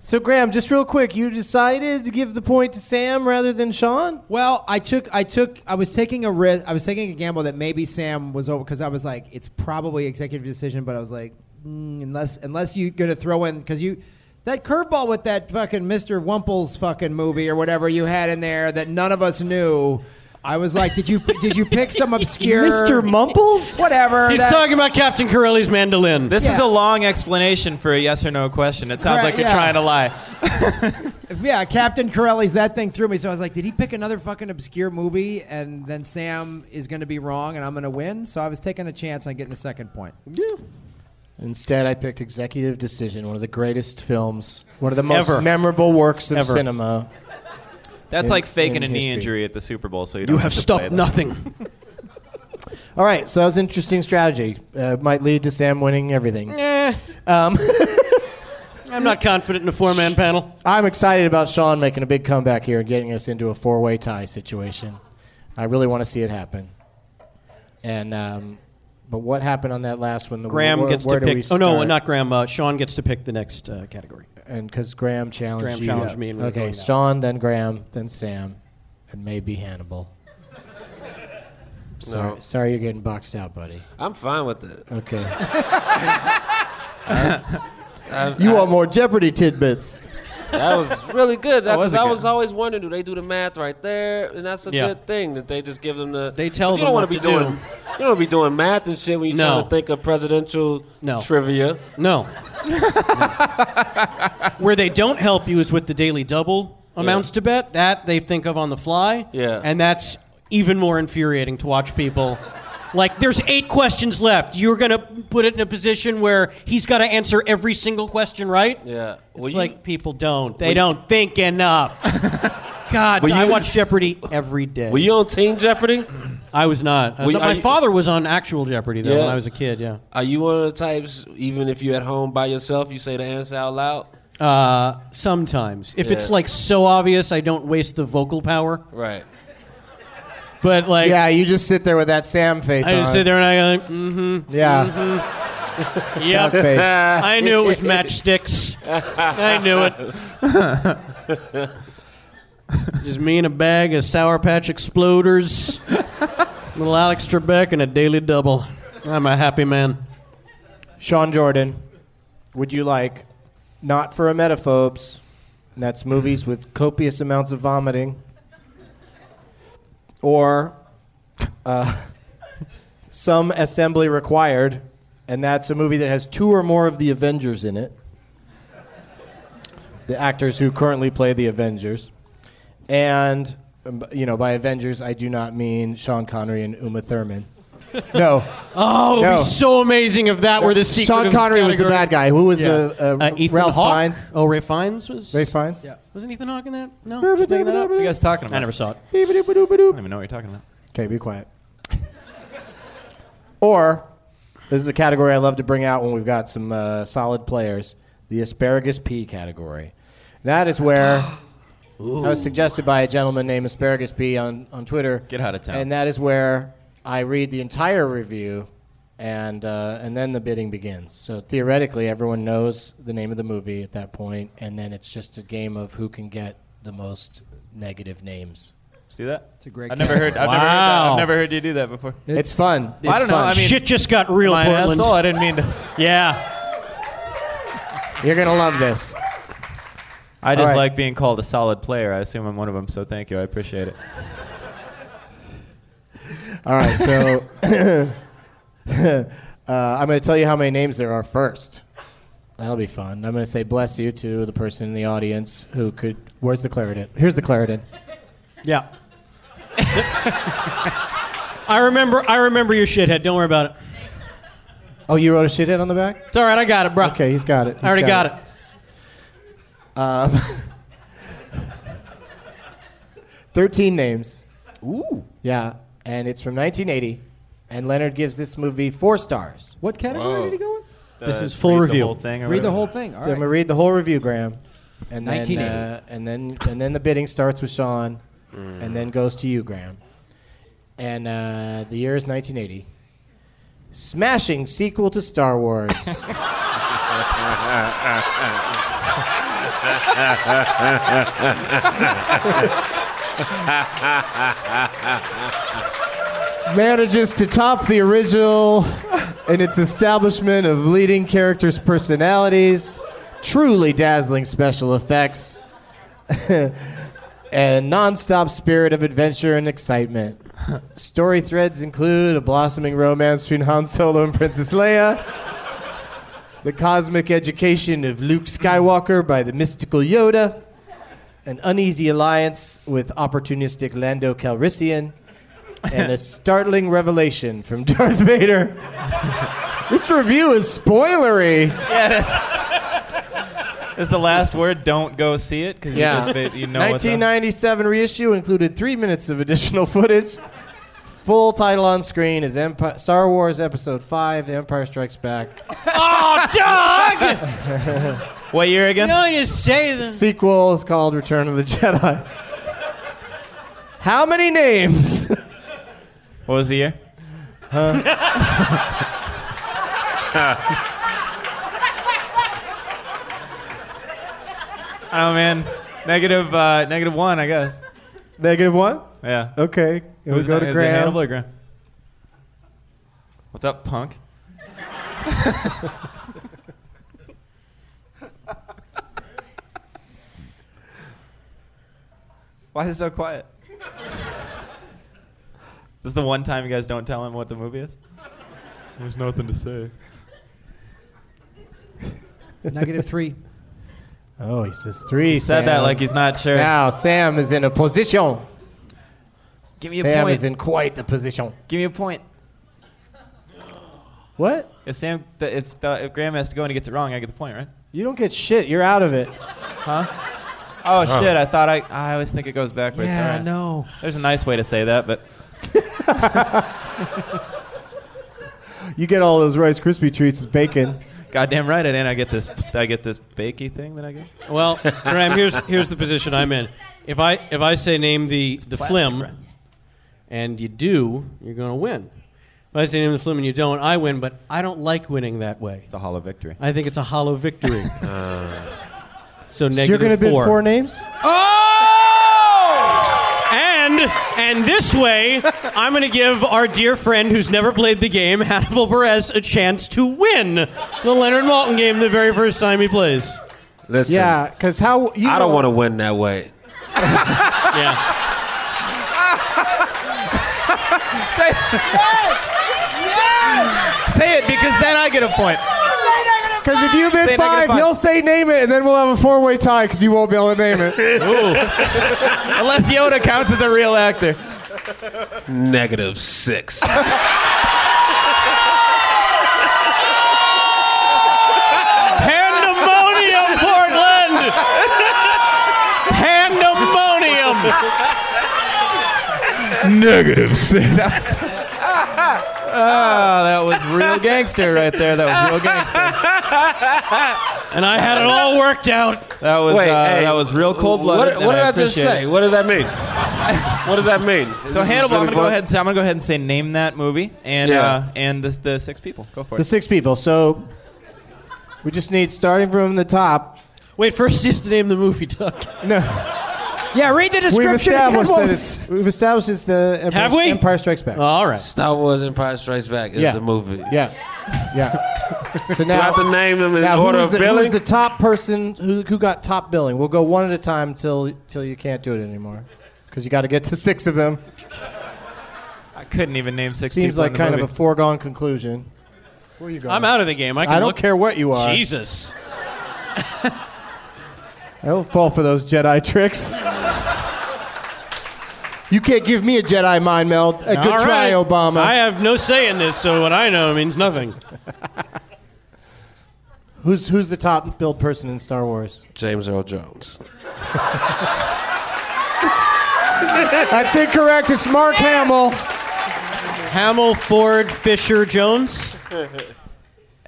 [SPEAKER 3] So Graham, just real quick, you decided to give the point to Sam rather than Sean.
[SPEAKER 8] Well, I took, I took, I was taking a risk. I was taking a gamble that maybe Sam was over because I was like, it's probably executive decision, but I was like, mm, unless, unless you're gonna throw in because you, that curveball with that fucking Mr. Wumple's fucking movie or whatever you had in there that none of us knew. I was like, did you, did you pick some obscure
[SPEAKER 3] Mr. Mumples?
[SPEAKER 8] Whatever.
[SPEAKER 4] He's
[SPEAKER 8] that-
[SPEAKER 4] talking about Captain Corelli's mandolin.
[SPEAKER 5] This is
[SPEAKER 8] Yeah.
[SPEAKER 5] a long explanation for a yes or no question. It sounds
[SPEAKER 8] Right,
[SPEAKER 5] like you're
[SPEAKER 8] yeah.
[SPEAKER 5] trying to lie.
[SPEAKER 8] Yeah, Captain Corelli's that thing threw me. So I was like, did he pick another fucking obscure movie? And then Sam is going to be wrong and I'm going to win. So I was taking a chance on getting a second point.
[SPEAKER 3] Instead, I picked Executive Decision, one of the greatest films, one of the most
[SPEAKER 4] Ever.
[SPEAKER 3] memorable works of
[SPEAKER 4] Ever.
[SPEAKER 3] cinema.
[SPEAKER 5] That's
[SPEAKER 3] In-
[SPEAKER 5] like faking
[SPEAKER 3] in
[SPEAKER 5] a knee
[SPEAKER 3] history.
[SPEAKER 5] injury at the Super Bowl, so you, don't
[SPEAKER 4] You have
[SPEAKER 5] to play
[SPEAKER 4] stopped
[SPEAKER 5] that. [LAUGHS]
[SPEAKER 4] nothing.
[SPEAKER 3] All right, so that was an interesting strategy. Uh, might lead to Sam winning everything.
[SPEAKER 4] Eh,
[SPEAKER 3] Um,
[SPEAKER 4] I'm not confident in a four man panel.
[SPEAKER 3] I'm excited about Sean making a big comeback here and getting us into a four way tie situation. I really want to see it happen. And um,
[SPEAKER 31] But what happened on that last one? The-
[SPEAKER 4] Graham
[SPEAKER 31] where-
[SPEAKER 4] gets
[SPEAKER 31] where
[SPEAKER 4] to
[SPEAKER 31] do we
[SPEAKER 4] pick. Oh no,
[SPEAKER 31] start?
[SPEAKER 4] not Graham. Uh, Sean gets to pick the next uh, category.
[SPEAKER 31] And because Graham challenged
[SPEAKER 4] Graham
[SPEAKER 31] you.
[SPEAKER 4] challenged me, and we were
[SPEAKER 31] okay,
[SPEAKER 4] going that
[SPEAKER 31] Sean, then Graham, then Sam, and maybe Hannibal. Sorry,
[SPEAKER 32] No.
[SPEAKER 31] sorry, you're getting boxed out, buddy.
[SPEAKER 32] I'm fine with it. [LAUGHS]
[SPEAKER 31] Okay.
[SPEAKER 32] I-
[SPEAKER 3] You
[SPEAKER 32] I-
[SPEAKER 3] want more Jeopardy tidbits?
[SPEAKER 32] That was really good.
[SPEAKER 3] That
[SPEAKER 32] Because
[SPEAKER 3] was a
[SPEAKER 32] I
[SPEAKER 3] good
[SPEAKER 32] was always wondering, do they do the math right there? And that's a
[SPEAKER 3] Yeah.
[SPEAKER 32] good thing that they just give them the.
[SPEAKER 4] They tell
[SPEAKER 32] 'cause you
[SPEAKER 4] them
[SPEAKER 32] don't wanna
[SPEAKER 4] what
[SPEAKER 32] be
[SPEAKER 4] to do.
[SPEAKER 32] doing. You don't want to be doing math and shit when you're
[SPEAKER 4] No.
[SPEAKER 32] trying to think of presidential
[SPEAKER 4] No.
[SPEAKER 32] trivia.
[SPEAKER 4] No. Where they don't help you is with the daily double amounts to bet. That they think of on the fly.
[SPEAKER 32] Yeah.
[SPEAKER 4] And that's even more infuriating to watch people. Like, there's eight questions left. You're going to put it in a position where he's got to answer every single question, right?
[SPEAKER 32] Yeah.
[SPEAKER 4] It's
[SPEAKER 32] you-
[SPEAKER 4] like people don't.
[SPEAKER 32] Well,
[SPEAKER 4] They
[SPEAKER 32] you-
[SPEAKER 4] don't think
[SPEAKER 32] [LAUGHS]
[SPEAKER 4] enough. God,
[SPEAKER 32] Well,
[SPEAKER 4] I
[SPEAKER 32] you-
[SPEAKER 4] watch Jeopardy every day.
[SPEAKER 32] Were you on Team Jeopardy?
[SPEAKER 4] I was not. I was
[SPEAKER 32] Were you-
[SPEAKER 4] not-
[SPEAKER 32] are
[SPEAKER 4] My
[SPEAKER 32] you-
[SPEAKER 4] father was on actual Jeopardy though when
[SPEAKER 32] Yeah.
[SPEAKER 4] I was a kid. Yeah.
[SPEAKER 32] Are you one of the types, even if you're at home by yourself, you say the answer out loud?
[SPEAKER 4] Uh, sometimes, if it's
[SPEAKER 32] Yeah.
[SPEAKER 4] like so obvious, I don't waste the vocal power.
[SPEAKER 32] Right.
[SPEAKER 4] But like,
[SPEAKER 3] yeah, you just sit there with that Sam face
[SPEAKER 4] I
[SPEAKER 3] on.
[SPEAKER 4] just sit there and I go,
[SPEAKER 3] [LAUGHS]
[SPEAKER 4] mm-hmm.
[SPEAKER 3] Yeah.
[SPEAKER 4] [LAUGHS] Mm-hmm.
[SPEAKER 3] Dog
[SPEAKER 4] yep.
[SPEAKER 3] face.
[SPEAKER 4] I knew it
[SPEAKER 32] [LAUGHS]
[SPEAKER 4] was matchsticks. I knew it. just me and a bag of Sour Patch Exploders, little Alex Trebek, and a daily double. I'm a happy man.
[SPEAKER 3] Sean Jordan, would you like not for emetophobes? and That's movies with copious amounts of vomiting, or uh, [LAUGHS] some assembly required, and that's a movie that has two or more of the Avengers in it. The actors who currently play the Avengers, and um, you know by Avengers I do not mean Sean Connery and Uma Thurman. No.
[SPEAKER 4] Oh, it would
[SPEAKER 3] No.
[SPEAKER 4] be so amazing if that were the secret.
[SPEAKER 3] Sean
[SPEAKER 4] of this
[SPEAKER 3] Connery was the
[SPEAKER 4] category.
[SPEAKER 3] bad guy. Who was
[SPEAKER 4] Yeah.
[SPEAKER 3] the uh,
[SPEAKER 4] Ethan
[SPEAKER 3] Ralph
[SPEAKER 4] Hawke?
[SPEAKER 3] Fiennes?
[SPEAKER 4] Oh, Ray Fiennes was.
[SPEAKER 3] Ray Fiennes.
[SPEAKER 4] Yeah. Wasn't Ethan Hawke in that? No. Just making that up.
[SPEAKER 5] What are you guys talking about?
[SPEAKER 4] I never saw it.
[SPEAKER 5] I don't even know what you're talking about.
[SPEAKER 3] Okay, be quiet. or this is a category I love to bring out when we've got some uh, solid players. The asparagus pea category. That is where
[SPEAKER 5] [GASPS]
[SPEAKER 3] that was suggested by a gentleman named Asparagus P on, on Twitter.
[SPEAKER 5] Get out of town.
[SPEAKER 3] And that is where I read the entire review, and uh, and then the bidding begins. So theoretically, everyone knows the name of the movie at that point, and then it's just a game of who can get the most negative names.
[SPEAKER 5] Let's do that. It's a
[SPEAKER 8] great.
[SPEAKER 5] I've never heard. I've never heard that. I've never heard you do that before.
[SPEAKER 3] It's, fun.
[SPEAKER 5] Well, I don't know. I mean,
[SPEAKER 4] Shit just got real,
[SPEAKER 5] am I an
[SPEAKER 4] Portland.
[SPEAKER 5] asshole? I didn't mean to.
[SPEAKER 4] Yeah.
[SPEAKER 3] You're gonna love this.
[SPEAKER 5] I just
[SPEAKER 3] All right.
[SPEAKER 5] like being called a solid player. I assume I'm one of them, so thank you. I appreciate it.
[SPEAKER 3] All right, so [COUGHS] uh, I'm going to tell you how many names there are first. That'll be fun. I'm going to say bless you to the person in the audience who could. Where's the Claritin? Here's the Claritin.
[SPEAKER 4] Yeah. I remember. I remember your shithead. Don't worry about it.
[SPEAKER 3] Oh, you wrote a shithead on the back?
[SPEAKER 4] It's all right. I got it, bro.
[SPEAKER 3] Okay, he's got it.
[SPEAKER 4] I already got, it.
[SPEAKER 3] Um, 13 names. Ooh. Yeah, and it's from 1980. And Leonard gives this movie four stars.
[SPEAKER 8] What category did he go with?
[SPEAKER 4] This
[SPEAKER 5] Uh,
[SPEAKER 4] is full review.
[SPEAKER 8] Read the whole thing. All
[SPEAKER 3] So I'm
[SPEAKER 8] right.
[SPEAKER 3] gonna read the whole review, Graham, and then
[SPEAKER 8] 1980.
[SPEAKER 3] uh, and then and then the bidding starts with Sean, and then goes to you, Graham. And uh, the year is 1980. Smashing sequel to Star Wars. manages to top the original in its establishment of leading characters' personalities, truly dazzling special effects, [LAUGHS] and nonstop spirit of adventure and excitement. Story threads include a blossoming romance between Han Solo and Princess Leia, the cosmic education of Luke Skywalker by the mystical Yoda, an uneasy alliance with opportunistic Lando Calrissian, and a startling revelation from Darth Vader. [LAUGHS] this review is spoilery.
[SPEAKER 5] Yeah, that's. Is the last word "don't go see it" because
[SPEAKER 3] Yeah.
[SPEAKER 5] you, just- you know what's up.
[SPEAKER 3] 1997 reissue included three minutes of additional [LAUGHS] footage. Full title on screen is Empire, Star Wars Episode 5 The Empire Strikes Back.
[SPEAKER 4] Oh, dog!
[SPEAKER 5] What year again?
[SPEAKER 4] No, you just say
[SPEAKER 3] The
[SPEAKER 4] the
[SPEAKER 3] sequel is called Return of the Jedi. How many names? [LAUGHS]
[SPEAKER 5] What was the year? Huh? [LAUGHS] oh man, negative uh, negative one, I guess.
[SPEAKER 3] Negative one?
[SPEAKER 5] Yeah.
[SPEAKER 3] Okay. It
[SPEAKER 5] Who's
[SPEAKER 3] was go
[SPEAKER 5] not-
[SPEAKER 3] to
[SPEAKER 5] is it
[SPEAKER 3] Graham.
[SPEAKER 5] Hannibal or Graham? What's up, punk? [LAUGHS] Why is it so quiet? this is the one time you guys don't tell him what the movie is. There's nothing to say.
[SPEAKER 18] Negative
[SPEAKER 3] [LAUGHS]
[SPEAKER 18] three.
[SPEAKER 3] Oh, he says three.
[SPEAKER 5] He said that
[SPEAKER 3] Sam.
[SPEAKER 5] like he's not sure.
[SPEAKER 3] Now Sam is in a position.
[SPEAKER 5] Give me a
[SPEAKER 3] Sam
[SPEAKER 5] point.
[SPEAKER 3] is in quite the position.
[SPEAKER 5] Give me a point.
[SPEAKER 3] What?
[SPEAKER 5] If Sam, th- if th- if Graham has to go and he gets it wrong, I get the point, right?
[SPEAKER 3] You don't get shit. You're out of it.
[SPEAKER 5] Huh? Oh
[SPEAKER 3] Huh.
[SPEAKER 5] shit! I thought I. I always think it goes backwards.
[SPEAKER 18] Yeah,
[SPEAKER 5] All right.
[SPEAKER 18] no.
[SPEAKER 5] There's a nice way to say that, but
[SPEAKER 3] You get all those Rice Krispie treats with bacon.
[SPEAKER 5] goddamn right, I didn't. I get this. I get this bakey thing that I get.
[SPEAKER 4] Well, Graham, here's here's the position I'm in. If I if I say name the the
[SPEAKER 5] plastic,
[SPEAKER 4] flim,
[SPEAKER 5] right?
[SPEAKER 4] and you do, you're going to win. If I say name the flim and you don't, I win. But I don't like winning that way. It's
[SPEAKER 5] a hollow victory.
[SPEAKER 4] I think it's a hollow victory. so
[SPEAKER 3] So you're
[SPEAKER 4] negative
[SPEAKER 3] gonna bid
[SPEAKER 4] four.
[SPEAKER 3] four names?
[SPEAKER 4] And and this way, I'm going to give our dear friend who's never played the game, [LAUGHS] Hannibal Perez, a chance to win the Leonard Malton game the very first time he plays.
[SPEAKER 9] Listen,
[SPEAKER 3] Yeah, because how you
[SPEAKER 9] I
[SPEAKER 3] know-
[SPEAKER 9] don't want to win that way.
[SPEAKER 4] yeah.
[SPEAKER 5] say, say it because then I get a point.
[SPEAKER 3] Because if you bid
[SPEAKER 5] Say negative
[SPEAKER 3] five,
[SPEAKER 5] five.
[SPEAKER 3] he'll say name it, and then we'll have a four-way tie because you won't be able to name it.
[SPEAKER 5] [LAUGHS] Unless Yoda counts as a real actor.
[SPEAKER 9] Negative six.
[SPEAKER 4] Pandemonium, Portland! Pandemonium!
[SPEAKER 5] Negative six. That was, [LAUGHS] Ah, that was real gangster right there. That was real gangster.
[SPEAKER 4] And I had it all worked out.
[SPEAKER 5] That was
[SPEAKER 9] Wait,
[SPEAKER 5] uh,
[SPEAKER 9] hey,
[SPEAKER 5] that was real cold blooded.
[SPEAKER 9] What, what did I, just say? What does that mean? what does that mean?
[SPEAKER 5] [LAUGHS] So
[SPEAKER 9] Is this
[SPEAKER 5] Hannibal, I'm
[SPEAKER 9] really
[SPEAKER 5] gonna go
[SPEAKER 9] fun?
[SPEAKER 5] ahead. And say, I'm gonna go ahead and say name that movie and
[SPEAKER 9] Yeah.
[SPEAKER 5] uh, and the, the six people. Go for
[SPEAKER 3] The
[SPEAKER 5] it.
[SPEAKER 3] six people. So we just need starting from the top.
[SPEAKER 4] Wait, first you have to name the movie, Doug.
[SPEAKER 3] No.
[SPEAKER 18] Yeah, read the description.
[SPEAKER 3] We've established
[SPEAKER 18] again.
[SPEAKER 3] that it's, we've established it's the Empire,
[SPEAKER 9] Have we?
[SPEAKER 3] Empire Strikes Back.
[SPEAKER 4] [LAUGHS] all right.
[SPEAKER 9] Star Wars Empire Strikes Back is
[SPEAKER 3] Yeah.
[SPEAKER 9] the movie.
[SPEAKER 3] [LAUGHS] Yeah. Yeah. So
[SPEAKER 9] Do I
[SPEAKER 3] now
[SPEAKER 9] have to name them in
[SPEAKER 3] now
[SPEAKER 9] order
[SPEAKER 3] who's
[SPEAKER 9] of
[SPEAKER 3] the,
[SPEAKER 9] billing?
[SPEAKER 3] Who's the top person who, who got top billing? We'll go one at a time till till you can't do it anymore, because you got to get to six of them.
[SPEAKER 5] I couldn't even name six.
[SPEAKER 3] Seems
[SPEAKER 5] people
[SPEAKER 3] like
[SPEAKER 5] in the
[SPEAKER 3] kind
[SPEAKER 5] movie.
[SPEAKER 3] of a foregone conclusion. Where you going?
[SPEAKER 4] I'm out of the game. I, can
[SPEAKER 3] don't
[SPEAKER 4] look-
[SPEAKER 3] care what you are.
[SPEAKER 4] Jesus.
[SPEAKER 3] I don't fall for those Jedi tricks. you can't give me a Jedi mind meld. A good
[SPEAKER 4] All
[SPEAKER 3] try,
[SPEAKER 4] right.
[SPEAKER 3] Obama.
[SPEAKER 4] I have no say in this, so what I know means nothing.
[SPEAKER 3] who's who's the top billed person in Star Wars?
[SPEAKER 9] James Earl Jones.
[SPEAKER 3] [LAUGHS] That's incorrect. It's Mark Hamill.
[SPEAKER 4] Hamill, Ford, Fisher, Jones.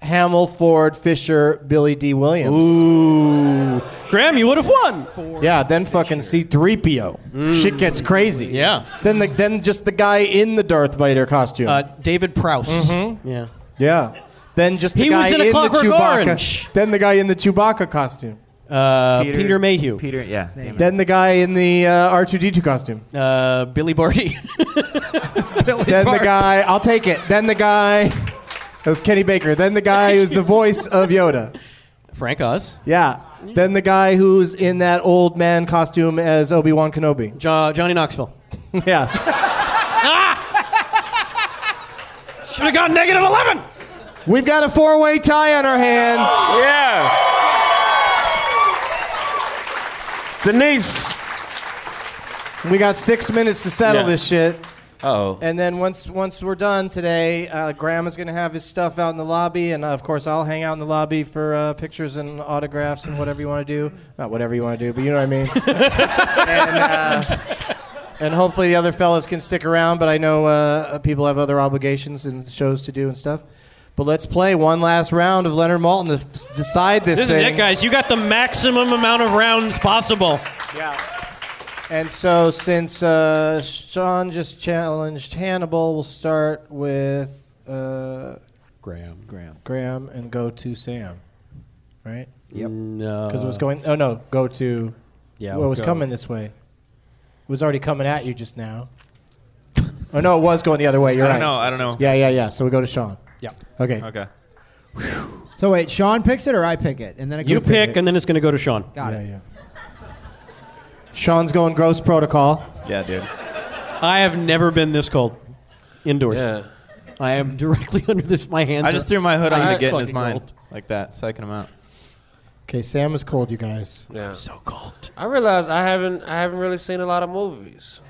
[SPEAKER 3] Hamill, Ford, Fisher, Billy D. Williams.
[SPEAKER 4] Ooh. Graham, you would have won.
[SPEAKER 3] Yeah, then fucking C3PO. Shit gets crazy.
[SPEAKER 4] Mm. Yeah.
[SPEAKER 3] Then the, then just the guy in the Darth Vader costume.
[SPEAKER 4] Uh, David Prouse. Yeah.
[SPEAKER 3] yeah. Then just the
[SPEAKER 4] He
[SPEAKER 3] guy
[SPEAKER 4] was in A
[SPEAKER 3] the
[SPEAKER 4] Clockwork
[SPEAKER 3] Chewbacca.
[SPEAKER 4] Orange.
[SPEAKER 3] Then the guy in the Chewbacca costume.
[SPEAKER 4] Uh, Peter, Mayhew.
[SPEAKER 5] Peter, yeah. damn
[SPEAKER 3] Then the guy in the uh, R2D2 costume.
[SPEAKER 4] it. Uh, Billy Barty. [LAUGHS]
[SPEAKER 3] then the guy, I'll take it. Then the guy, that was Kenny Baker. Then the guy who's the voice of Yoda.
[SPEAKER 4] Frank Oz.
[SPEAKER 3] Yeah. Then the guy who's in that old man costume as Obi Wan Kenobi.
[SPEAKER 4] Jo- Johnny Knoxville.
[SPEAKER 3] yes.
[SPEAKER 4] Should have gone negative 11.
[SPEAKER 3] We've got a four way tie on our hands.
[SPEAKER 9] Yeah. Denise.
[SPEAKER 3] We got six minutes to settle
[SPEAKER 9] Yeah.
[SPEAKER 3] this shit.
[SPEAKER 9] Oh.
[SPEAKER 3] And then once once we're done today, uh, Graham is going to have his stuff out in the lobby, and uh, of course I'll hang out in the lobby for uh, pictures and autographs and whatever you want to do. Not whatever you want to do, but you know what I mean. and, uh, and hopefully the other fellas can stick around, but I know uh, people have other obligations and shows to do and stuff. But let's play one last round of Leonard Malton to f- decide this,
[SPEAKER 4] This is
[SPEAKER 3] thing.
[SPEAKER 4] it, guys. You got the maximum amount of rounds possible.
[SPEAKER 3] Yeah. And so, since uh, Sean just challenged Hannibal, we'll start with uh,
[SPEAKER 4] Graham. Graham.
[SPEAKER 3] Graham and go to Sam, right?
[SPEAKER 4] Yep. No.
[SPEAKER 3] Because it was going. Oh no, go to.
[SPEAKER 4] Yeah,
[SPEAKER 3] Well,
[SPEAKER 4] we'll
[SPEAKER 3] it was
[SPEAKER 4] go.
[SPEAKER 3] coming this way. It was already coming at you just now. oh no, it was going the other way. You're
[SPEAKER 5] I don't
[SPEAKER 3] right.
[SPEAKER 5] know, I don't know.
[SPEAKER 3] Yeah, yeah, yeah. So we go to Sean.
[SPEAKER 5] Yeah.
[SPEAKER 3] Okay.
[SPEAKER 5] Okay.
[SPEAKER 33] So wait, Sean picks it or I pick it, and then it
[SPEAKER 4] You
[SPEAKER 33] goes to-
[SPEAKER 4] pick, and then it's going to go to Sean.
[SPEAKER 33] Got it.
[SPEAKER 3] Sean's going gross protocol.
[SPEAKER 5] Yeah, dude.
[SPEAKER 4] I have never been this cold indoors. Yeah. I am directly [LAUGHS] under this. My hands.
[SPEAKER 5] I just threw my hood on to get in his mind
[SPEAKER 4] mind.
[SPEAKER 5] like that, psyching him out.
[SPEAKER 3] Okay, Sam is cold, you guys.
[SPEAKER 34] Yeah.
[SPEAKER 4] so cold.
[SPEAKER 34] I realize I haven't I haven't really seen a lot of movies.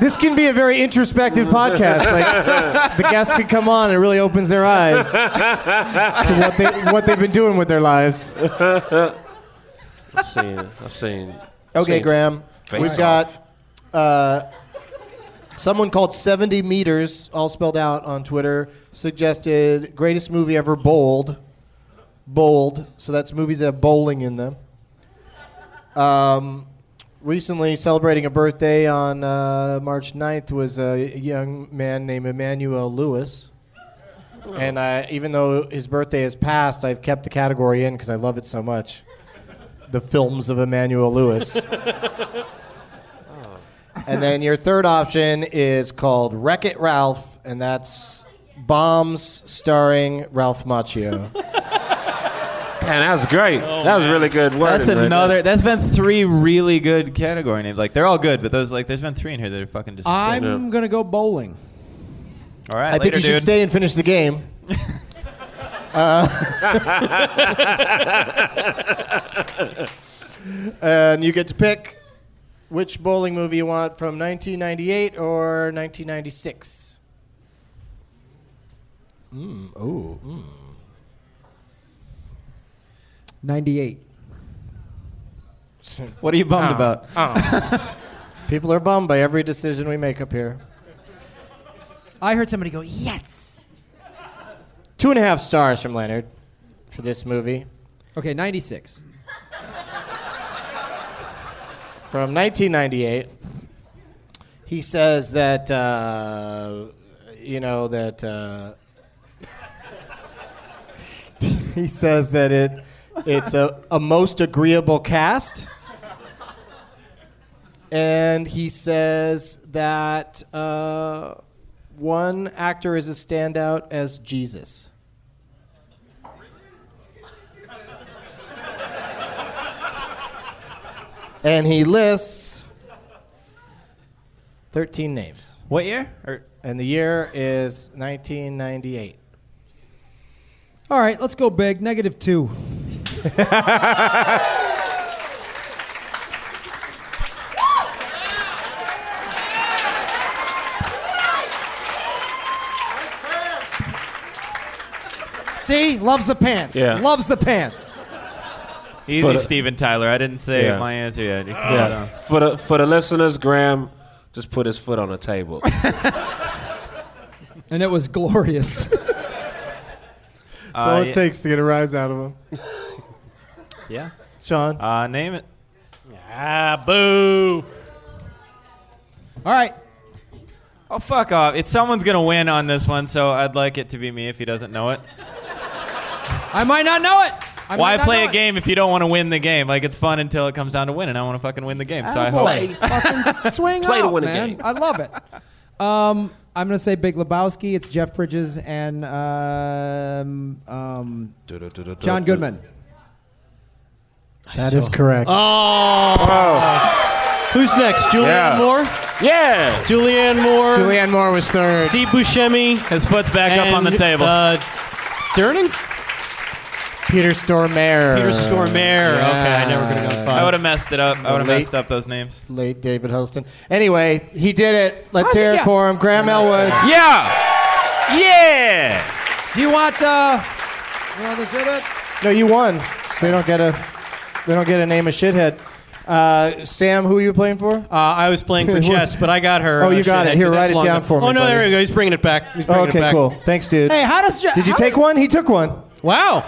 [SPEAKER 3] This can be a very introspective podcast.
[SPEAKER 4] [LAUGHS]
[SPEAKER 3] Like the guests can come on, it really opens their eyes to what they what they've been doing with their lives.
[SPEAKER 34] I've seen I've seen
[SPEAKER 3] Okay,
[SPEAKER 34] seen
[SPEAKER 3] Graham.
[SPEAKER 34] Face
[SPEAKER 3] we've
[SPEAKER 34] Off.
[SPEAKER 3] got uh, someone called 70 Meters, all spelled out on Twitter, suggested greatest movie ever, Bold. Bold. So that's movies that have bowling in them. Um, recently, celebrating a birthday on uh, March 9th was a young man named Emmanuel Lewis. And uh, even though his birthday has passed, I've kept the category in because I love it so much. The films of Emmanuel Lewis. Oh. And then your third option is called Wreck It Ralph, and that's Bombs starring Ralph Macchio.
[SPEAKER 34] Man, that's great. that was really good work.
[SPEAKER 5] That's another. that's been three really good category names. Like they're all good, but those like there's been three in here that are fucking just.
[SPEAKER 8] I'm gonna go bowling.
[SPEAKER 5] All right,
[SPEAKER 3] I think
[SPEAKER 5] later,
[SPEAKER 3] you should
[SPEAKER 5] dude.
[SPEAKER 3] stay and finish the
[SPEAKER 5] [LAUGHS]
[SPEAKER 3] game. uh, and you get to pick which bowling movie you want from 1998 or 1996. Mm, oh, mm.
[SPEAKER 8] 98.
[SPEAKER 5] What are you bummed
[SPEAKER 3] Oh,
[SPEAKER 5] about?
[SPEAKER 3] oh. People are bummed by every decision we make up here.
[SPEAKER 8] I heard somebody go, yes.
[SPEAKER 3] Two and a half stars from Leonard for this movie.
[SPEAKER 8] Okay, 96.
[SPEAKER 3] From 1998, he says that, uh, you know, that. Uh, [LAUGHS] he says that it, it's a, a most agreeable cast. And he says that uh, one actor is a standout as Jesus. And he lists 13 names.
[SPEAKER 5] What year? Or-
[SPEAKER 3] And the year is 1998.
[SPEAKER 8] All right, let's go big. Negative two. See, loves the pants.
[SPEAKER 5] Yeah.
[SPEAKER 8] Loves the pants.
[SPEAKER 5] Easy,
[SPEAKER 34] For the-
[SPEAKER 5] Steven Tyler. I didn't say
[SPEAKER 34] Yeah.
[SPEAKER 5] my answer yet. You can hold on.
[SPEAKER 34] Yeah. uh, For the for the listeners, Graham just put his foot on the table.
[SPEAKER 8] And it was glorious. [LAUGHS]
[SPEAKER 3] That's all it takes to get a rise out of him.
[SPEAKER 5] Yeah.
[SPEAKER 3] Sean.
[SPEAKER 5] Uh, name it.
[SPEAKER 4] Ah, boo.
[SPEAKER 8] All right.
[SPEAKER 5] Oh fuck off! It's someone's gonna win on this one, so I'd like it to be me if he doesn't know it.
[SPEAKER 8] I might not know it. I
[SPEAKER 5] Why
[SPEAKER 8] might not
[SPEAKER 5] play
[SPEAKER 8] know
[SPEAKER 5] a game if you don't want to win the game? Like it's fun until it comes down to win, and I want to fucking win the game.
[SPEAKER 8] Oh,
[SPEAKER 5] So I hope.
[SPEAKER 8] Attaboy. Fucking swing
[SPEAKER 5] Play to
[SPEAKER 8] out,
[SPEAKER 5] win a
[SPEAKER 8] man.
[SPEAKER 5] game.
[SPEAKER 8] I love it. Um, I'm gonna say Big Lebowski. It's Jeff Bridges and um, um, John Goodman.
[SPEAKER 3] That is correct.
[SPEAKER 8] Uh,
[SPEAKER 4] Oh. Who's next? Julianne
[SPEAKER 3] Yeah.
[SPEAKER 4] Moore?
[SPEAKER 34] Yeah.
[SPEAKER 4] Julianne Moore.
[SPEAKER 3] Julianne Moore was third.
[SPEAKER 4] Steve Buscemi.
[SPEAKER 5] His foot's back
[SPEAKER 4] and,
[SPEAKER 5] up on the table.
[SPEAKER 4] Uh, Durning?
[SPEAKER 3] Peter Stormare.
[SPEAKER 4] Peter Stormare. Okay, I never could have gone five.
[SPEAKER 5] I would have messed it up. I would have
[SPEAKER 3] Late-
[SPEAKER 5] messed up those names.
[SPEAKER 3] Late David Huston. Anyway, he did it. Let's
[SPEAKER 8] Huston,
[SPEAKER 3] hear it
[SPEAKER 8] yeah.
[SPEAKER 3] for him. Graham Elwood.
[SPEAKER 34] Yeah. Yeah.
[SPEAKER 8] Do you want? Uh, you want to shit it?
[SPEAKER 3] No, you won. So they don't get a they don't get a name of shithead. Uh, Sam, who are you playing for?
[SPEAKER 4] Uh, I was playing for chess, but I got her.
[SPEAKER 3] Oh,
[SPEAKER 4] uh,
[SPEAKER 3] you got
[SPEAKER 4] shithead,
[SPEAKER 3] it. Here,
[SPEAKER 4] 'cause
[SPEAKER 3] write
[SPEAKER 4] that's
[SPEAKER 3] it
[SPEAKER 4] long
[SPEAKER 3] down
[SPEAKER 4] enough.
[SPEAKER 3] for me,
[SPEAKER 4] Oh no, there
[SPEAKER 3] buddy.
[SPEAKER 4] we go. He's bringing it back. He's bringing
[SPEAKER 3] Oh,
[SPEAKER 4] it
[SPEAKER 3] okay,
[SPEAKER 4] back.
[SPEAKER 3] cool. Thanks, dude.
[SPEAKER 8] Hey, how does Ja-
[SPEAKER 3] Did you
[SPEAKER 8] how
[SPEAKER 3] take
[SPEAKER 8] does-
[SPEAKER 3] one? He took one.
[SPEAKER 4] Wow.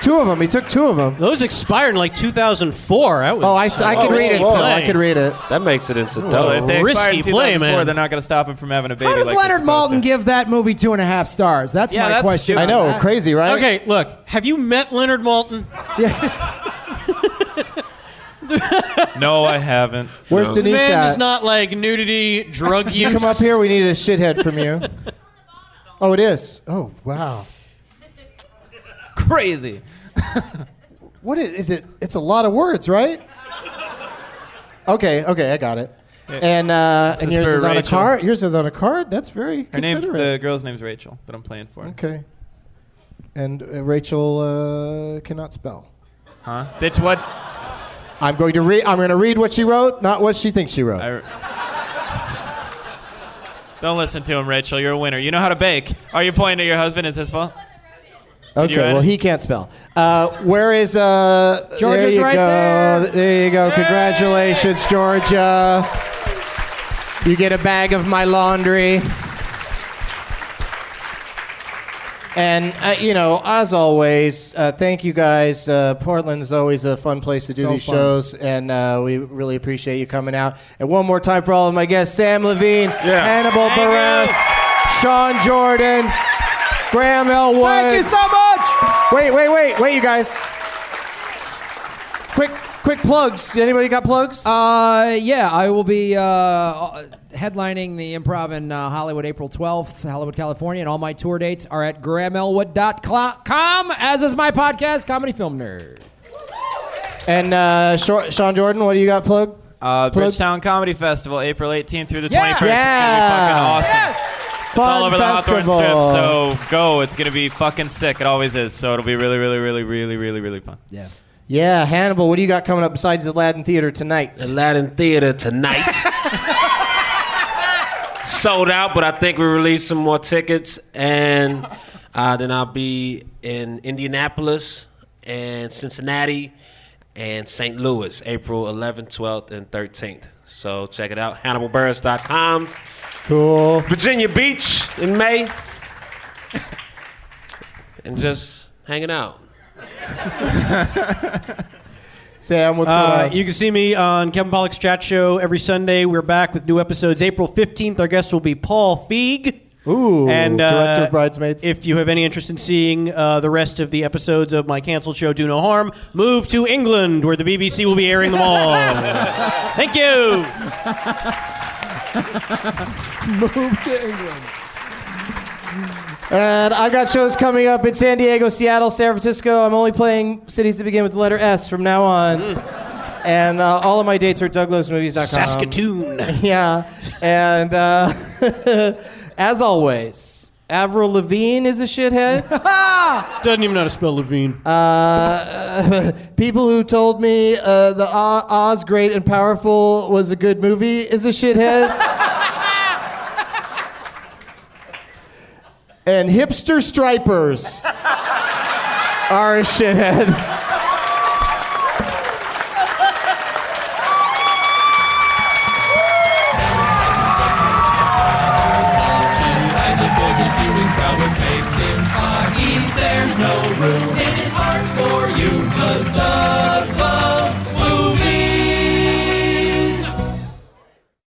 [SPEAKER 3] Two of them. He took two of them.
[SPEAKER 4] Those expired in like 2004. That was
[SPEAKER 3] Oh, I s- I could read it still. I could read it.
[SPEAKER 9] That makes it into
[SPEAKER 4] Ooh.
[SPEAKER 9] double.
[SPEAKER 4] So if they expired in Risky play, 2004, man.
[SPEAKER 5] They're not going to stop him from having a baby.
[SPEAKER 18] How does
[SPEAKER 5] like this
[SPEAKER 18] Leonard Malton give that movie two and a half stars? That's
[SPEAKER 5] Yeah,
[SPEAKER 18] my
[SPEAKER 5] that's
[SPEAKER 18] question.
[SPEAKER 5] stupid. I know,
[SPEAKER 3] crazy, right?
[SPEAKER 4] Okay, look. Have you met Leonard Malton?
[SPEAKER 5] no, I haven't.
[SPEAKER 3] Where's
[SPEAKER 5] no.
[SPEAKER 3] Denise
[SPEAKER 4] Man
[SPEAKER 3] at?
[SPEAKER 4] does not like nudity, drug
[SPEAKER 3] uh, you
[SPEAKER 4] use.
[SPEAKER 3] come up here. We need a shithead from
[SPEAKER 5] [LAUGHS]
[SPEAKER 3] you. Oh, it is. Oh, wow.
[SPEAKER 5] Crazy.
[SPEAKER 3] What is, is it? It's a lot of words, right? Okay, okay, I got it.
[SPEAKER 5] Yeah.
[SPEAKER 3] And uh,
[SPEAKER 5] This
[SPEAKER 3] and
[SPEAKER 5] is
[SPEAKER 3] yours
[SPEAKER 5] for
[SPEAKER 3] is on a
[SPEAKER 5] Rachel.
[SPEAKER 3] card. Yours is on a card. That's very
[SPEAKER 5] Her name,
[SPEAKER 3] considerate.
[SPEAKER 5] the girl's name's Rachel, but I'm playing for her.
[SPEAKER 3] Okay. And uh, Rachel uh, cannot spell.
[SPEAKER 5] Huh? That's what.
[SPEAKER 3] I'm going to read. I'm going to read what she wrote, not what she thinks she wrote.
[SPEAKER 5] [LAUGHS] Don't listen to him, Rachel. You're a winner. You know how to bake. Are you pointing at your husband? It's his fault.
[SPEAKER 3] okay.
[SPEAKER 5] you write
[SPEAKER 3] Well,
[SPEAKER 5] it?
[SPEAKER 3] he can't spell. Uh, where is uh?
[SPEAKER 18] Georgia's
[SPEAKER 3] there you
[SPEAKER 18] right
[SPEAKER 3] go.
[SPEAKER 18] there.
[SPEAKER 3] There you go. Congratulations, Georgia. You get a bag of my laundry. And uh, you know, as always, uh, thank you guys. Uh, Portland is always a fun place to do
[SPEAKER 8] So
[SPEAKER 3] these
[SPEAKER 8] fun.
[SPEAKER 3] shows, and uh, we really appreciate you coming out. And one more time for all of my guests: Sam Levine, Hannibal Barres, Sean Jordan, Graham Elwood. Thank you
[SPEAKER 18] so much.
[SPEAKER 3] Wait, wait, wait, wait, you guys. Quick, quick plugs. Anybody got plugs?
[SPEAKER 18] Uh, yeah, I will be uh, headlining the improv in uh, Hollywood April 12th, Hollywood, California, and all my tour dates are at grahamelwood.com, as is my podcast, Comedy Film Nerd.
[SPEAKER 3] And uh, Shor- Sean Jordan, what do you got plugged?
[SPEAKER 5] Uh,
[SPEAKER 3] Plug-
[SPEAKER 5] Bridgetown Comedy Festival, April 18th through the
[SPEAKER 3] Yeah.
[SPEAKER 5] 21st.
[SPEAKER 3] Yeah.
[SPEAKER 5] It's gonna be fucking awesome. It's all
[SPEAKER 3] Fun
[SPEAKER 5] over the
[SPEAKER 3] festival.
[SPEAKER 5] Hawthorne Strip, so go. It's gonna be fucking sick. It always is. So it'll be really, really, really, really, really, really fun.
[SPEAKER 18] Yeah.
[SPEAKER 3] Yeah, Hannibal, what do you got coming up besides Aladdin Theater tonight?
[SPEAKER 9] Aladdin Theater
[SPEAKER 3] [LAUGHS]
[SPEAKER 9] tonight. Sold out, but I think we released some more tickets. And uh, then I'll be in Indianapolis and Cincinnati and St. Louis, April 11th, 12th, and 13th. So check it out, HannibalBurns.com.
[SPEAKER 3] Cool.
[SPEAKER 9] Virginia Beach in May. And just hanging out.
[SPEAKER 3] Sam, what's
[SPEAKER 4] Uh,
[SPEAKER 3] going on?
[SPEAKER 4] You can see me on Kevin Pollock's chat show every Sunday. We're back with new episodes April 15th. Our guest will be Paul Feig.
[SPEAKER 3] Ooh,
[SPEAKER 4] and uh,
[SPEAKER 3] director of Bridesmaids.
[SPEAKER 4] If you have any interest in seeing uh, the rest of the episodes of my canceled show, Do No Harm, move to England, where the BBC will be airing them all. Thank you.
[SPEAKER 18] Move to England.
[SPEAKER 3] And I've got shows coming up in San Diego, Seattle, San Francisco. I'm only playing cities that begin with the letter S from now on. And uh, all of my dates are douglasmovies.com.
[SPEAKER 9] um,
[SPEAKER 4] Saskatoon.
[SPEAKER 3] yeah. And uh, [LAUGHS] as always, Avril Levine is a shithead.
[SPEAKER 4] Doesn't even know how to spell Levine.
[SPEAKER 3] Uh, [LAUGHS] people who told me uh, the O- Oz Great and Powerful was a good movie is a shithead. and hipster stripers are a shithead.